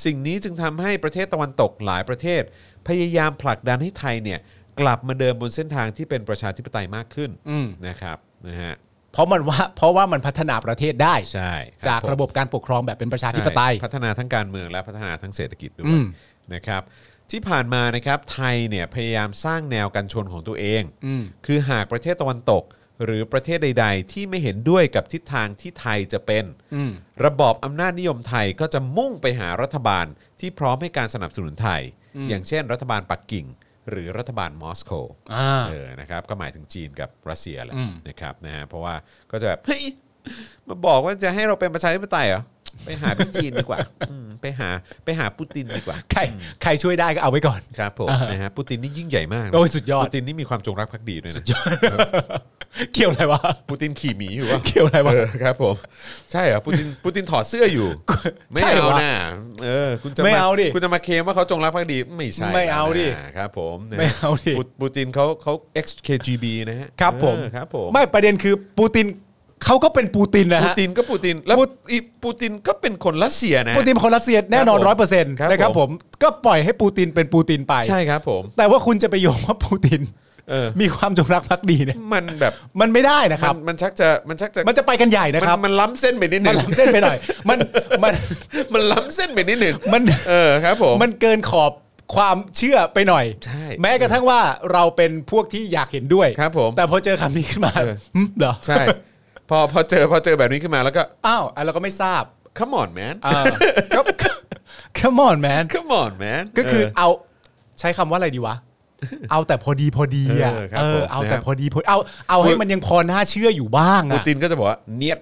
สิ่งนี้จึงทำให้ประเทศตะวันตกหลายประเทศ พยายามผลักดันให้ไทยเนี่ยกลับมาเดินบนเส้นทางที่เป็นประชาธิปไตยมากขึ้น อืม นะครับนะฮะ เพราะมันว่าเพราะว่ามันพัฒนาประเทศได้ ใช่ค จาก ผม ระบบการปกครองแบบเป็นประชาธิปไตย ใช่พัฒนาทั้งการเมืองและพัฒนาทั้งเศรษฐกิจด้ว อื ย ม นะครับที่ผ่านมานะครับไทยเนี่ยพยายามสร้างแนวกันชนของตัวเอง อืม คือหากประเทศตะวันตก หรือประเทศใด ๆ ที่ไม่เห็นด้วยกับทิศทางที่ไทยจะเป็น อืม ระบอบอำนาจนิยมไทยก็จะมุ่งไปหารัฐบาลที่พร้อมให้การสนับสนุนไทย อย่างเช่น รัฐบาลปักกิ่ง หรือรัฐบาลมอสโก อ่า เออนะครับก็หมายถึงจีนกับรัสเซียแหละ อืม นะครับนะฮะเพราะว่าก็จะแบบเฮ้ยมาบอกว่าจะให้เราเป็นประชาธิปไตยเหรอไปหาพี่จีนดีกว่า [laughs] อืมไปหาไปหาปูตินดีกว่า ใครใครช่วยได้ก็เอาไว้ก่อน [laughs] ครับผม อ่าน นะฮะปูตินนี่ยิ่งใหญ่มากนะ โอ้ยสุดยอด ปูตินนี่มีความจงรักภักดีด้วยนะ เกี่ยว [laughs] อะไรวะ ปูตินขี่หมีอยู่วะ เกี่ยวอะไรวะ เออครับผมใช่เหรอปู [laughs] ตินปูตินถอดเสื้ออยู่ ไม่ ใช่ เอา วะ นะเออคุณจะ ไม่เอาดิ คุณจะมาเคลมว่าเขาจงรักภักดีไม่ใช่ ไม่เอาดิ นะฮะครับผมนะฮะ ไม่เอาดิ ปูปูตินเขาเขา XKGB นะฮะ ครับผม เออครับผม ไม่ประเด็นคือปูตินเขาก็เป็นปูตินนะ ปู ฮะ ตินก็ปูตินแล้ว ปู อีปูตินก็เป็นคนรัสเซียนะ ปูตินเป็นคนรัสเซียแน่นอน ครั ร้อบ ยเปอร์เซ็นต์ ครับ นะครับ ผ ผม มก็ปล่อยให้ปูตินเป็นปูตินไป ใช่ครับผม แต่ว่าคุณจะไปโยงว่าปูติน เออ มีความจงรักภักดีเนี่ย มันแบบ มันไม่ได้นะค มั รั น บ มันชักจะมันชักจะ มันจะไปกันใหญ่นะครับ มันมันล้ำเส้นไปนิดนึ มัน ง ล้ำเส้นไป [laughs] หน่อย มันมัน มันล้ำเส้นไปนิดหนึ่ง มัน เออครับผม มันเกินขอบความเชื่อไปหน่อย ใช่ แม้กระทั่งว่าเราเป็นพวกที่อยากเห็นด้วย ครับผม แต่พอเจอคำนี้ขึ้นมาหึเหรอ ใช่ พอพอเจอพอเจอแบบนี้ขึ้นมาแล้วก็ อ้าวอ่ะเราก็ไม่ทราบ come on man อ่าก็ come on man [laughs] come on man ก็คือ เ เอาใช้คำว่าอะไรดีวะ เอาแต่พอดีพอดีอ่ะ เออครับ เอ ผ อ ม เอา นะครับ แต่พอดีพอเอาเอาให้ คุณ มันยังพอน่าเชื่ออยู่บ้าง ปู อ่ะ ตินก็จะบอกว่าเนียด [laughs]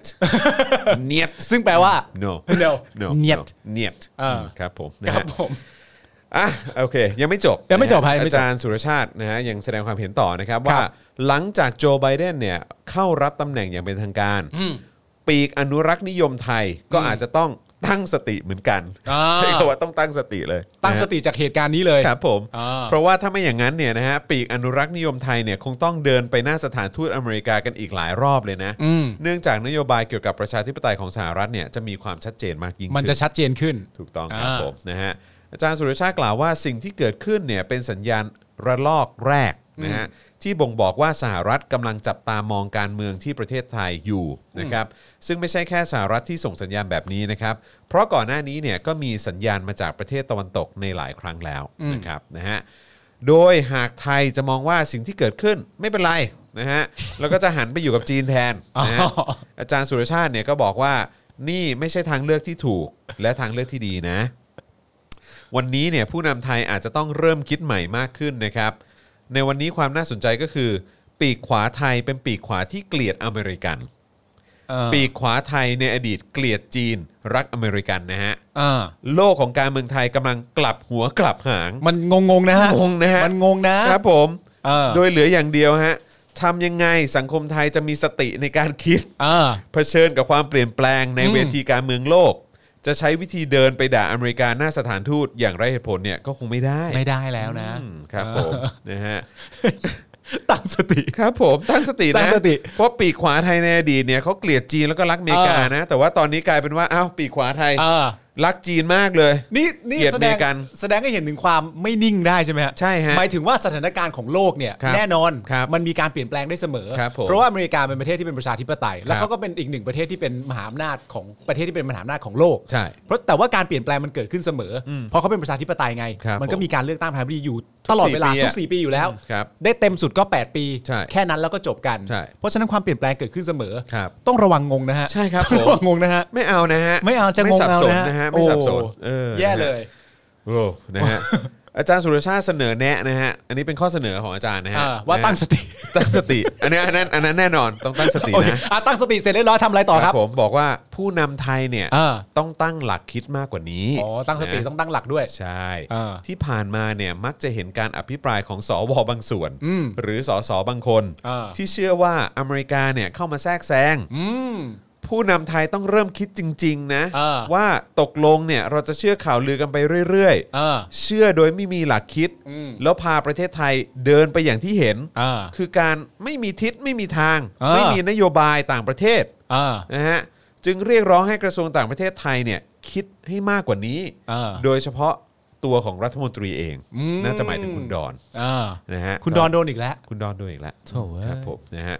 เนียด ซึ่งแปลว่า no no no เนียด เนียด เออ ครับผมนะ ค ฮะ รับผม อ่ะโอเค ยังไม่จบ ยังไม่จบ นะฮะ ฮะยังไม่จอาบจารย์สุรชาตินะฮะยังแสดงความเห็นต่อนะครับ ครั ว่า บ หลังจากโจไบเดนเนี่ยเข้ารับตำแหน่งอย่างเป็นทางการ ปีกอนุรักษ์นิยมไทยก็อาจจะต้องตั้งสติเหมือนกัน อ่า ใช้คำว่าต้องตั้งสติเลย ตั้ง นะ ส ฮะ ติจากเหตุการณ์นี้เลย ครับผม อ่า เพราะว่าถ้าไม่อย่างนั้นเนี่ยนะฮะปีกอนุรักษ์นิยมไทยเนี่ยคงต้องเดินไปหน้าสถานทูตอเมริกากันอีกหลายรอบเลยนะ อืม เนื่องจากนโยบายเกี่ยวกับประชาธิปไตยของสหรัฐเนี่ยจะมีความชัดเจนมากยิ่ง มันจะ ขึ้น ชัดเจนขึ้น ถูกต้องครับ อ่า ผมนะฮะอาจารย์สุรชาติกล่าวว่าสิ่งที่เกิดขึ้นเนี่ยเป็นสัญญาณระลอกแรกนะฮะที่บ่งบอกว่าสหรัฐกำลังจับตามองการเมืองที่ประเทศไทยอยู่นะครับซึ่งไม่ใช่แค่สหรัฐที่ส่งสัญญาณแบบนี้นะครับเพราะก่อนหน้านี้เนี่ยก็มีสัญญาณมาจากประเทศตะวันตกในหลายครั้งแล้วนะครับนะฮะ โดยหากไทยจะมองว่าสิ่งที่เกิดขึ้นไม่เป็นไรนะฮะ แล้วก็จะหันไปอยู่กับจีนแทนนะฮะ อ๋อ อาจารย์สุรชาติเนี่ยก็บอกว่านี่ไม่ใช่ทางเลือกที่ถูกและทางเลือกที่ดีนะ วันนี้เนี่ยผู้นำไทยอาจจะต้องเริ่มคิดใหม่มากขึ้นนะครับ ในวันนี้ความน่าสนใจก็คือ ปีกขวาไทยเป็นปีกขวาที่เกลียดอเมริกัน เออ ปีกขวาไทยในอดีตเกลียดจีน รักอเมริกันนะฮะ อ่า โลกของการเมืองไทยกำลังกลับหัวกลับหาง มันงงงๆนะฮะ งงนะฮะ มันงงนะครับ ผม เออ โดยเหลืออย่างเดียวฮะทำยังไงสังคมไทยจะมีสติในการคิด เออ เผชิญกับความเปลี่ยนแปลงใน อืม เวทีการเมืองโลก จะใช้วิธีเดินไปด่าอเมริกาหน้าสถานทูตอย่างไรเหตุผลเนี่ยก็คงไม่ได้ ไม่ได้แล้วนะ อืมครับผมนะฮะ ตั้งสติ ครับผมตั้งสติ ตั้ นะ งสติ เพราะปีกขวาไทยในอดีตเนี่ยเขาเกลียดจีนแล้วก็รักอเมริกา เออ นะ แต่ว่าตอนนี้กลายเป็นว่าอ้าวปีกขวาไทย เออ รักจีนมากเลย นี่นี่ เกลียด แสดง เมกัน แสดงให้เห็นถึงความไม่นิ่งได้ใช่ไหมฮะ ใช่ฮะ หมายถึงว่าสถานการณ์ของโลกเนี่ย ครับ แน่นอน ครับ มันมีการเปลี่ยนแปลงได้เสมอ ครับผม เพราะว่าอเมริกาเป็นประเทศที่เป็นประชาธิปไตยควแล้รับ เขาก็เป็นอีกหนึ่งประเทศที่เป็นมหาอำนาจของประเทศที่เป็นมหาอำนาจของโลก ใช่ เพราะแต่ว่าการเปลี่ยนแปลงมันเกิดขึ้นเสมออเพราะเขาเป็นประชาธิปไตยไง ครับ มันก็ ผม มีการเลือกตั้งประธานาธิบดีอยู่ ทุก ตลอดเวลา สี่ปีอะ ทุกสี่ปีอยู่แล้ว ครับ ได้เต็มสุดก็แปดปี ใช่ แค่นั้นแล้วก็จบกัน ใช่ เพราะฉะนั้นความเปลี่ยนแปลงเกิดขึ้นเสมอ ครับ ต้องระวังงงนะฮะ ใช่ครับ ต้อง ผม ระวังงงนะฮะ ไม่เอานะฮะ ไม่เอาจะ ไม่ งง สับ เอา สน นะ นะฮะ ฮะ ไม่สับสน โอ้ เออ แย่ นะฮะ เลย โอ้นะ [laughs] ฮะ อาจารย์สุรชาติเสนอแนะนะฮะ อันนี้เป็นข้อเสนอของอาจารย์นะฮะ อ่าว่าตั้งสติ ตั้งสติ อันนี้อันนั้นอันนั้นแน่นอนต้องตั้งสติ โอเค นะ อ่ะตั้งสติเสร็จเรียบร้อยทำอะไรต่อครับ ผมบอกว่าผู้นำไทยเนี่ย อ่า ต้องตั้งหลักคิดมากกว่านี้ อ๋อ ตั้งสติ นะ ต้องตั้งหลักด้วย ใช่ อ่า ที่ผ่านมาเนี่ยมักจะเห็นการอภิปรายของสวบางส่วน อืม หรือสสบางคน อ่า ที่เชื่อว่าอเมริกาเนี่ยเข้ามาแทรกแซง อืม ผู้นำไทยต้องเริ่มคิดจริง ๆ นะ เออ ว่าตกลงเนี่ยเราจะเชื่อข่าวลือกันไปเรื่อย ๆ เออ เชื่อโดยไม่มีหลักคิด อืม แล้วพาประเทศไทยเดินไปอย่างที่เห็น อ่า คือการไม่มีทิศไม่มีทาง อ่า ไม่มีนโยบายต่างประเทศ อ่า นะฮะจึงเรียกร้องให้กระทรวงต่างประเทศไทยเนี่ยคิดให้มากกว่านี้ อ่า โดยเฉพาะตัวของรัฐมนตรีเอง อืม น่าจะหมายถึงคุณดอน อ่า นะฮะ คุณดอนโดนอีกแล้ว คุณดอนด้วยอีกแล้ว โถ่เว้ย ครับผมนะฮะ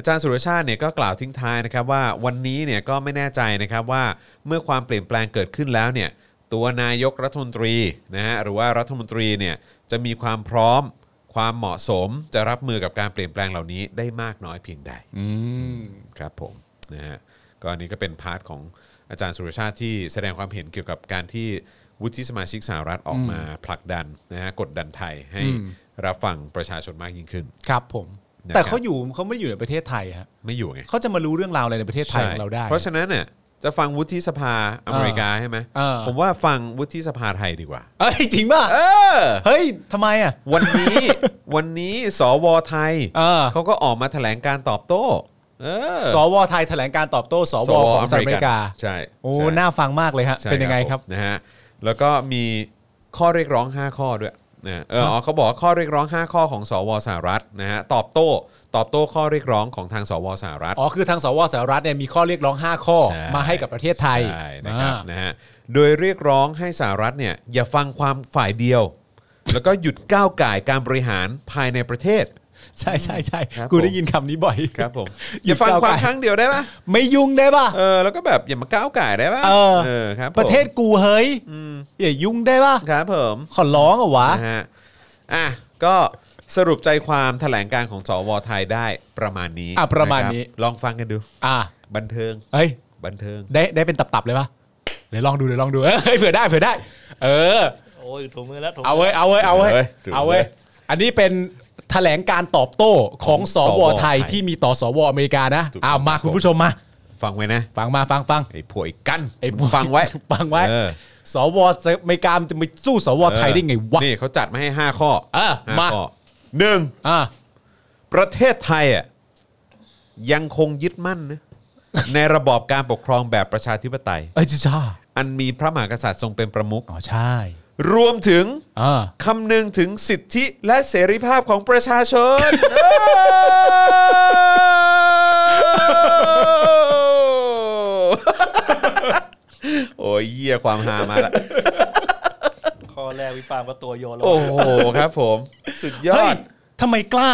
อาจารย์สุรชาติเนี่ยก็กล่าวทิ้งท้ายนะครับว่าวันนี้เนี่ยก็ไม่แน่ใจนะครับว่าเมื่อความเปลี่ยนแปลงเกิดขึ้นแล้วเนี่ย ตัวนายกรัฐมนตรีนะฮะหรือว่ารัฐมนตรีเนี่ยจะมีความพร้อมความเหมาะสมจะรับมือกับการเปลี่ยนแปลงเหล่านี้ได้มากน้อยเพียงใด อืม ครับผมนะฮะ ก็อันนี้ก็เป็นพาร์ทของอาจารย์สุรชาติที่แสดงความเห็นเกี่ยวกับการที่วุฒิสมาชิกสหรัฐออกมาผลักดันนะฮะกดดันไทยให้รับฟังประชาชนมากยิ่งขึ้น ครับผม นะครับ แต่เขาอยู่เขาไม่ได้อยู่ในประเทศไทยฮะ ไม่อยู่ไง เขาจะมารู้เรื่องราวอะไรในประเทศไทยของเราได้ ใช่เพราะฉะนั้นเนี่ยจะฟังวุฒิสภาอเมริกาใช่ไหม เออ ผมว่าฟังวุฒิสภาไทยดีกว่า เอ้ยจริงป่ะ เออ เฮ้ยทำไมอ่ะ วัน [laughs] นี้ วันนี้สวไทย เออ เขาก็ออกมาแถลงการตอบโต้ เออ สวไทยแถลงการตอบโต้สวของสหรัฐอเมริกา ใช่ โอ้ ใช่ น่าฟังมากเลยฮะ ใช่ เป็นยังไงครับ ผมนะฮะแล้วก็มีข้อเรียกร้อง 5 ข้อด้วยนะเอออ๋อเขาบอกว่าข้อเรียกร้อง 5 ข้อของสวสหรัฐนะฮะตอบโต้ ตอบโต้ข้อเรียกร้องของทางสวสหรัฐ อ๋อคือทางสวสหรัฐเนี่ยมีข้อเรียกร้อง 5 ข้อ ใช่ มาให้กับประเทศไทย ใช่นะครับ อ่า นะฮะโดยเรียกร้องให้สหรัฐเนี่ยอย่าฟังความฝ่ายเดียว แล้วก็หยุดก้าวก่ายการบริหารภายในประเทศ ใช่ใช่ใช่ ครับ กู ผม ได้ยินคำนี้บ่อย ครับ [laughs] ผม ห อ ยุด ย่าฟัง ก้าวก่ายวคามข้างเดียวได้ปะ ไม่ยุ่งได้ป่ะ เออแล้วก็แบบอย่ามาก้าวก่ายได้ปะ เออ เออครับผม ประเทศกูเฮ้ยอย่ายุ่งได้ป่ะ ครับผม ขอร้องเหรอวะ นะฮะอ่ะก็สรุปใจความแถลงการของสวไทยได้ประมาณนี้ อ่ะประมาณนี้ คบลองฟังกันดู อ่ะ บันเทิง เอ้ย บันเทิง ได้ได้เป็นตับๆเลยป่ะเดี๋ยวลองดูเดี๋ยวลองดูเอ้ยเผื่อได้เผื่อได้ เออ โอ้ยถูกมือแล้วถูก เอาเว้ยเอาเว้ยเอาเว้ย เออเออ เอาเว้ยอันนี้เป็นแถลงการตอบโต้ของส ส ว ว ไทย ไทย ที่มีต่อสวอเมริกานะ ถูก อ้าวมา ครับ คุณผู้ชมมา ฟังไว้นะ ฟังมาฟังฟัง ไอ้พวกไอ้กัน ไอ้พวก ฟังไว้ ฟังไว้ เออ สวอเมริกามันจะไปสู้สวไทยได้ไงวะ นี่เขาจัดมาให้ 5 ข้อ เออ ห้ มา ข้อหนึ่ง อ่า ประเทศไทยอ่ะยังคงยึดมั่นนะ ในระบอบการปกครองแบบประชาธิปไตย เอ้ยใช่ใช่ อันมีพระมหากษัตริย์ทรงเป็นประมุข อ๋อใช่ รวมถึง อ่า คำนึงถึงสิทธิและเสรีภาพของประชาชน [laughs] [laughs] เออโอ้ยเยี่ยความหามาละ ข้อแรกวิปามก็ตัวโยนลง โอ้โหครับผม สุดยอ เฮ้ย ด ทำไมกล้า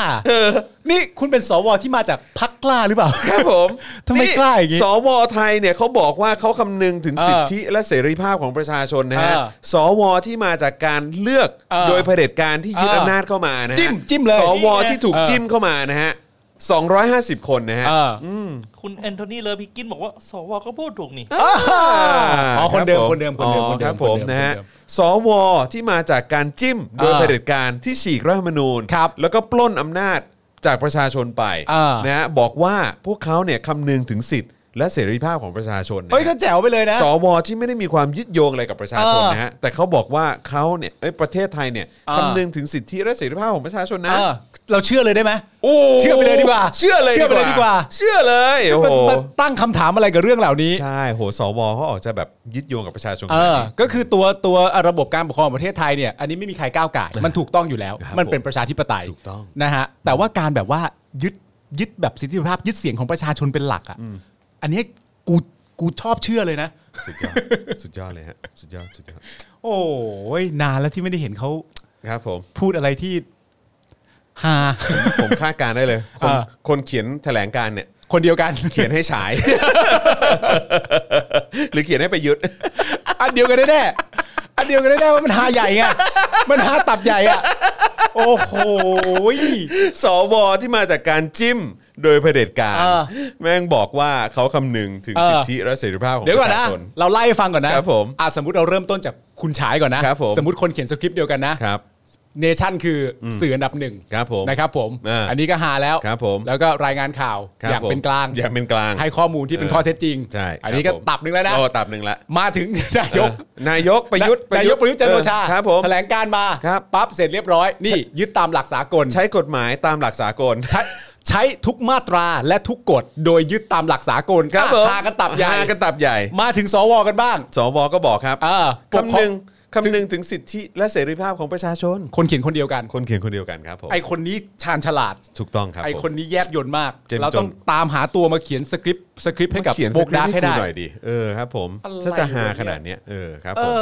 นี่คุณเป็นสวที่มาจากพักกล้าหรือเปล่า ครับผม ทำไม นี่ กล้าอย่างงี้ สวไทยเนี่ยเขาบอกว่าเขาคำนึงถึง เออ สิทธิและเสรีภาพของประชาชนนะฮะ เออ สวที่มาจากการเลือก เออ โดยเผด็จการที่ยึด เออ อำนาจเข้ามานะฮะ จิ้มจิ้มเลย สว นี่ไง ที่ถูกจิ้มเข้ามานะฮะ250 คนนะฮะ เออ คุณแอนโทนีเลอพิกกินบอกว่า สวก็พูดถูกนี่ อ๋อคนเดิม รับผ คนเดิมคนเดิอ๋มอ คน ค เดิ รั ม บผมนะฮะ คเดิม สวที่มาจากการจิ้มโดย เออ เผด็จการที่ฉีกรัฐธรรมนูญ ครับ แล้วก็ปล้นอำนาจจากประชาชนไป เออ นะฮะบอกว่าพวกเขาเนี่ยคำนึงถึงสิทธิและเสรีภาพของประชาชนนะฮะ เฮ้ยก็แจ๋วไปเลยนะ สวที่ไม่ได้มีความยึดโยงอะไรกับประชาชน เออ นะฮะแต่เขาบอกว่าเขาเนี่ยเอ้ยประเทศไทยเนี่ย เออ คำนึงถึงสิทธิและเสรีภาพของประชาชน เอ นะ อเราเชื่อเลยได้ไหม โอ้ เชื่อไปเลยดีกว่า เชื่อเลย เชื่อไปเลยดีกว่า เชื่อเลยโอ้ มัน โห มันตั้งคำถามอะไรกับเรื่องเหล่านี้ ใช่โหสวเขาออกจะแบบยึดโยงกับประชาชน เอ ข อ นาดนี้ ก็คือตัวตัวระบบการปกครองของประเทศไทยเนี่ยอันนี้ไม่มีใครก้าวไก่ายมันถูกต้องอยู่แล้ว ครับ มันเป็นประชาธิปไตย ถูกต้อง นะฮะแต่ว่าการแบบว่ายึดยึดแบบสิทธิภาพยึดเสียงของประชาชนเป็นหลักอ่ะอันเนี้ยกูกูชอบเชื่อเลยนะ สุดยอดสุดยอดเลยฮะสุดยอดสุดยอด โอ้ยนานแล้วที่ไม่ได้เห็นเขา ครับผม พูดอะไรที่ฮา ผมคาดการณ์ได้เลยคน เออ คนเขียนแถลงการณ์เนี่ย คนเดียวกัน เขียนให้ฉาย [laughs] หรือเขียนให้ไประยุทธ อันเดียวกันแน่ๆอันเดียวกันแน่ๆว่ามันฮาใหญ่ไงมันฮาตับใหญ่อะโอ้โห สวที่มาจากการจิ้มโดยเผด็จการ เออ แม่งบอกว่าเขาคำนึงถึงสิทธิและเสรีภาพของ เดี๋ยว ป ก่อน ระ นะ ชาชน เราไล่ให้ฟังก่อนนะครับ ผม อ่ะสมมติเราเริ่มต้นจากคุณฉายก่อนนะครับ ผม สมมติคนเขียนสคริปต์เดียวกันนะครับ เนชั่นคืออสื่ออันดับหนึ่ง ครับผม นะครับผม อ่า อันนี้ก็ฮาแล้ว ครับผม แล้วก็รายงานข่าว ครับ อย่างเป็นกลาง ผมอย่างเป็นกลาง ให้ข้อมูลที่เป็น เออ ข้อเท็จจริง ใช่ อันนี้ก็ ครับผม ตับหนึ่งแล้วนะ โอ้ตับหนึ่งละ มาถึง [laughs] นายก เออนายกประยุทธ์ นายกประยุทธ์จันทร์โอชา เออครับผม แถลงการมา ครับ ปั๊บเสร็จเรียบร้อย นี่ยึดตามหลักสากล ใช้กฎหมายตามหลักสากล ใช้ใช้ทุกมาตราและทุกกฎโดยยึดตามหลักสากล ครับ อ่ะ ผม พากันตับใหญ่ พกันตับใหญ่ มาถึงสวกันบ้าง สวก็บอกครับ เออปก คำ ครอ นึ ง งคำนึงถึงสิทธิและเสรีภาพของประชาชน คนเขียนคนเดียวกัน คนเขียนคนเดียวกันครับผม ไอคนนี้ชาญฉลาด ถูกต้องครับ ไอ ผม คนนี้แยบยนต์มาก เจ้มจน เราต้องตามหาตัวมาเขียนสคริปต์สคริปต์ให้กับ เขียน โปกดาร์ก ให้ ให้ได้ หน่อยดิเออครับผม อะไร ถ้าจะหาว ะเนี่ย ขนาดเนี้ยเออครับ เอ ผม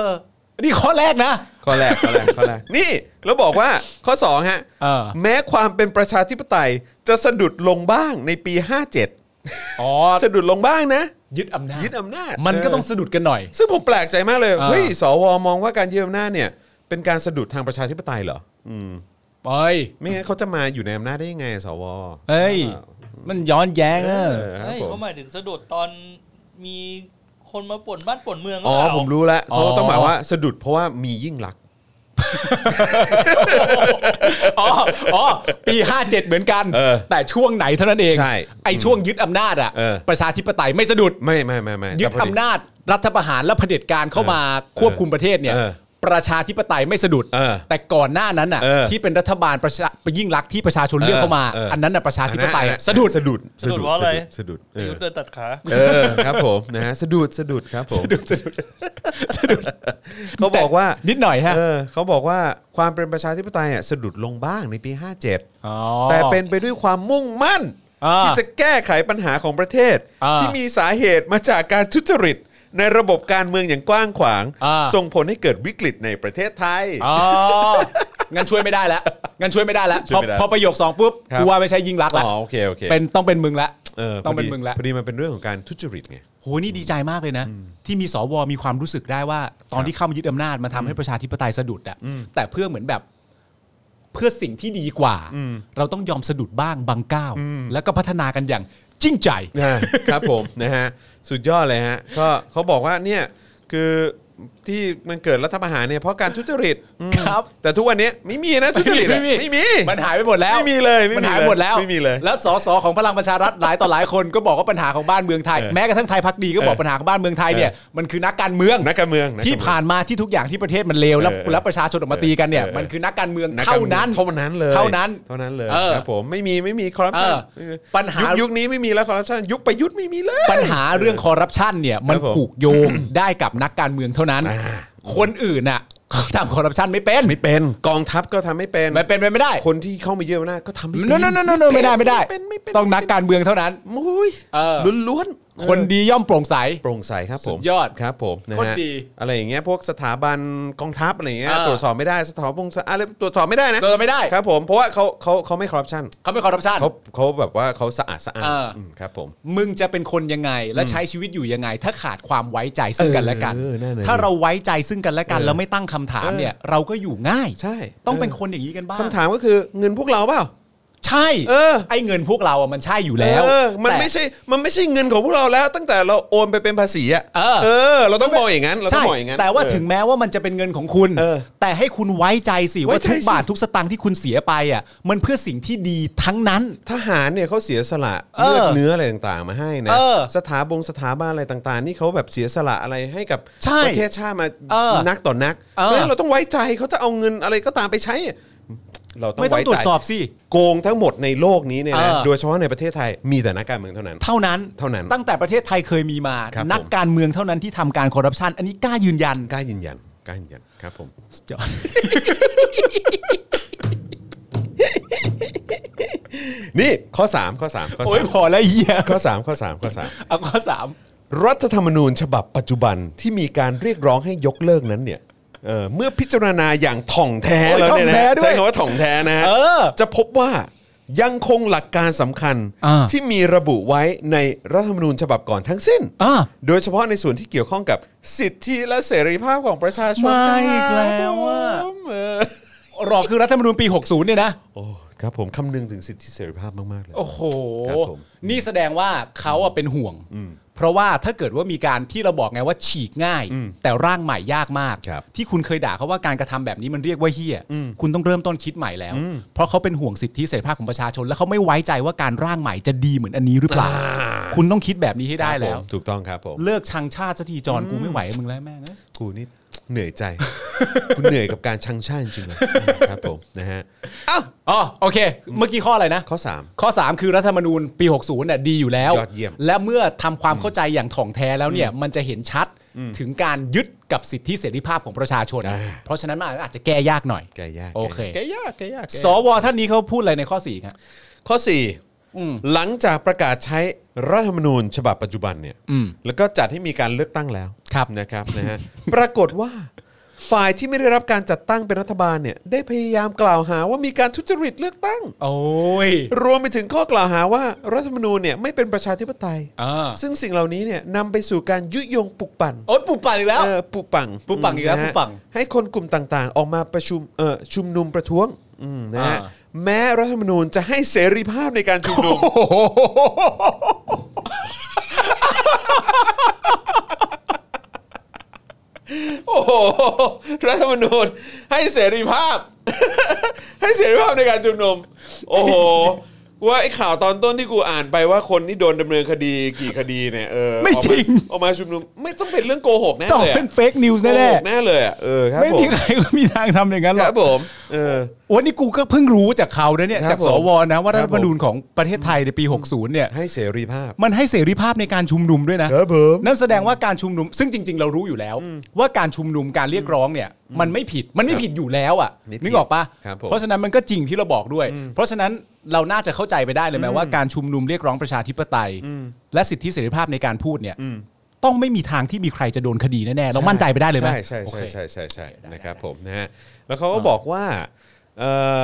อ นี่ข้อแรกนะ ข้อแรกข้อแรกข้อแรกนี่แล้วบอกว่าข้อ2ฮะ เออ แม้ความเป็นประชาธิปไตยจะสะดุดลงบ้างในปี 57 อ๋อ สะดุดลงบ้างนะ ยึดอำนาจ ยึดอำนาจ มันก็ เ ต้องสะดุดกันหน่อย ซึ่งผมแปลกใจมากเลย เออ เฮ้ยสวมองว่าการยึดอำนาจเนี่ย เป็นการสะดุดทางประชาธิปไตยเหรอ อืม เอ้ย ไม่งั้นเขาจะมาอยู่ในอำนาจได้ยังไง สว เอ้ย มันย้อนแย้งนะ เออครับ เฮ้ย ผม เขาหมายถึงสะดุดตอน มีคนมาป่นบ้านป่นเมืองหรื อ๋อ เปล่า ผมรู้แล้ว อ๋ เขา อ ต้องหมายว่าสะดุดเพราะว่ามียิ่งลักษณ์ อ๋ออ๋อปี 57 เหมือนกัน แต่ช่วงไหนเท่านั้นเอง ใช่ ไอช่วงยึดอำนาจอ่ะ เออ ประชาธิปไตยไม่สะดุด ไม่ไม่ไม่ไม่ ยึด แต่พ อำนาจรัฐประหารและเผด็จการเข้ามาควบคุมประเทศเนี่ย เออ ประชาธิปไตยไม่สะดุด เออ แต่ก่อนหน้านั้นอ่ะ เออ ที่เป็นรัฐบาลประชายิ่งรักษณ์ที่ประชาชนเลือกเข้ามา เออเอออั อันนั้นน่ะประชาธิปไตย อันนั้น สะดุด สะดุด สะดุดว่าอะไร สะดุด ป เอ ระ อ ยุทธ์เดินตัดขา เออครับผม [laughs] นะฮะสะดุดสะดุดครับผม สะดุดสะดุดสะดุด เขาบอกว่า แต่นิดหน่อยฮะ เออเขาบอกว่าความเป็นประชาธิปไตยอ่ะสะดุดลงบ้างในปี 57 อ แต่เป็นไปด้วยความมุ่งมั่น อ่า ที่จะแก้ไขปัญหาของประเทศ อ่า ที่มีสาเหตุมาจากการทุจริต ในระบบการเมืองอย่างกว้างขวาง อ่า ส่งผลให้เกิดวิกฤตในประเทศไทย อ๋องั้นช่วยไม่ได้แล้วงั้นช่วยไม่ได้แล้ว ช่ พ ว อย ไม่ได้ พอประโยคสองปุ๊บ ครับ กูว่าไม่ใช่ยิ่งรักษณ์ อ๋ ละ อโอเคโอเค เป็นต้องเป็นมึงละ พ ต้ออง ดี เป็นมึงละ พอดีมันเป็นเรื่องของการทุจริตไง โหนี่ดีใจมากเลยนะ ที่มีสวมีความรู้สึกได้ว่า ตอนที่เข้ามายึดอำนาจมาทำให้ประชาธิปไตยสะดุดอะแต่เพื่อเหมือนแบบ เพื่อสิ่งที่ดีกว่า เราต้องยอมสะดุดบ้างบางก้าวแล้วก็พัฒนากันอย่างจริงใจ อ่า [laughs] ครับผม นะฮะสุดยอดเลยฮะก็เขาบอกว่าเนี่ยคือที่มันเกิดรัฐประหารเนี่ยเพราะการทุจริตอืม ครับ แต่ทุกวันเนี้ยไม่มีนะทุจริตอะไม่มี มันหายไปหมดแล้ว ไม่มีเลยไม่มี นหายหมดแล้ว ไม่มีเลย แล้วสสของพลังประชารัฐหลายต่อหลายคนก็บอกว่าปัญหาของบ้านเมืองไทย เออ แม้กระทั่งไทยพักดีก็บอก เออ ปัญหาของบ้านเมืองไทยเนี่ย เออ มันคือนักการเมือง นักการเมืองกกรเมือง ที่ผ่านมาที่ทุกอย่างที่ประเทศมันเลวแล้ว เออเออ แล้วประชาชนออกมาตีกันเนี่ย เออเออ มันคือนักการเมือง กกร เท่า มือง นั้น เท่านั้นเลย เท่านั้น เท่านั้นเลย เออ ครับผมไม่มีไม่มีคอร์รัปชัน เออปัญหายุ ยุคนี้ไม่มีแล้วคอร์รัปชันยุคประยุทธ์ไม่มีเลย ปัญหาเรื่องคอร์รัปชันเนี่ยมัคนรับผม ผูกโยง ได้กับนักการเมืองเท่านั้น อ่า คนอื่นน่ะเขาทำคอร์รัปชันไม่เป็น ไม่เป็นกองทัพก็ทำไม่เป็น ไม่เป็นไปไม่ได้ คนที่เข้ามาเยอะนาจก็ทำไม่เป็น โนโนโนโนไม่ได้ไม่ได้ เป็นไม่เป็น ต้องนักการเมืองเท่านั้น มุ้ย เออ ล้วนๆเออ คนดีย่อมโปร่งใส โปร่งใสครับผม สุดยอด ครับผมนะ โคตร ฮะ ดี อะไรอย่างเงี้ยพวกสถาบันกองทัพอะไรอย่างเงี้ย เออ ตรวจสอบไม่ได้สถาบันอะไรตรวจสอบไม่ได้นะ ตรวจสอบไม่ได้ ครับผมเพราะว่าเขาเขาเขาไม่คอร์รัปชัน เขาไม่คอร์รัปชัน เขาเขาแบบว่าเขาสะอาดสะอาด เอออื มครับผม มึงจะเป็นคนยังไงและใช้ชีวิตอยู่ยังไง ถ้าขาดความไว้ใจซึ่งกันและกัน เออนั่นน่ะ ถ้าเราไว้ใจซึ่งกันและกัน เออ แล้วไม่ตั้งคำถามเนี่ย เราก็อยู่ง่าย ใช่ ต้อง เออ เป็นคนอย่างนี้กันบ้าง คำถามก็คือเงินพวกเราเปล่า ใช่ เออ ไอ้เงินพวกเราอ่ะมันใช่อยู่แล้ว เออมัน แต่ ไม่ใช่มันไม่ใช่เงินของพวกเราแล้ว ตั้งแต่เราโอนไปเป็นภาษีอะ เออ เออ เราต้องมองอย่างนั้นเราต้ ใช่ องมองอย่างนั้น แต่ว่า เออ ถึงแม้ว่ามันจะเป็นเงินของคุณ เออ แต่ให้คุณไว้ใจสิ ไว้ ว่า ใจ ทุกบาท สิ ทุกสตางค์ที่คุณเสียไปอ่ะมันเพื่อสิ่งที่ดีทั้งนั้น ทหารเนี่ยเขาเสียสละ เอเลืออดเนื้ออะไรต่างๆ มาให้นะ เออ สถาบงสถาบันอะไรต่างๆ นี่เขาแบบเสียสละอะไรให้กับ ใช่ ประเทศชาติมา เออ นักต่อนัก เออ พราะฉะนั้นเราต้องไว้ใจเขาจะเอาเงินอะไรก็ตามไปใช้ เราต้อง ไม่ต้อง ไว้ ตรว ใจ จสอบสิ โกงทั้งหมดในโลกนี้เนี่ยนะ เออ โดยเฉพาะในประเทศไทยมีแต่นักการเมืองเท่านั้น เท่านั้น เท่านั้น ตั้งแต่ประเทศไทยเคยมีมา ครับ นัก ผม การเมืองเท่านั้นที่ทำการคอร์รัปชันอันนี้กล้ายืนยัน กล้ายืนยันกล้ายืนยันครับผม สุดยอด นี่ข้อสามข้อสามข้อ โอ้ สาย ม พอแล้วเฮีย ข้อสามข้อสามข้อสาม เอาข้อสาม รัฐธรรมนูญฉบับปัจจุบันที่มีการเรียกร้องให้ยกเลิกนั้นเนี่ยเอ่อเมื่อพิจารณาอย่างถ่องแท้ โอ้ย แล้วเนี่ย ถ่องแท้ นะ ด้วย ใช้คำว่าถ่องแท้นะฮะ เออ จะพบว่ายังคงหลักการสำคัญ อ่า ที่มีระบุไว้ในรัฐธรรมนูญฉบับก่อนทั้งสิ้น อ่า โดยเฉพาะในส่วนที่เกี่ยวข้องกับสิทธิและเสรีภาพของประชาชน มาอีก ครับ แล้วอะ ผมเออ รอคือรัฐธรรมนูญปี 60 เนี่ยนะ โอ้ครับผมคำนึงถึงสิทธิเสรีภาพมากๆเลย โอ้โห ครับผม นี่แสดงว่าเขาอะเป็นห่วง เพราะว่าถ้าเกิดว่ามีการที่เราบอกไงว่าฉีกง่าย แต่ร่างใหม่ยากมาก ครับ ที่คุณเคยด่าเขาว่าการกระทำแบบนี้มันเรียกว่าเฮี้ย คุณต้องเริ่มต้นคิดใหม่แล้ว เพราะเขาเป็นห่วงสิทธิเสรีภาพของประชาชน และเขาไม่ไว้ใจว่าการร่างใหม่จะดีเหมือนอันนี้หรือเปล่า คุณต้องคิดแบบนี้ให้ได้ ครับผม แล้ว ถูกต้องครับผม เลิกชังชาติสักทีจอนกูไม่ไหวกับมึงแล้วแม่งเอ้ย กูนี่เหนื่อยใจกูเหนื่อยกับการชังชาติจริงๆเลยครับผมนะฮะ อ๋อโอเค เมื่อกี้ข้ออะไรนะ ข้อสาม ข้อ 3 คือรัฐธรรมนูญปี 60น่ะดีอยู่แล้ว ยอดเยี่ยม และเมื่อทำความเข้าใจอย่างถ่องแท้แล้วเนี่ยมันจะเห็นชัดถึงการยึดกับสิทธิเสรีภาพของประชาชน เพราะฉะนั้นมันอาจจะแก้ยากหน่อย แกยาก โอเค แกยากแกยากแกยาก สวท่านนี้เขาพูดอะไรในข้อ4ครับ ข้อ 4 หลังจากประกาศใช้รัฐธรรมนูญฉบับปัจจุบันเนี่ย อืม แล้วก็จัดให้มีการเลือกตั้งแล้ว ครับ นะครับนะฮ [laughs] ะ ปรากฏว่า ฝ่ายที่ไม่ได้รับการจัดตั้งเป็นรัฐบาลเนี่ยได้พยายามกล่าวหาว่ามีการทุจริตเลือกตั้ง โอ้ย รวมไปถึงข้อกล่าวหาว่ารัฐธรรมนูญเนี่ยไม่เป็นประชาธิปไตย อ่า ซึ่งสิ่งเหล่านี้เนี่ยนำไปสู่การยุยงปลุกปั่น โอ๊ยปูปันอีกแล้ว เออปูปัง ปูปังอีกแล้ว นะฮะ ปูปัง ให้คนกลุ่มต่างๆ ออกมาประชุมเออชุมนุมประท้วงอืมนะฮะ อ่า แม้รัฐธรรมนูญจะให้เสรีภาพในการชุมนุม รัฐธรรมนูญให้เสรีภาพ [laughs] ให้เสรีภาพในการชุมนุม โอ้โห ว่าไอ้ข่าวตอนต้นที่กูอ่านไปว่าคนที่โดนดำเนินคดีกี่คดีเนี่ยเออ ไม่จริง ออกมาชุมนุม ไม่ต้องเป็นเรื่องโกหกแน่ ต้อง เลยอะ เป็นเฟกนิวส์ โก แน่ หกแน่เลยอะเออค ๆ รับ ไม่ ผ มี ม ใครก็มีทางทำอย่างนั้นหร ค อ รั ก บผม เออ วันนี้กูก็เพิ่งรู้จากเขานะเนี่ย ครับ จากส ผม วนะว่ารัฐธรรมนูญ ครับผม ของประเทศไทยในปี 60 เนี่ย ให้เสรีภาพ มันให้เสรีภาพในการชุมนุมด้วยนะ ครับผม นั่นแสดงว่าการชุมนุม ซึ่งจริง ๆ เรารู้อยู่แล้ว ว่าการชุมนุมการเรียกร้องเนี่ย มันไม่ผิดมันไม่ผิดอยู่แล้วอ่ะ ไม่ผิด นึกออกปะ ครับผม เพราะฉะนั้นมันก็จริงที่เราบอกด้วย เพราะฉะนั้นเราน่าจะเข้าใจไปได้เลยไหมว่าการชุมนุมเรียกร้องประชาธิปไตย และสิทธิเสรีภาพในการพูดเนี่ยต้องไม่มีทางที่มีใครจะโดนคดีแน่ๆเรามั่นใจไปได้เลยไหม ใช่ใช่ โอเค ใช่ใช่ใช่ใช่นะครับผมนะฮะแล้วเขาก็บอกว่าเอ่อ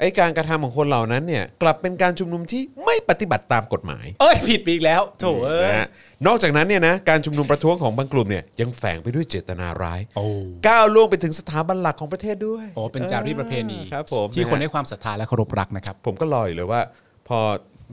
ไอการกระทำของคนเหล่านั้นเนี่ยกลับเป็นการชุมนุมที่ไม่ปฏิบัติตามกฎหมาย เอ้ยผิดไปอีกแล้วโถเอ้ย นะฮะนอกจากนั้นเนี่ยนะการชุมนุมประท้วงของบางกลุ่มเนี่ยยังแฝงไปด้วยเจตนาร้าย โอ้ ก้าวล่วงไปถึงสถาบันหลักของประเทศด้วย โอ้เป็นจารีตประเพณี ครับผม ที่คน นะ ให้ ฮะ ความศรัทธาและเคารพรักนะครับ ผมก็รออยู่เลยว่า พอ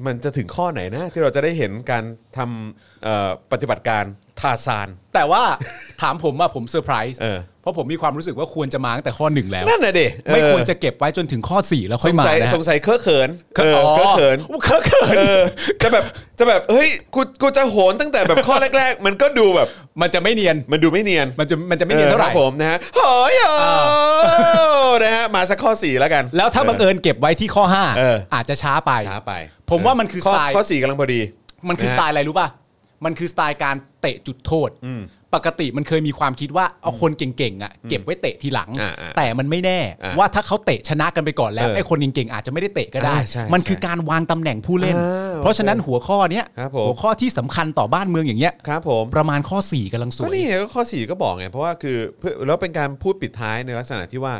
มันจะถึงข้อไหนนะที่เราจะได้เห็นการทำเอ่อปฏิบัติการทาซาน แต่ว่า [laughs] ถามผมว่าผมเซอร์ไพรส์ เออ เพราะผมมีความรู้สึกว่าควรจะมาตั้งแต่ข้อหนึ่งแล้ว นั่นน่ะดิเออ ไม่ควรจะเก็บไว้จนถึงข้อ 4 แล้วค่ ส อย ง มา สัย นะ สงสัยเคอะเขิน เอ เออ อ เคอะเขิน เคอะเขิน เออจะแบบจะแบบเฮ้ยกูกูจะโหนตั้งแต่แบบข้อแรก ๆ มันก็ดูแบบ มันจะไม่เนียน มันดูไม่เนียน มันจะมันจะไม่เนียนเท่าไหร่ ออคบผมนะฮะโหยโอ อ่ นะฮะมาสักข้อสี่แล้วกัน แล้วถ้าบังเอิญเก็บไว้ที่ข้อ เออ 5 อาจจะช้าไป ช้าไป ผมว่ามันคือ ข้ สไตล์ ข้อสี่กำลังพอดี มันคือ นะ ส ฮะ ไตล์อะไรรู้ป่ะ มันคือสไตล์การเตะจุดโทษ ปกติมันเคยมีความคิดว่าเอาคนเก่งๆอ่ะเก็บไว้เตะทีหลัง อ่าๆ แต่มันไม่แน่ อ่า ว่าถ้าเขาเตะชนะกันไปก่อนแล้ว เออ ไอ้คนเก่งๆอาจจะไม่ได้เตะก็ได้ อ่าใช่ มันคือการวางตำแหน่งผู้เล่น อ่า เพราะฉะนั้นหัวข้อเนี้ย ครับผม หัวข้อที่สำคัญต่อบ้านเมืองอย่างเงี้ย ครับผม ประมาณข้อ4กำลังสว ก็ ย นี่ไงก็ข้อสี่ก็บอกไงเพราะว่าคือเพื่อแล้วเป็นการพูดปิดท้ายในลักษณะที่ว่า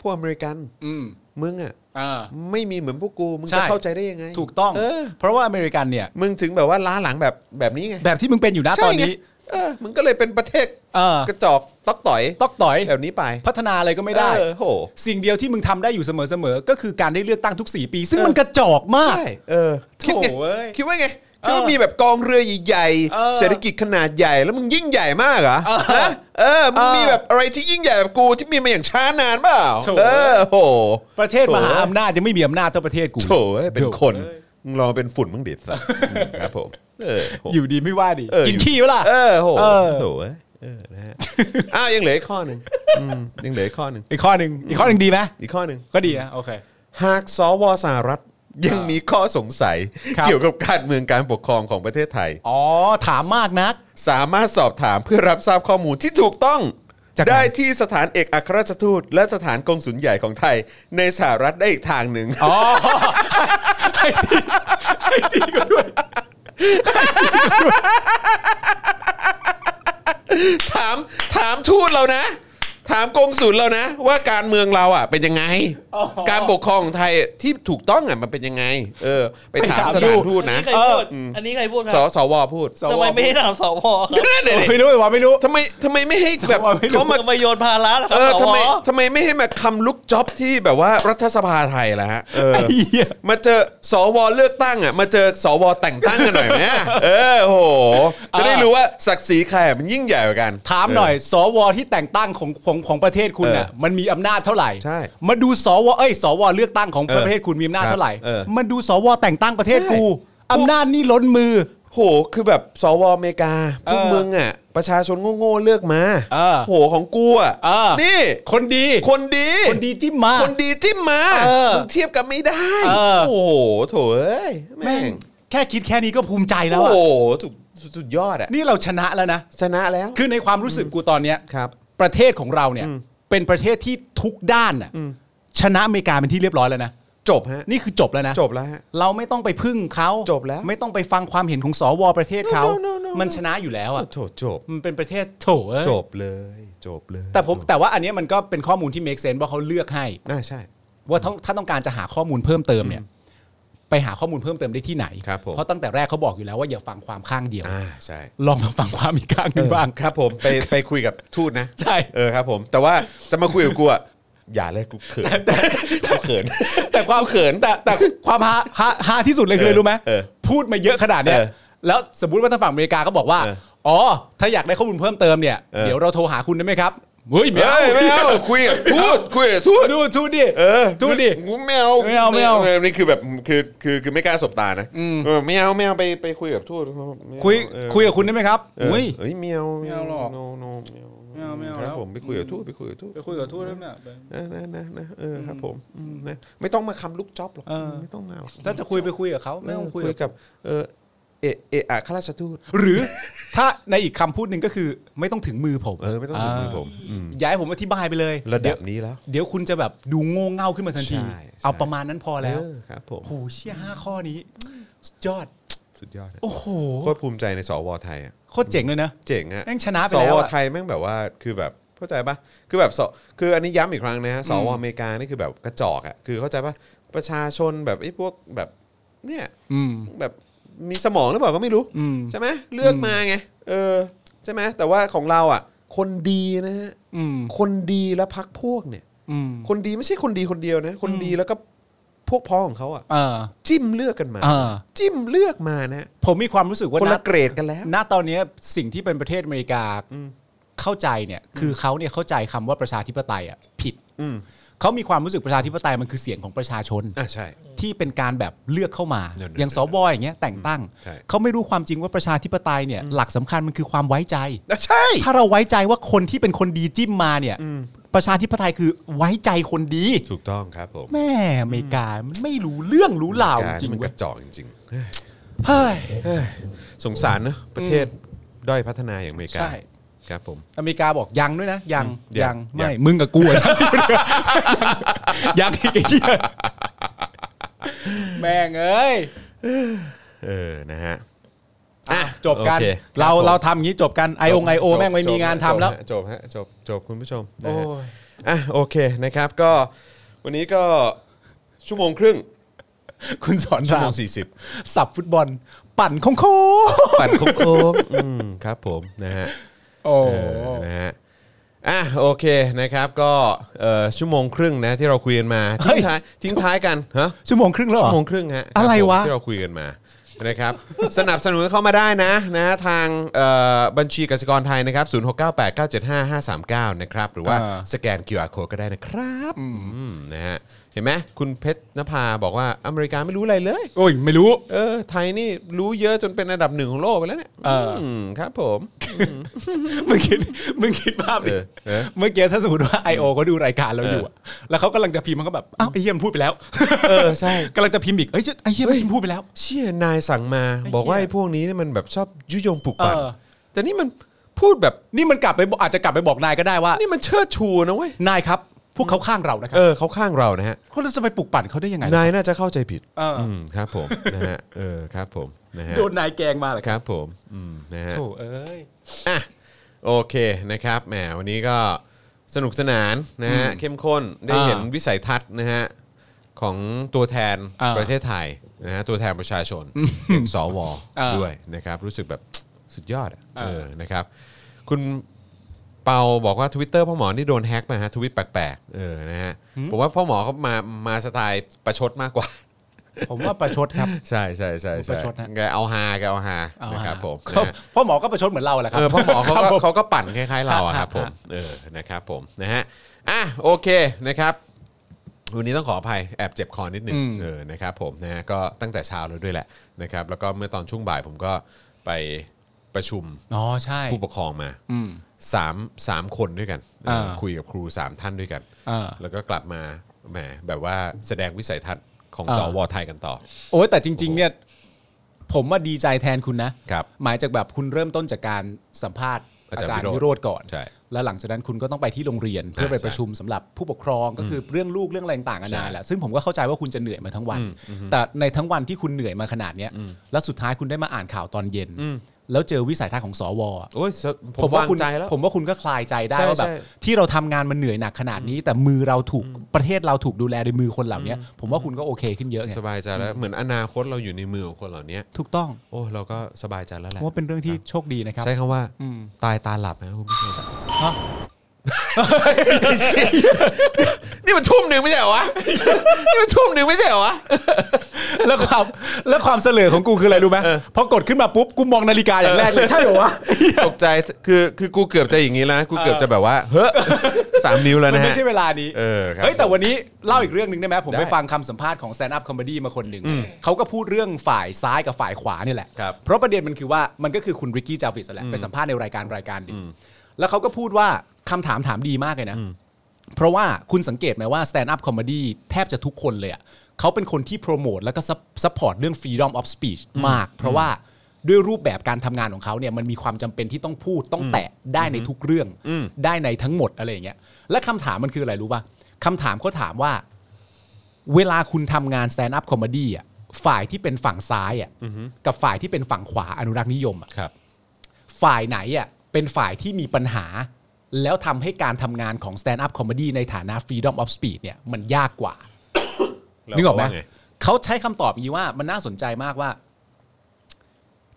พวกอเมริกัน อืม มึงอ่ะ อ่า ไม่มีเหมือนพวกกูมึง ใช่ จะเข้าใจได้ยังไง ถูกต้อง เออ เพราะว่าอเมริกันเนี่ย มึงถึงแบบว่าล้าหลังแบบแบบนี้ไง แบบที่มึงเป็นอยู่นะ ใช่ ตอน ไง นี้ เออมึงก็เลยเป็นประเทศ เออ กระจอกตอกต่อย ตอกต่อย แบบนี้ไป พัฒนาอะไรก็ไม่ได้ เออโห สิ่งเดียวที่มึงทำได้อยู่เสมอๆ ก็คือการได้เลือกตั้งทุก 4 ปี ซึ่ง เออ มันกระจอกมาก ใช่เออคิดไง โถ่เว้ย คิดว่าไงคิเออดว่ามีแบบกองเรือใหญ่ เออ ๆเศรษฐกิจขนาดใหญ่แล้วมึงยิ่งใหญ่มากเหรอ เออ ฮะเออมึง เออ มีแบบอะไรที่ยิ่งใหญ่แบบกูที่มีมาอย่างช้านานเปล่า โถ่ เออโห ประเทศ โถ่ มหาอำนาจยังไม่มีอำนาจเท่าประเทศกู โถเอ้ยเป็นคนมึงลองเป็นฝุ่นมึงเด็ดซะครับผมเออโห อยู่ดีไม่ว่าดี เออ กินขี้เวล่ะ เออโห เออ โถเอ้ยเออนะฮะอ้าวยังเหลืออีกข้อ [laughs] หนึ่งอืมยังเหลืออีกข้อหนึ่ง อีกข้อหนึ่งอีกข้อหนึ่งดีไหม อีกข้อหนึ่ง ก็ดีนะโอเค หากสวสหรัฐยังมีข้อสงสัย ครับ เกี่ยวกับการเมืองการปกครองของประเทศไทย อ๋อ ถามมากนัก สามารถสอบถามเพื่อรับทราบข้อมูลที่ถูกต้อง จากไหน ได้ที่สถานเอกอัครราชทูต และสถานกงสุลใหญ่ของไทย ในสหรัฐได้อีกทางห [laughs] นึ่ง อ๋อไอ้ดีไอ้ดีก็ด้วย ถามถามทูตเรานะ ถามกงสุลเรานะ ว่าการเมืองเราอ่ะเป็นยังไง อ๋อ การปกครองของไทยที่ถูกต้องอ่ะมันเป็นยังไง เออ ไปถาม ไปถาม สถานทูตนะ อันนี้ใครพูดอันนี้ใครพูดค ส รับ สวพูด สว ทำไมไม่ให้ถามสวครับ นั่นเลย ไม่รู้ว่าไม่รู้ ทำไมทำไมไม่ให้แบบ สวไม่รู้ เขามา ทำไมโยนภาระล่ะครั เอบอ [laughs] ส ทำ ว ไมทำไมไม่ให้มาคำลุกจ็อบที่แบบว่ารัฐสภาไทยล่ะฮะเออ ไอ้เหี้ย มาเจอสวเลือกตั้งอ่ะมาเจอสวแต่งตั้งกันหน่อยไหมอะเออโห จะได้รู้ว่าศักดิ์ศรีใครอะมันยิ่งใหญ่กว่ากัน ถามหน่อย สวที่แต่งตั้งของของของประเทศคุณน่ะ เออ มันมีอำนาจเท่าไหร่ ใช่ มาดูสวเอ้ยสวเลือกตั้งของประเทศคุณมีอำนาจเท่าไหร่ ครับเออ มาดูสวแต่งตั้งประเทศกู ใช่ อำนาจนี่ล้นมือ โหคือแบบสวอเมริกาพวก เออ มึงอ่ะ ประชาชนโง่ๆเลือกมา เออ โหของกูอ่ะ เออ นี่ คนดี คนดี คนดีจิ้มมา คนดีจิ้มมา เออ มึงเทียบกันไม่ได้ เออ โอ้โหโถเอ้ย แม่ แม่ ง ง แค่คิดแค่นี้ก็ภูมิใจแล้ว โอ้ อะ โหสุดสุดยอดอ่ะ นี่เราชนะแล้วนะ ชนะแล้ว คือในความรู้สึกกูตอนเนี้ย ครับ ประเทศของเราเนี่ยเป็นประเทศที่ทุกด้านน่ะชนะอเมริกาเป็นที่เรียบร้อยแล้วนะ จบฮะ นี่คือจบแล้วนะ จบแล้วฮะ เราไม่ต้องไปพึ่งเขา จบแล้ว ไม่ต้องไปฟังความเห็นของสวประเทศเขา No, no, no, no, no. มันชนะอยู่แล้วอะ โถจบ มันเป็นประเทศโถเอ้ย จบเลยจบเลย แต่ผมแต่ว่าอันเนี้ยมันก็เป็นข้อมูลที่ make sense ว่าเขาเลือกให้ อ่าใช่ ว่าถ้าถ้าต้องการจะหาข้อมูลเพิ่มเติมเนี่ยไปหาข้อมูลเพิ่มเติมได้ที่ไหน ครับผม เพราะตั้งแต่แรกเขาบอกอยู่แล้วว่าอย่าฟังความข้างเดียว อ่าใช่ ลองมาฟังความอีกข้างหนึ่งบ้าง ครับผมไปไปคุยกับทูตนะ ใช่ เออครับผม แต่ว่าจะมาคุยกับกูอ่ะอย่าเลยกูเขินกูเขิน แต่ความเขินแต่แต่ความฮาฮาฮาที่สุดเลยคืออะไรรู้ไหม เออ พูดมาเยอะขนาดเนี้ย เออ แล้วสมมติว่าทางฝั่งอเมริกาก็บอกว่า เออ อ๋อ ถ้าอยากได้ข้อมูลเพิ่มเติมเนี่ย เออ เดี๋ยวเราโทรหาคุณได้ไหมครับเฮ้ยไม่ เฮ้ เอา ยไม่เอาคุยกับทูตคุยกับทูต ดูทูตดิ เออ ทูตดิ ไม่เอา ไม่เอาไม่เอา นี่คือแบบคือคือคือไม่กล้าสบตานะ อืม เออไม่เอาไม่เอาไปไปคุยกับทูตไม่เอา คุย เออ คุยกับคุณได้ไหมครับ เอ้ เฮ้ ย ย เอ้ยไม่เอา ไม่เอาหรอก โนโนไม่เอา ไม่เอาไม่เอา ครับ แล้ว ผมไปคุยกับทูตไปคุยกับทูต ไปคุยกับทูตแล้วเนี่ย นะนะนะนะเออครับผมอืมนะไม่ต้องมาคำลูกจ็อบหรอก เออ ไม่ต้องมาหรอก ถ้าจะคุยไปคุยกับเขาไม่ต้องคุย คุย กับ กับเออเอเออะข้าราชทูต หรือ ถ้าในอีกคำพูดหนึ่งก็คือไม่ต้องถึงมือผม เออไม่ต้องถึงมือผมอืม ย้ายผมอธิบายไปเลย ระดัเดี๋ยว บนี้แล้ว เดี๋ยวคุณจะแบบดูโง่เง่าขึ้นมาทันที ใช่ใช่ เอาประมาณนั้นพอแล้ว เออครับผม โอ้โหเชี่ยห้าข้อนี้สุดยอด สุดยอดนะ โอ้โห โคตรภูมิใจในสวไทยอะ โคตรเจ๋งเลยนะ เจ๋งอะ แม่งชนะไป ส แล้ว วอะ ไทยแม่งแบบว่าคือแบบเข้าใจปะคือแบบสคืออันนี้ย้ำอีกครั้งนะฮะสวอเมริกานี่คือแบบกระจอกอะคือเข้าใจปะประชาชนแบบไอ้พวกแบบเนี่ย อืม แบบมีสมองหรือเปล่าก็ไม่รู้ อืม ใช่ไหมเลือกมาไงเออใช่ไหมแต่ว่าของเราอ่ะ คนดีนะฮะ อืม คนดีและพักพวกเนี่ย อืม คนดีไม่ใช่คนดีคนเดียวนะ คนดีแล้วก็พวกพ้องของเขาอ่ะ เออ จิ้มเลือกกันมา เออ จิ้มเลือกมานะฮะ ผมมีความรู้สึกว่า คน ณ ละเกรดกันแล้ว ณตอนเนี้ยสิ่งที่เป็นประเทศอเมริกา อืม เข้าใจเนี่ย คือเขาเนี่ยเข้าใจคำว่าประชาธิปไตยอ่ะผิด อืม เขามีความรู้สึกประชาธิปไตยมันคือเสียงของประชาชน อ่ะใช่ ที่เป็นการแบบเลือกเข้ามา เดี๋ยวๆ อย่างสวอย่างเงี้ยแต่งตั้ง ใช่ เขาไม่รู้ความจริงว่าประชาธิปไตยเนี่ย หลักสำคัญมันคือความไว้ใจ อ่ะใช่ ถ้าเราไว้ใจว่าคนที่เป็นคนดีจิ้มมาเนี่ย ประชาธิปไตยคือไว้ใจคนดี ถูกต้องครับผม แม่อเมริกามันไม่รู้เรื่องรู้ราว ก จริง มัน เว้ ก ย ระจอกจริงๆเฮ้ย เฮ้ย สงสารนะประเทศด้อยพัฒนาอย่างอเมริกา ใช่ ครับผม อเมริกาบอกยังด้วยนะ ยัง ยัง ยัง ยั ไม่ ง มึงกับกูอะ ยังอีกไอ้เหี้ยแม่งเอ้ย เออนะฮะ อ่ะจบกัน โอเค เรา ครับผม เราทำอย่างนี้จบกันไอองไอโอแม่งไม่มีงานทำแล้ว จบฮะจบจบคุณผู้ชมนะ โอ้ ฮะ ย อ่ะโอเคนะครับก็วันนี้ก็ชั่วโมงครึ่ง คุณสอน ชั่ว รา โม ม งสี่สิบ สับฟุตบอล ปั่นโค้งโค้ง ปั่นโค้งๆอืมครับผมนะฮะ โอ้ เออนะฮะอ่ะโอเคนะครับก็เอ่อชั่วโมงครึ่งนะที่เราคุยกันมาทิ้งท้ายทิ้งท้ายกันฮะ ชั่วโมงครึ่งแล้วเหร ชั่วอโมงครึ่งฮะ อะไรวะ ที่เราคุยกันมานะครับ [laughs] สนับสนุนเข้ามาได้นะนะทางเอ่อบัญชีกสิกรไทยนะครับ 0698975539 นะครับ หรือว่าสแกน QR code ก็ได้นะครับอืมนะฮะเห็นไหมคุณเพชรนภาบอกว่าอเมริกาไม่รู้อะไรเลย โอ้ยไม่รู้ เออ ไทยนี่รู้เยอะจนเป็นอันดับหนึ่งของโลกไปแล้วเนี่ย เอออื มครับผม มึงคิดมึงคิดภาพดิ เออเออ เมื่อกี้ถ้าสมมติว่าไอโอเขาดูรายการเราอยู่อะแล้วเขากำลังจะพิมพ์มันก็แบบอ้าวไอเยี่ยมนพูดไปแล้ว [laughs] เออ ใช่ กำลังจะพิมพ์อีกเอ้ยไอเยี่ยมนพูดไปแล้ว เชี่ยนายสั่งมา ไอ้เหี้ย บอกว่าไอ้พวกนี้เนี่ยมันแบบชอบยุยงปลุกปั่น เออ แต่นี่มันพูดแบบ นี่มันกลับไปบอกอาจจะกลับไปบอกนายก็ได้ว่า นี่มันเชิดชูนะเว้ย นายครับ พวกเขาข้างเรานะครั เอบ อเขาข้างเรานะฮะ เขาจะไปปลุกปั่นเขาได้ยังไง นายน่าจะเข้าใจผิด เอออ มครับผม [laughs] นะฮะ เออ ครับผม นะฮะ โดนนายแกล้งมาเหรอค ครับ รับผม อืม นะฮะ โถ่เอ้ย อ่ะ โอเคนะครับ แหม วันนี้ก็สนุกสนานนะฮะ เข้มข้น ได้ อ่า เห็นวิสัยทัศน์นะฮะ ของตัวแทน อ่า ประเทศไทยนะฮะ ตัวแทนประชาชนอย่างสว อ่า ด้วยนะครับ รู้สึกแบบสุดยอดอะ อ่า เออ นะครับ คุณเปาบอกว่า Twitter พ่อหมอนี่โดนแฮ็กมาฮะ ทวิตแปลกๆ เออ นะฮะ ผมว่าพ่อหมอเขามา มาสไตล์ประชดมากกว่า ผมว่าประชดครับ ใช่ใช่ใช่ใช่ ประชดนะ แกเอาฮาแกเอาฮา เอา นะ ฮะ ครับผม เขา นะฮะ พ่อหมอก็ประชดเหมือนเราแหละครั เออพ่อหมอเขา ครับ ก็ ผ เขาก็ปั่นคล้ายๆเราอะครับผม ฮะ เออนะครับผมนะฮะอ่ะโอเคนะครับ วันนี้ต้องขออภัยแอบเจ็บคอนิดหนึงเออนะครับผมนะฮะก็ตั้งแต่เช้าแล้วด้วยแหละนะครับ แล้วก็เมื่อตอนช่วงบ่ายผมก็ไปประชุม อ๋อใช่ ผู้ปกครองมา อืม สามสามคนด้วยกันเออ อ่า คุยกับครูสามท่านด้วยกัน อ่า แล้วก็กลับมาแหมแบบว่าแสดงวิสัยทัศน์ของ อ่า สวไทยกันต่อ โอ้ยแต่จริง ๆ เนี่ย ผมว่าดีใจแทนคุณนะครับ หมายจากแบบคุณเริ่มต้นจากการสัมภาษณ์ อา อา จารย์ จารย์ วิ วิ โร โร จ จ น์ น์ก่อน ใช่ แล้วหลังจากนั้นคุณก็ต้องไปที่โรงเรียนเพื่อไป ใช่ ประชุมสำหรับผู้ปกครองก็คือเรื่องลูกเรื่องอะไรต่างๆนานา ใช่ แหละซึ่งผมก็เข้าใจว่าคุณจะเหนื่อยมาทั้งวัน แต่ในทั้งวันที่คุณเหนื่อยมาขนาดเนี้ยแล้วสุดท้ายคุณได้มาอ่านข่าวตอนเย็น แล้วเจอวิสัยทัศน์ของสวอะ โอ้ยผม ผม วา ว่าง คุณ ใจแล้ว ผมว่าคุณก็คลายใจได้ ใช่ ว่าแบ ใช่ บที่เราทำงานมันเหนื่อยหนักขนาดนี้ แต่มือเราถูกประเทศเราถูกดูแลโดยมือคนเหล่านี้ผมว่าคุณก็โอเคขึ้นเยอะไง สบายใจแล้วเหมือนอนาคตเราอยู่ในมือของคนเหล่านี้ ถูกต้อง โอ้เราก็สบายใจแล้วแห เพ ละ ราะว่าเป็นเรื่องที่โชคดีนะครับ ใช้คำว่า อืม [laughs] ตายตาหลับนะครับคุณผู้ชม ฮะ นี่มันทุ่มหนึ่งไม่ใช่เหรอวะ [laughs] นี่มันทุ่มหนึ่งไม่ใช่เหรอวะ แล้วความแล้วความเสลอของกูคืออะไรรู้ไหมพอกดขึ้นมาปุ๊บกูมองนาฬิกาอย่างแรกเลยใช่เหรอวะ ตกใจ คือ คือกูเกือบจะอย่างนี้แล้วนะกูเกือบจะแบบว่า เฮ้อ [laughs] สามนิ้วแล้ว มัน นะ ไม่ ฮะ ใช่เวลานี้ เออครับ เฮ้ยแต่วันนี้เล่าอีกเรื่องหนึ่งได้ไหมผม ได้ ไปฟังคำสัมภาษณ์ของ Stand Up Comedy มาคนหนึ่งเขาก็พูดเรื่องฝ่ายซ้ายกับฝ่ายขวาเนี่ยแหละ ครับ เพราะประเด็นมันคือว่ามันก็คือคุณริกกี้จาวิสแหละไปสัมภาษณ์ในรายการรายการหนึงแล้วเขาก็พูดว่าคำถามถามดีมากเลยนะ เพราะว่าคุณสังเกตไหมว่า Stand Up Comedy แทบจะทุกคนเลยอ่ะเขาเป็นคนที่โปรโมทแล้วก็ซัพพอร์ตเรื่อง Freedom of Speech มาก เพราะว่าด้วยรูปแบบการทำงานของเขาเนี่ยมันมีความจำเป็นที่ต้องพูดต้องแตะได้ในทุกเรื่อง ได้ในทั้งหมดอะไรอย่างเงี้ยและคำถามมันคืออะไรรู้ป่ะคำถามเขาถามว่า เวลาคุณทำงาน Stand Up Comedy อ่ะฝ่ายที่เป็นฝั่งซ้ายอ่ะกับฝ่ายที่เป็นฝั่งขวาอนุรักษ์นิยมอ่ะ ครับ ฝ่ายไหนอ่ะเป็นฝ่ายที่มีปัญหา แล้วทำให้การทำงานของ Stand Up Comedy ในฐานะ Freedom of Speech เนี่ยมันยากกว่า นึกออกไหมเขาใช้คำตอบอย่างนี้ว่ามันน่าสนใจมากว่า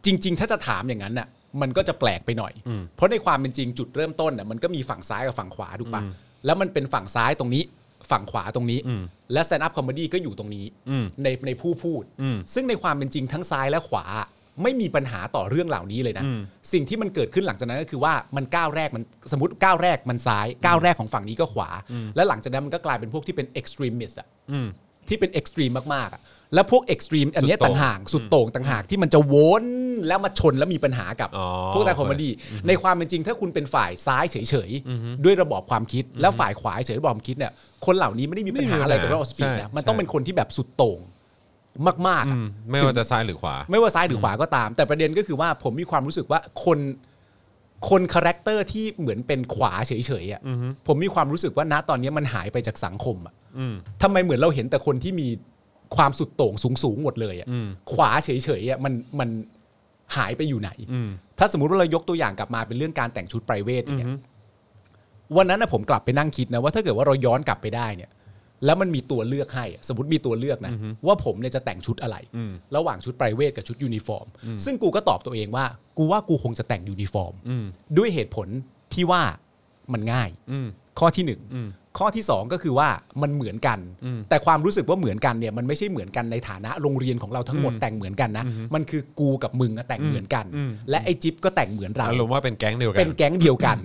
จริง ๆ ถ้าจะถามอย่างนั้นน่ะ มันก็จะแปลกไปหน่อย เพราะในความเป็นจริงจุดเริ่มต้นน่ะมันก็มีฝั่งซ้ายกับฝั่งขวาถูกปะแล้วมันเป็นฝั่งซ้ายตรงนี้ ฝั่งขวาตรงนี้ และ Stand Up Comedy ก็อยู่ตรงนี้ อืม ในในผู้พูด อืม ซึ่งในความเป็นจริงทั้งซ้ายและขวา ไม่มีปัญหาต่อเรื่องเหล่านี้เลยนะ สิ่งที่มันเกิดขึ้นหลังจากนั้นก็คือว่ามันก้าวแรกมันสมมติก้าวแรกมันซ้ายก้าวแรกของฝั่งนี้ก็ขวา และหลังจากนั้นมันก็กลายเป็นพวกที่เป็น extremist อะ อืม ที่เป็นเอ็กซ์ตรีมมากๆอะแล้วพวกเอ็กซ์ตรีมอันเนี้ย สุดโต่ง ต่างหากสุดโต่งต่างหากที่มันจะวนแล้วมาชนแล้วมีปัญหากับ อ๋อ พวกแต่คอมเมดี้ในความเป็นจริงถ้าคุณเป็นฝ่ายซ้ายเฉยๆ ด้วยระบอบความคิด แล้วฝ่ายขวาเฉยๆระบอบความคิดเนี่ยคนเหล่านี้ไม่ได้มีปัญหาอะไรกับเราสปีดนะมันต้องเป็นคนที่แบบสุดโต่งมากๆ อื อะ มไม่ว่าจะซ้ายหรือขวา ไม่ว่าซ้ายหรือขวาก็ตาม แต่ประเด็นก็คือว่าผมมีความรู้สึกว่าคนคนคาแรคเตอร์ที่เหมือนเป็นขวาเฉยๆอ่ะผมมีความรู้สึกว่าณตอนนี้มันหายไปจากสังคมอ่ะทำไมเหมือนเราเห็นแต่คนที่มีความสุดโต่งสูงๆหมดเลยอ่ะขวาเฉยๆอ่ะมันมันหายไปอยู่ไหน ถ้าสมมติว่าเรายกตัวอย่างกลับมาเป็นเรื่องการแต่งชุดไพรเวทอย่างเงี้ยวันนั้นนะผมกลับไปนั่งคิดนะว่าถ้าเกิดว่าเราย้อนกลับไปได้เนี่ย แล้วมันมีตัวเลือกให้อะสมมติมีตัวเลือกนะว่าผมเนี่ยจะแต่งชุดอะไร ระหว่างชุดไพรเวทกับชุดยูนิฟอร์ม ซึ่งกูก็ตอบตัวเองว่า กูว่ากูคงจะแต่งยูนิฟอร์ม ด้วยเหตุผลที่ว่ามันง่าย ข้อที่หนึ่งข้อที่สองก็คือว่ามันเหมือนกัน แต่ความรู้สึกว่าเหมือนกันเนี่ยมันไม่ใช่เหมือนกันในฐานะโรงเรียนของเราทั้งหมดแต่งเหมือนกันนะ มันคือกูกับมึงอะแต่งเหมือนกัน และไอ้จิ๊บก็แต่งเหมือนเรา อารมณ์ว่าเป็นแก๊งเดียวกั เป็นแก๊งเดียวกัน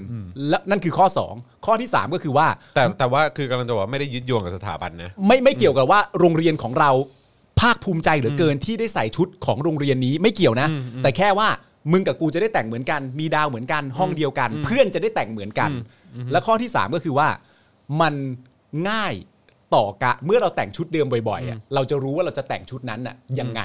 และนั่นคือข้อสองข้อที่สามก็คือว่า แต่แต่ว่าคือกำลังจะบอกว่าไม่ได้ยึดโยงกับสถาบันนะ ไม่ไม่เกี่ยวกับว่าโรงเรียนของเราภาคภูมิใจเหลือเกินที่ได้ใส่ชุดของโรงเรียนนี้ไม่เกี่ยวนะ แต่แค่ว่ามึงกับกูจะได้แต่งเหมือนกัน มีดาวเหมือนกัน ห้องเดียวกัน เพื่อนจะได้แต่งเหมือนกัน และข้อที่ 3 ก็คือว่ามันง่ายต่อกะเมื่อเราแต่งชุดเดิมบ่อยๆอะเราจะรู้ว่าเราจะแต่งชุดนั้นน่ะยังไง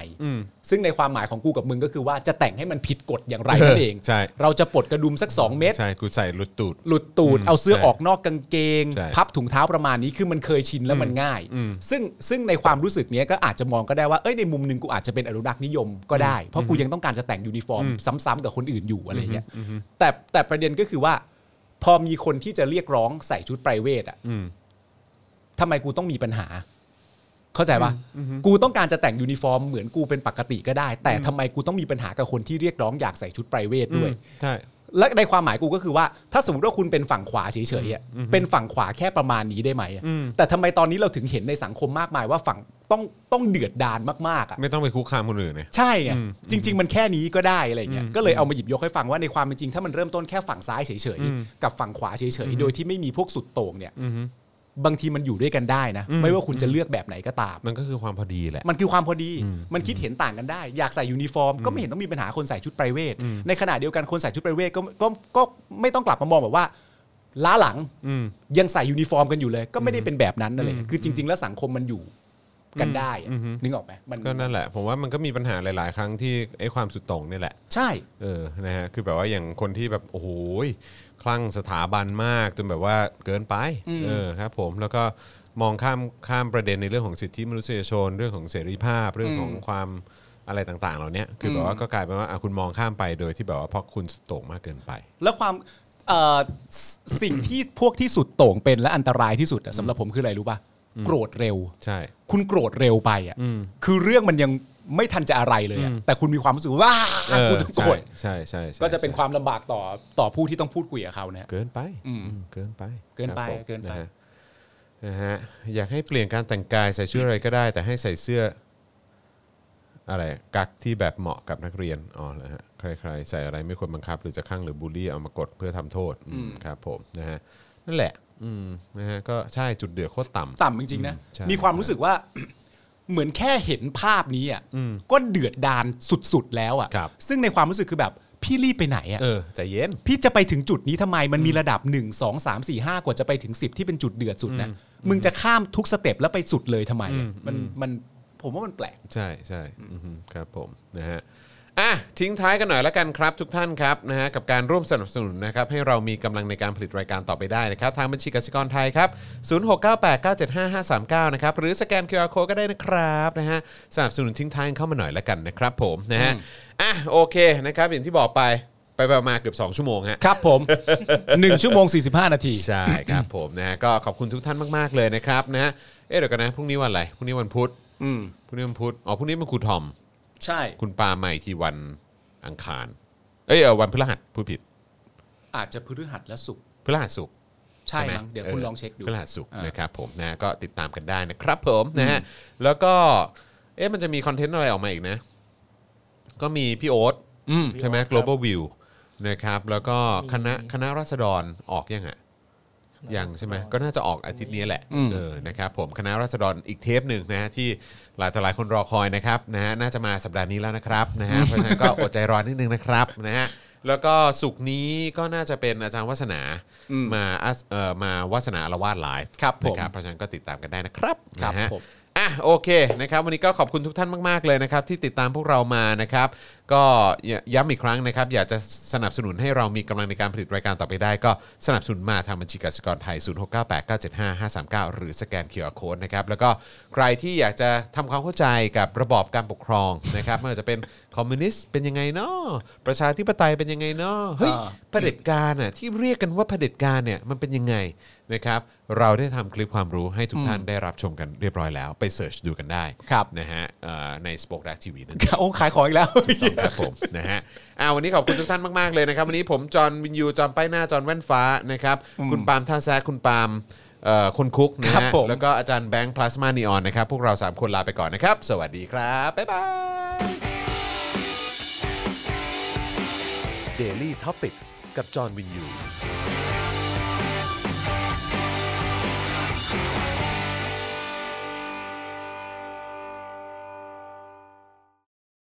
ซึ่งในความหมายของกูกับมึงก็คือว่าจะแต่งให้มันผิดกฎอย่างไรนั่นเอง ใช่ เราจะปลดกระดุมสักสองเม็ด ใช่ กูใส่รุดตูด หลุดตูด เอาเสื้อ ใช่ ออกนอกกางเกง ใช่ พับถุงเท้าประมาณนี้คือมันเคยชินแล้วมันง่าย ซึ่งซึ่งในความรู้สึกเนี้ยก็อาจจะมองก็ได้ว่าเอ้ยในมุมหนึ่งกูอาจจะเป็นอนุรักษ์นิยมก็ได้ เพราะกูยังต้องการจะแต่งยูนิฟอร์ม ซ้ำๆกับคนอื่นอยู่อะไรเงี้ยแต่แต่ประเด็นก็คือว่า พอมีคนที่จะเรียกร้องใส่ชุดไพรเวทอ่ะ อืม ทำไมกูต้องมีปัญหา เข้าใจปะกูต้องการจะแต่งยูนิฟอร์มเหมือนกูเป็นปกติก็ได้ แต่ทำไมกูต้องมีปัญหากับคนที่เรียกร้องอยากใส่ชุดไพรเวทด้วย ใช่ และในความหมายกูก็คือว่า ถ้าสมมติว่าคุณเป็นฝั่งขวาเฉยๆอะเป็นฝั่งขวาแค่ประมาณนี้ได้ไหมอะแต่ทำไมตอนนี้เราถึงเห็นในสังคมมากมายว่าฝั่งต้องต้องเดือดดานมากๆอ่ะ ไม่ต้องไปคุกคามคนอื่นนะ ใช่ไงจริง ๆ มันแค่นี้ก็ได้อะไรเงี้ยก็เลยเอามาหยิบยกให้ฟังว่าในความเป็นจริง ถ้ามันเริ่มต้นแค่ฝั่งซ้ายเฉยๆกับฝั่งขวาเฉยๆโดยที่ไม่มีพวกสุดโต่งเนี่ยบางทีมันอยู่ด้วยกันได้นะ ไม่ว่าคุณจะเลือกแบบไหนก็ตาม มันก็คือความพอดีแหละ มันคือความพอดี มันคิดเห็นต่างกันได้ อยากใส่ยูนิฟอร์ม ก็ไม่เห็นต้องมีปัญหาคนใส่ชุดไพรเวท ในขณะเดียวกันคนใส่ชุดไพรเวทก็ก็ก็ไม่ต้องกลับมามองแบบว่า ล้าหลังยังใส่ยูนิฟอร์มกันอยู่เลย ก็ไม่ได้เป็นแบบนั้นนั่นเลยคือจริง ๆ แล้วสังคมมันอยู่กันได้อะนึกออกไหมมัน ก็นั่นแหละ ผมว่ามันก็มีปัญหาหลาย ๆ ครั้งที่ไอ้ความสุดโต่งเนี่ยแหละ ใช่ เออ นะฮะ คือแบบว่าอย่างคนที่แบบโอ้โหยคลั่งสถาบันมากจนแบบว่าเกินไป เออครับผม แล้วก็มองข้ามข้ามประเด็นในเรื่องของสิทธิมนุษยชน เรื่องของเสรีภาพ เรื่องของความอะไรต่าง ๆ เหล่าเนี้ยคือแบบว่าก็กลายเป็นว่าอ่ะคุณมองข้ามไปโดยที่แบบว่าเพราะคุณสุดโต่งมากเกินไป แล้วความเอ่อสสิ่งที่พวกที่สุดโต่งเป็นและอันตรายที่สุดอะสำหรับผมคืออะไรรู้ป่ะโกรธเร็ว ใช่ คุณโกรธเร็วไปอ่ะคือเรื่องมันยัง ไม่ทันจะอะไรเลยอะแต่คุณมี [laughs] ความรู้สึกว่า เออ กูต้องโกรธ ใช่ใช่ใช่ ก็จะเป็นความลำบากต่อต่อผู้ที่ต้องพูดคุยกับเขานะ เกินไป อืม อืมเกินไป เกินไป ครับผม เกินไป ะฮะนะฮะอยากให้เปลี่ยนการแต่งกายใส่ชุดอะไรก็ได้ แต่ให้ใส่เสื้อ อะไรกักที่แบบเหมาะกับนักเรียนอ๋อเหรอฮะใครๆใส่อะไรไม่ควรบังคับ หรือจะข้างหรือบูลลี่เอามากดเพื่อทำโทษอืมครับผมนะฮะนั่นแหละ อืมนะฮะก็ใช่จุดเดือดโคตรต่ำ ต่ำจริงๆนะ ใช่ มีความรู้สึกว่า [clears throat] เหมือนแค่เห็นภาพนี้อ่ะก็เดือดดานสุดๆแล้วอ่ะซึ่งในความรู้สึกคือแบบพี่รีบไปไหนอ่ะ เออใจเย็น พี่จะไปถึงจุดนี้ทำไมมันมีระดับ 1 2 3 4 5 กว่าจะไปถึง 10 ที่เป็นจุดเดือดสุดนะมึงจะข้ามทุกสเต็ปแล้วไปสุดเลยทำไมอะมันมันผมว่ามันแปลก ใช่ใช่อือฮึครับผมนะฮะอ่ะทิ้งท้ายกันหน่อยละกันครับ ทุกท่านครับนะฮะกับการร่วมสนับสนุนนะครับให้เรามีกำลังในการผลิตรายการต่อไปได้นะครับ ทางบัญชีกสิกรไทยครับ 0698975539 นะครับ หรือสแกน QR Code ก็ได้นะครับนะฮะสนับสนุนทิ้งท้ายเข้ามาหน่อยละกันนะครับผมนะฮะอ่ะโอเคนะครับอย่างที่บอกไปไปประมาณเกือบ 2 ชั่วโมงฮะ ครับ [laughs] ผม 1 ชั่วโมง 45 นาที ใช่ครับ ผม [laughs] นะฮะก็ขอบคุณทุกท่านมาก ๆ เลยนะครับนะฮะเอ๊ะเดี๋ยวกันนะพรุ่งนี้วันอะไรพรุ่งนี้วันพุธ อืม พรุ่งนี้วันพุธอ๋อพรุ่งนี้มันครูทอม ใช่ คุณปาใหม่ที่วันอังคาร เอ้ยเอ่อวันพฤหัสพูดผิด อาจจะพฤหัสและศุกร์ พฤหัสศุกร์ ใช่ ไหม มั้งเดี๋ยวคุณลองเช็คดู พฤหัสศุกร์ อ่าน นะครับผมนะก็ติดตามกันได้นะครับผมนะฮะแล้วก็เอ๊ะมันจะมีคอนเทนต์อะไรออกมาอีกนะ ก็มีพี่โอ๊ต อืม ใช่ไหม global view นะครับแล้วก็คณะคณะราษฎรออกยังอ่ะ ยังใช่ไหมก็น่าจะออกอาทิตย์นี้แหละเออนะครับผมคณะราษฎรอีกเทปหนึ่งนะฮะที่หลายต่อหลายคนรอคอยนะครับนะฮะน่าจะมาสัปดาห์นี้แล้วนะครับนะฮะเพราะฉะนั้นก็ [laughs] อดใจรอนิดนึงนะครับนะฮะแล้วก็สุกร์นี้ก็น่าจะเป็นอาจารย์วัฒนามาอัสเอ่อมาวาสนาละวาดไลฟ์ ครับผม นะครับเพราะฉะนั้นก็ติดตามกันได้นะครับ ครับ นะฮะ ผม อ่ะโอเคนะครับวันนี้ก็ขอบคุณทุกท่านมาก ๆ เลยนะครับ ที่ติดตามพวกเรามานะครับ ก็ย้ำอีกครั้งนะครับ อยากจะสนับสนุนให้เรามีกำลังในการผลิตรายการต่อไปได้ ก็สนับสนุนมาทางบัญชีกสิกรไทย 0698975539 หรือสแกน QR Code นะครับ แล้วก็ใครที่อยากจะทำความเข้าใจกับระบอบการปกครองนะครับไม่ว่าจะเป็นคอมมิวนิสต์เป็นยังไงเนาะประชาธิปไตยเป็นยังไงเนาะเฮ้ย อ่า เผด็จการน่ะที่เรียกกันว่าเผด็จการเนี่ยมันเป็นยังไงนะครับเราได้ทำคลิปความรู้ให้ทุกท่านได้รับชมกันเรียบร้อยแล้วไปเสิร์ชดูกันได้ ครับ นะฮะเอ่อใน Spoke Dark TV นั่นเอง โอ้ขายของอีกแล้ว ถูกต้องครับผม [laughs] นะฮะอ่าวันนี้ขอบคุณทุกท่านมาก ๆ เลยนะครับ วันนี้ผมจอห์นวินยูจอห์นป้ายหน้าจอห์นแว่นฟ้านะครับ คุณปาล์มท่าแซะคุณปาล์มเอ่อคนคุกนะ ครั ฮะ บผม แล้วก็อาจารย์แบงค์พลาสมานีออนนะครับ พวกเรา 3 คนลาไปก่อนนะครับ สวัสดีครับ บ๊ายบาย Daily t o p i c กกับจอห์นวินยู